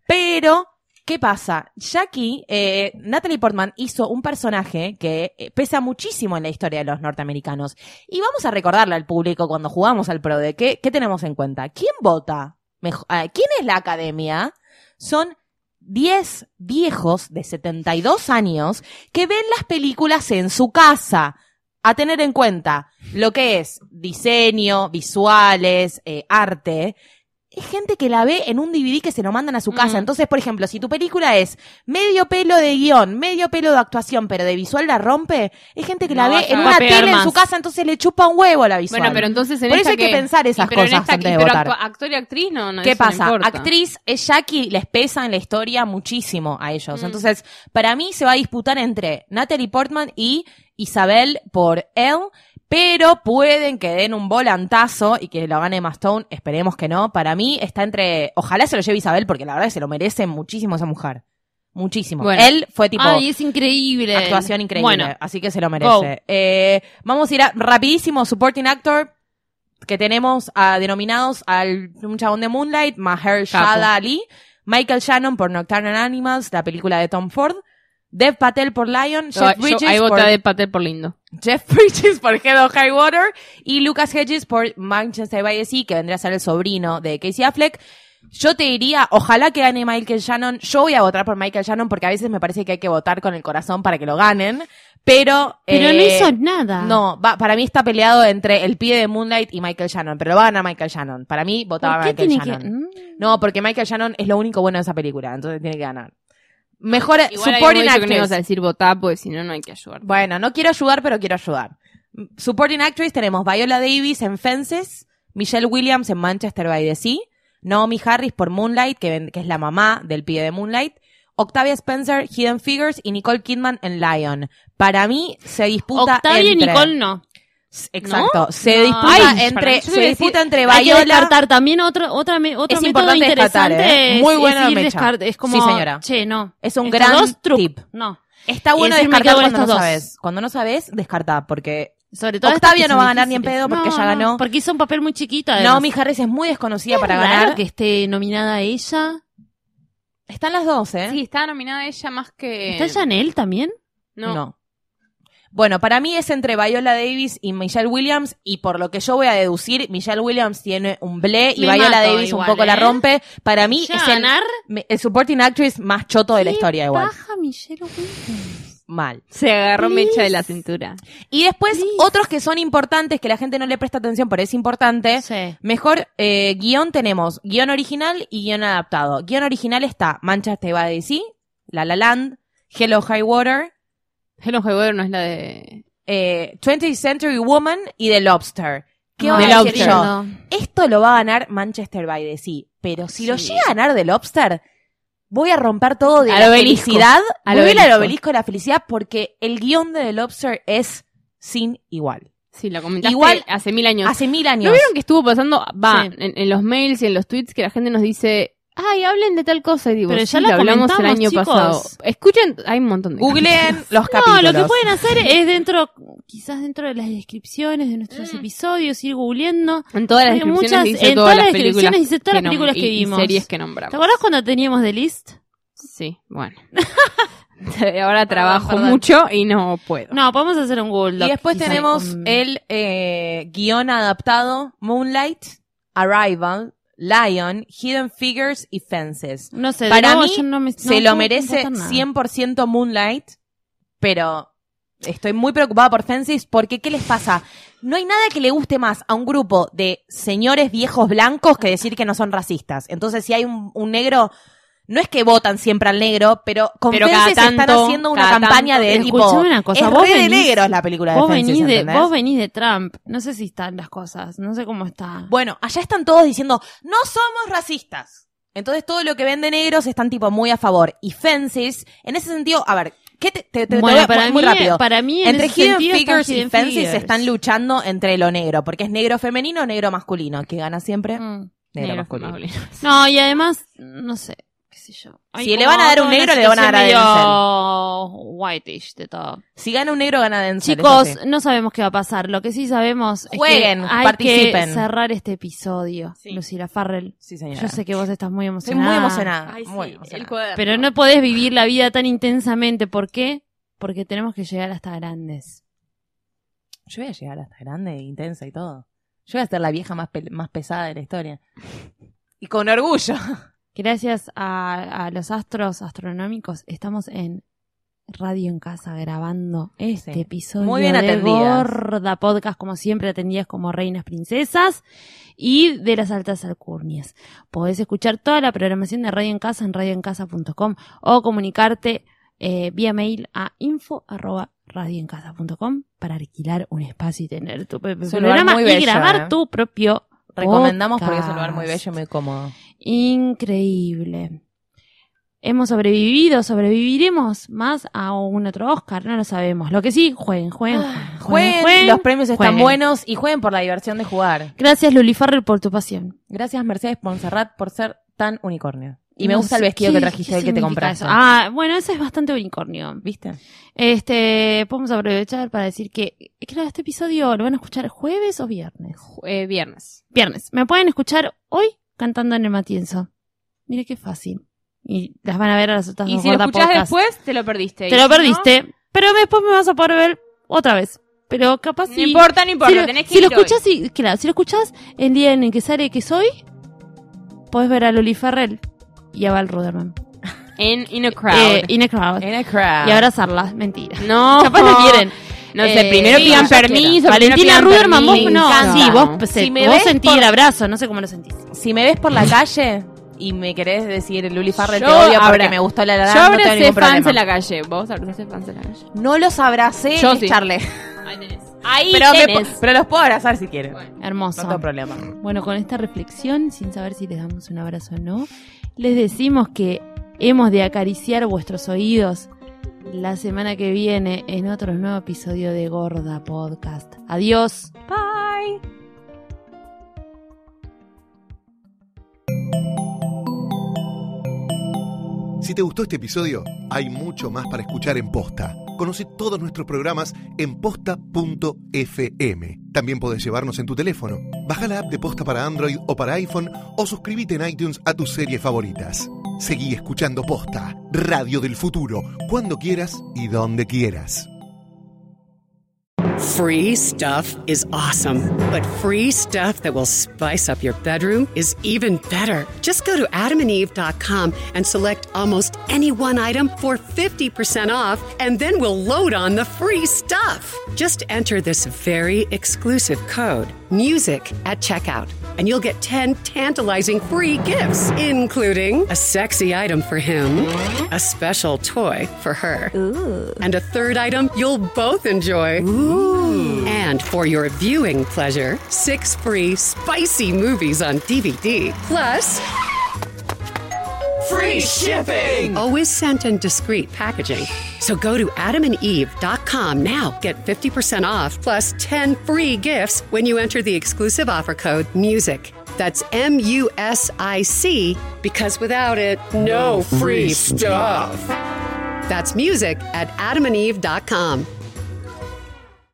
Speaker 7: Pero, ¿qué pasa? Jackie, eh, Natalie Portman hizo un personaje que eh, pesa muchísimo en la historia de los norteamericanos. Y vamos a recordarle al público cuando jugamos al Pro de qué, qué tenemos en cuenta. ¿Quién vota? Mejo- ah, ¿Quién es la academia? Son 10 viejos de 72 años que ven las películas en su casa. A tener en cuenta lo que es diseño, visuales, eh, arte. Es gente que la ve en un DVD que se lo mandan a su casa.
Speaker 8: Mm.
Speaker 7: Entonces, por ejemplo, si tu película es medio pelo de guión, medio pelo de actuación, pero de visual la rompe, es gente que la
Speaker 8: No,
Speaker 7: ve
Speaker 8: vas a-
Speaker 7: en
Speaker 8: va
Speaker 7: una
Speaker 8: a pegar
Speaker 7: tele en
Speaker 8: más.
Speaker 7: su casa, entonces le chupa un huevo la visual.
Speaker 8: Bueno, pero entonces en
Speaker 7: Por eso
Speaker 8: esta
Speaker 7: hay que pensar esas
Speaker 8: y pero en
Speaker 7: cosas
Speaker 8: esta-
Speaker 7: antes
Speaker 8: y
Speaker 7: de
Speaker 8: pero
Speaker 7: votar.
Speaker 8: actu- actor y actriz no, no
Speaker 7: ¿Qué
Speaker 8: eso no
Speaker 7: pasa?
Speaker 8: importa.
Speaker 7: Actriz es Jackie, les pesa en la historia muchísimo a ellos.
Speaker 8: Mm.
Speaker 7: Entonces, para mí se va a disputar entre Natalie Portman y Isabel por él, pero pueden que den un volantazo y que lo gane Emma Stone, esperemos que no. Para mí está entre, ojalá se lo lleve Isabel, porque la verdad es que se lo merece muchísimo esa mujer. Muchísimo.
Speaker 8: Bueno.
Speaker 7: Él fue tipo
Speaker 6: Ay, es increíble.
Speaker 7: actuación increíble,
Speaker 6: Bueno,
Speaker 7: así que se lo
Speaker 6: Go.
Speaker 7: merece. Eh, vamos a ir a, rapidísimo, supporting actor, que tenemos a, denominados al un chabón de Moonlight, Mahershala Ali, Michael Shannon por Nocturnal Animals, la película de Tom Ford, Dev Patel por Lion,
Speaker 8: Yo-
Speaker 7: Jeff,
Speaker 8: yo-
Speaker 7: Bridges
Speaker 8: ahí
Speaker 7: por,
Speaker 8: vota de Patel por lindo.
Speaker 7: Jeff Bridges por Head of High Water y Lucas Hedges por Manchester by the Sea, que vendría a ser el sobrino de Casey Affleck. Yo te diría, ojalá que gane Michael Shannon. Yo voy a votar por Michael Shannon porque a veces me parece que hay que votar con el corazón para que lo ganen. Pero.
Speaker 6: pero no
Speaker 7: eh,
Speaker 6: hizo nada.
Speaker 7: No, va- para mí está peleado entre el pibe de Moonlight y Michael Shannon, pero lo va a ganar Michael Shannon. Para mí votaba
Speaker 6: ¿Por qué
Speaker 7: Michael
Speaker 6: tiene
Speaker 7: Shannon.
Speaker 6: que.? Mm.
Speaker 7: No, porque Michael Shannon es lo único bueno de esa película, entonces tiene que ganar. Mejor
Speaker 8: Igual
Speaker 7: supporting
Speaker 8: dicho que no
Speaker 7: actress.
Speaker 8: ibas a decir votar porque si no no hay que ayudar.
Speaker 7: Bueno, no quiero ayudar, pero quiero ayudar. Supporting Actress tenemos Viola Davis en Fences, Michelle Williams en Manchester by the Sea, Naomi Harris por Moonlight, que, ven- que es la mamá del pibe de Moonlight, Octavia Spencer, Hidden Figures y Nicole Kidman en Lion. Para mí se disputa
Speaker 6: Octavia y
Speaker 7: entre...
Speaker 6: Nicole no.
Speaker 7: Exacto. Se
Speaker 6: No.
Speaker 7: disputa
Speaker 6: Ay, para
Speaker 8: mí,
Speaker 7: entre,
Speaker 8: yo
Speaker 7: se
Speaker 8: iba a decir,
Speaker 7: disputa entre
Speaker 6: Hay que
Speaker 7: Viola...
Speaker 6: descartar también otro, otra me- otro
Speaker 7: Es
Speaker 6: método
Speaker 7: importante descartar,
Speaker 6: interesante.
Speaker 7: ¿eh?
Speaker 6: es-
Speaker 7: Muy
Speaker 6: es
Speaker 7: buena
Speaker 6: ir
Speaker 7: mecha.
Speaker 6: descart- Es como,
Speaker 7: Sí, señora.
Speaker 6: Che, no.
Speaker 7: Es un
Speaker 6: Estos
Speaker 7: gran
Speaker 6: dos truc-
Speaker 7: tip.
Speaker 6: No.
Speaker 7: Está bueno
Speaker 6: Y encima me
Speaker 7: descartar
Speaker 6: quedo con
Speaker 7: cuando no
Speaker 6: estas dos.
Speaker 7: sabes. Cuando no sabes, descarta, porque
Speaker 6: Sobre todo estas
Speaker 7: Octavia
Speaker 6: que
Speaker 7: no
Speaker 6: son
Speaker 7: va a ganar ni en
Speaker 6: difíciles.
Speaker 7: pedo porque
Speaker 6: No,
Speaker 7: ya
Speaker 6: no,
Speaker 7: ganó.
Speaker 6: Porque hizo un papel muy chiquito.
Speaker 7: No,
Speaker 6: además.
Speaker 7: mi Harris es muy desconocida
Speaker 6: Es
Speaker 7: para
Speaker 6: raro
Speaker 7: ganar.
Speaker 6: que esté nominada ella.
Speaker 7: Están las dos, ¿eh?
Speaker 8: Sí, estaba nominada ella más que
Speaker 6: ¿Está Chanel también?
Speaker 8: No.
Speaker 7: Bueno, para mí es entre Viola Davis y Michelle Williams, y por lo que yo voy a deducir, Michelle Williams tiene un ble y
Speaker 6: Me
Speaker 7: Viola
Speaker 6: mato
Speaker 7: Davis un
Speaker 6: igual,
Speaker 7: poco la
Speaker 6: ¿eh?
Speaker 7: rompe. Para mí
Speaker 6: ¿Llega
Speaker 7: es
Speaker 6: a
Speaker 7: el,
Speaker 6: ganar?
Speaker 7: me- el supporting actress más choto de la historia, igual.
Speaker 6: Baja Michelle Williams.
Speaker 7: Mal.
Speaker 8: Se agarró mecha de la cintura.
Speaker 7: Y después, otros que son importantes, que la gente no le presta atención, pero es importante.
Speaker 6: Sí.
Speaker 7: Mejor eh, guión tenemos guión original y guión adaptado. Guión original está Manchester by the Sea, La La Land, Hello High Water,
Speaker 8: Hello Highwater no es la de
Speaker 7: eh, 20th Century Woman y The Lobster. ¿Qué
Speaker 6: No,
Speaker 7: voy
Speaker 8: The
Speaker 7: a decir
Speaker 8: Lobster.
Speaker 7: yo? Esto lo va a ganar Manchester by the Sea. Pero si lo
Speaker 8: Sí.
Speaker 7: llega a ganar The Lobster, voy a romper todo de
Speaker 8: Al
Speaker 7: la
Speaker 8: obelisco.
Speaker 7: felicidad.
Speaker 8: Al
Speaker 7: voy a ir al
Speaker 8: obelisco.
Speaker 7: obelisco de la felicidad porque el guión de The Lobster es sin igual.
Speaker 8: Sí, la comentaste
Speaker 7: Igual-
Speaker 8: hace mil años.
Speaker 7: Hace mil años.
Speaker 8: ¿No vieron que estuvo pasando? Va,
Speaker 6: Sí.
Speaker 8: en, en los mails y en los tweets que la gente nos dice, ay, hablen de tal cosa. Y digo,
Speaker 6: Pero ya
Speaker 8: sí,
Speaker 6: la
Speaker 8: lo hablamos el
Speaker 6: comentamos,
Speaker 8: año
Speaker 6: chicos.
Speaker 8: pasado. Escuchen, hay un montón de
Speaker 7: Googleen los
Speaker 6: No,
Speaker 7: capítulos.
Speaker 6: lo que pueden hacer es dentro, quizás dentro de las descripciones de
Speaker 7: Mm.
Speaker 6: nuestros episodios, ir googleando.
Speaker 8: En todas las
Speaker 6: Hay
Speaker 8: descripciones
Speaker 6: muchas-
Speaker 8: dice
Speaker 6: en
Speaker 8: todas
Speaker 6: todas
Speaker 8: las
Speaker 6: las
Speaker 8: películas
Speaker 6: descripciones dice todas las
Speaker 8: nom-
Speaker 6: películas
Speaker 8: y-
Speaker 6: que vimos.
Speaker 8: Y series que
Speaker 6: ¿Te
Speaker 8: nombramos.
Speaker 6: acordás cuando teníamos The List?
Speaker 8: Sí, bueno. Ahora trabajo
Speaker 6: perdón.
Speaker 8: mucho y no puedo.
Speaker 6: No, podemos hacer un Google Doc. Mm.
Speaker 7: Y después
Speaker 6: quizá,
Speaker 7: tenemos
Speaker 6: con-
Speaker 7: el eh, guión adaptado Moonlight, Arrival, Lion, Hidden Figures y Fences.
Speaker 6: No sé, de
Speaker 7: Para
Speaker 6: nuevo
Speaker 7: mí,
Speaker 6: yo no me- no
Speaker 7: Se
Speaker 6: puedo
Speaker 7: lo merece
Speaker 6: votar nada.
Speaker 7: 100% Moonlight, pero estoy muy preocupada por Fences porque ¿qué les pasa? No hay nada que le guste más a un grupo de señores viejos blancos que decir que no son racistas. Entonces, si hay un, un negro, no es que votan siempre al negro, pero con
Speaker 8: Pero cada
Speaker 7: Fences están
Speaker 8: tanto,
Speaker 7: haciendo una
Speaker 8: cada
Speaker 7: campaña
Speaker 8: tanto.
Speaker 7: de
Speaker 6: Pero
Speaker 7: tipo.
Speaker 6: escuchame una cosa,
Speaker 7: es
Speaker 6: vos
Speaker 7: re de
Speaker 6: venís-
Speaker 7: negros la película de
Speaker 6: Vos
Speaker 7: Fences,
Speaker 6: venís, de,
Speaker 7: ¿entendés?
Speaker 6: vos venís de Trump. No sé si están las cosas. No sé cómo está.
Speaker 7: Bueno, allá están todos diciendo, no somos racistas. Entonces todo lo que vende negros están tipo muy a favor. Y Fences, en ese sentido, a ver, ¿qué te, te- te- te voy
Speaker 6: Bueno,
Speaker 7: a- muy rápido.
Speaker 6: para mí en
Speaker 7: entre
Speaker 6: ese
Speaker 7: Hidden
Speaker 6: sentido están
Speaker 7: Figures y
Speaker 6: Hidden
Speaker 7: Fences
Speaker 6: Figures.
Speaker 7: están luchando entre lo negro, porque es negro femenino o negro masculino. que gana siempre? Negro,
Speaker 6: Mm.
Speaker 8: Negro,
Speaker 7: masculino.
Speaker 8: masculino.
Speaker 6: No, y además, no sé, qué sé yo. Hay
Speaker 7: Si le
Speaker 6: como
Speaker 7: van a dar un
Speaker 6: toda una
Speaker 7: negro, le van a dar a
Speaker 6: situación medio whitish de todo.
Speaker 7: Si gana un negro, gana Denzel. eso
Speaker 6: Chicos,
Speaker 7: sí.
Speaker 6: no sabemos qué va a pasar. Lo que sí sabemos
Speaker 7: Jueguen,
Speaker 6: es que hay
Speaker 7: participen.
Speaker 6: que cerrar este episodio,
Speaker 8: Sí.
Speaker 6: Lucila Farrell.
Speaker 7: Sí, señora.
Speaker 6: Yo sé que vos estás muy
Speaker 7: Estoy
Speaker 6: emocionada.
Speaker 7: muy emocionada.
Speaker 8: Ay, sí,
Speaker 7: muy
Speaker 8: el
Speaker 7: emocionada.
Speaker 8: cuaderno.
Speaker 6: Pero no podés vivir la vida tan intensamente. ¿Por qué? Porque tenemos que llegar hasta grandes.
Speaker 7: Yo voy a llegar hasta grande, intensa y todo. Yo voy a ser la vieja más, pe- más pesada de la historia. Y con orgullo.
Speaker 6: Gracias a, a los astros astronómicos, estamos en Radio en Casa grabando este
Speaker 7: Sí.
Speaker 6: episodio
Speaker 7: Muy bien
Speaker 6: de
Speaker 7: atendidas.
Speaker 6: Gorda Podcast, como siempre atendidas como reinas princesas y de las altas alcurnias. Podés escuchar toda la programación de Radio en Casa en radioencasa.com o comunicarte eh, vía mail a info arroba radioencasa.com para alquilar un espacio y tener tu propio
Speaker 7: Es un lugar
Speaker 6: programa
Speaker 7: muy
Speaker 6: y
Speaker 7: bello,
Speaker 6: grabar
Speaker 7: ¿eh?
Speaker 6: tu propio
Speaker 7: Recomendamos porque es un lugar
Speaker 6: podcast.
Speaker 7: muy bello y muy cómodo.
Speaker 6: Increíble. Hemos sobrevivido, sobreviviremos más a un otro Oscar, no lo sabemos. Lo que sí, jueguen, jueguen. jueguen,
Speaker 7: Ah, Jueguen, los premios están
Speaker 6: jueguen.
Speaker 7: buenos y jueguen por la diversión de jugar.
Speaker 6: Gracias Luli Farrell por tu pasión.
Speaker 7: Gracias Mercedes Monserrat por ser tan unicornio. Y me
Speaker 6: No
Speaker 7: gusta el
Speaker 6: sé,
Speaker 7: vestido
Speaker 6: ¿qué-
Speaker 7: que trajiste,
Speaker 6: qué
Speaker 7: el que te
Speaker 6: significa
Speaker 7: compraste.
Speaker 6: eso? Ah, bueno, ese es bastante unicornio.
Speaker 7: ¿Viste?
Speaker 6: Este, podemos aprovechar para decir que, claro, este episodio lo van a escuchar jueves o viernes.
Speaker 8: Eh, viernes.
Speaker 6: Viernes. Me pueden escuchar hoy cantando en el Matienzo. Mire qué fácil. Y las van a ver a las otras
Speaker 8: Y
Speaker 6: dos
Speaker 8: si lo
Speaker 6: Gorda
Speaker 8: escuchás
Speaker 6: Podcast.
Speaker 8: después, te lo perdiste.
Speaker 6: Te
Speaker 8: Y
Speaker 6: lo
Speaker 8: si no,
Speaker 6: perdiste, pero después me vas a poder ver otra vez. Pero capaz
Speaker 8: No
Speaker 6: si...
Speaker 8: importa, no importa.
Speaker 6: si lo,
Speaker 8: tenés que
Speaker 6: si lo
Speaker 8: ir hoy.
Speaker 6: escuchas, y- claro, si lo escuchas el día en el que sale que soy, podés ver a Luli Ferrell y a Val Ruderman.
Speaker 8: En In a Crowd.
Speaker 6: Eh, in a crowd.
Speaker 7: En el crowd.
Speaker 6: Y abrazarla, mentira.
Speaker 8: no.
Speaker 6: Capaz lo quieren.
Speaker 8: No
Speaker 6: Eh,
Speaker 8: sé, primero
Speaker 6: sí,
Speaker 8: pidan
Speaker 6: yo
Speaker 8: permiso.
Speaker 6: Valentina
Speaker 8: primero pidan
Speaker 6: Ruderman, vos
Speaker 8: permiso.
Speaker 6: no.
Speaker 8: Me encanta.
Speaker 6: Sí, vos, se-
Speaker 7: Si me
Speaker 6: vos
Speaker 7: ves
Speaker 6: sentís
Speaker 7: por-
Speaker 6: el abrazo, no sé cómo lo sentís.
Speaker 7: Si me ves por la calle y me querés decir Luli Farrell
Speaker 8: Yo
Speaker 7: te odio porque
Speaker 8: abra-
Speaker 7: me gustó la
Speaker 8: Yo
Speaker 7: larga, no tengo
Speaker 8: abracé
Speaker 7: ningún
Speaker 8: fans en
Speaker 7: problema.
Speaker 8: la calle. Vos abrazaste fans en la calle.
Speaker 7: No los abracé,
Speaker 8: Yo
Speaker 7: es
Speaker 8: sí.
Speaker 7: Charlie.
Speaker 8: Ahí tenés. Ahí
Speaker 7: Pero, me
Speaker 8: tenés.
Speaker 7: po- pero los puedo abrazar si quieren.
Speaker 6: Hermoso.
Speaker 7: No tengo problema.
Speaker 6: Bueno, con esta reflexión, sin saber si les damos un abrazo o no, les decimos que hemos de acariciar vuestros oídos la semana que viene en otro nuevo episodio de Gorda Podcast. Adiós.
Speaker 5: Si te gustó este episodio, hay mucho más para escuchar en Posta. Conoce todos nuestros programas en posta.fm. También podés llevarnos en tu teléfono. Baja la app de Posta para Android o para iPhone o suscríbete en iTunes a tus series favoritas. Seguí escuchando Posta, Radio del Futuro, cuando quieras y donde quieras.
Speaker 10: Free stuff is awesome, but free stuff that will spice up your bedroom is even better. Just go to adamandeve.com and select almost any one item for 50% off, and then we'll load on the free stuff. Just enter this very exclusive code, MUSIC, at checkout, and you'll get 10 tantalizing free gifts, including a sexy item for him, a special toy for her and a third item you'll both enjoy. And for your viewing pleasure, six free spicy movies on DVD. Plus, free shipping! Always sent in discreet packaging. So go to adamandeve.com now. Get 50% off plus 10 free gifts when you enter the exclusive offer code MUSIC. That's M U S I C, because without it, no free stuff. That's music at adamandeve.com.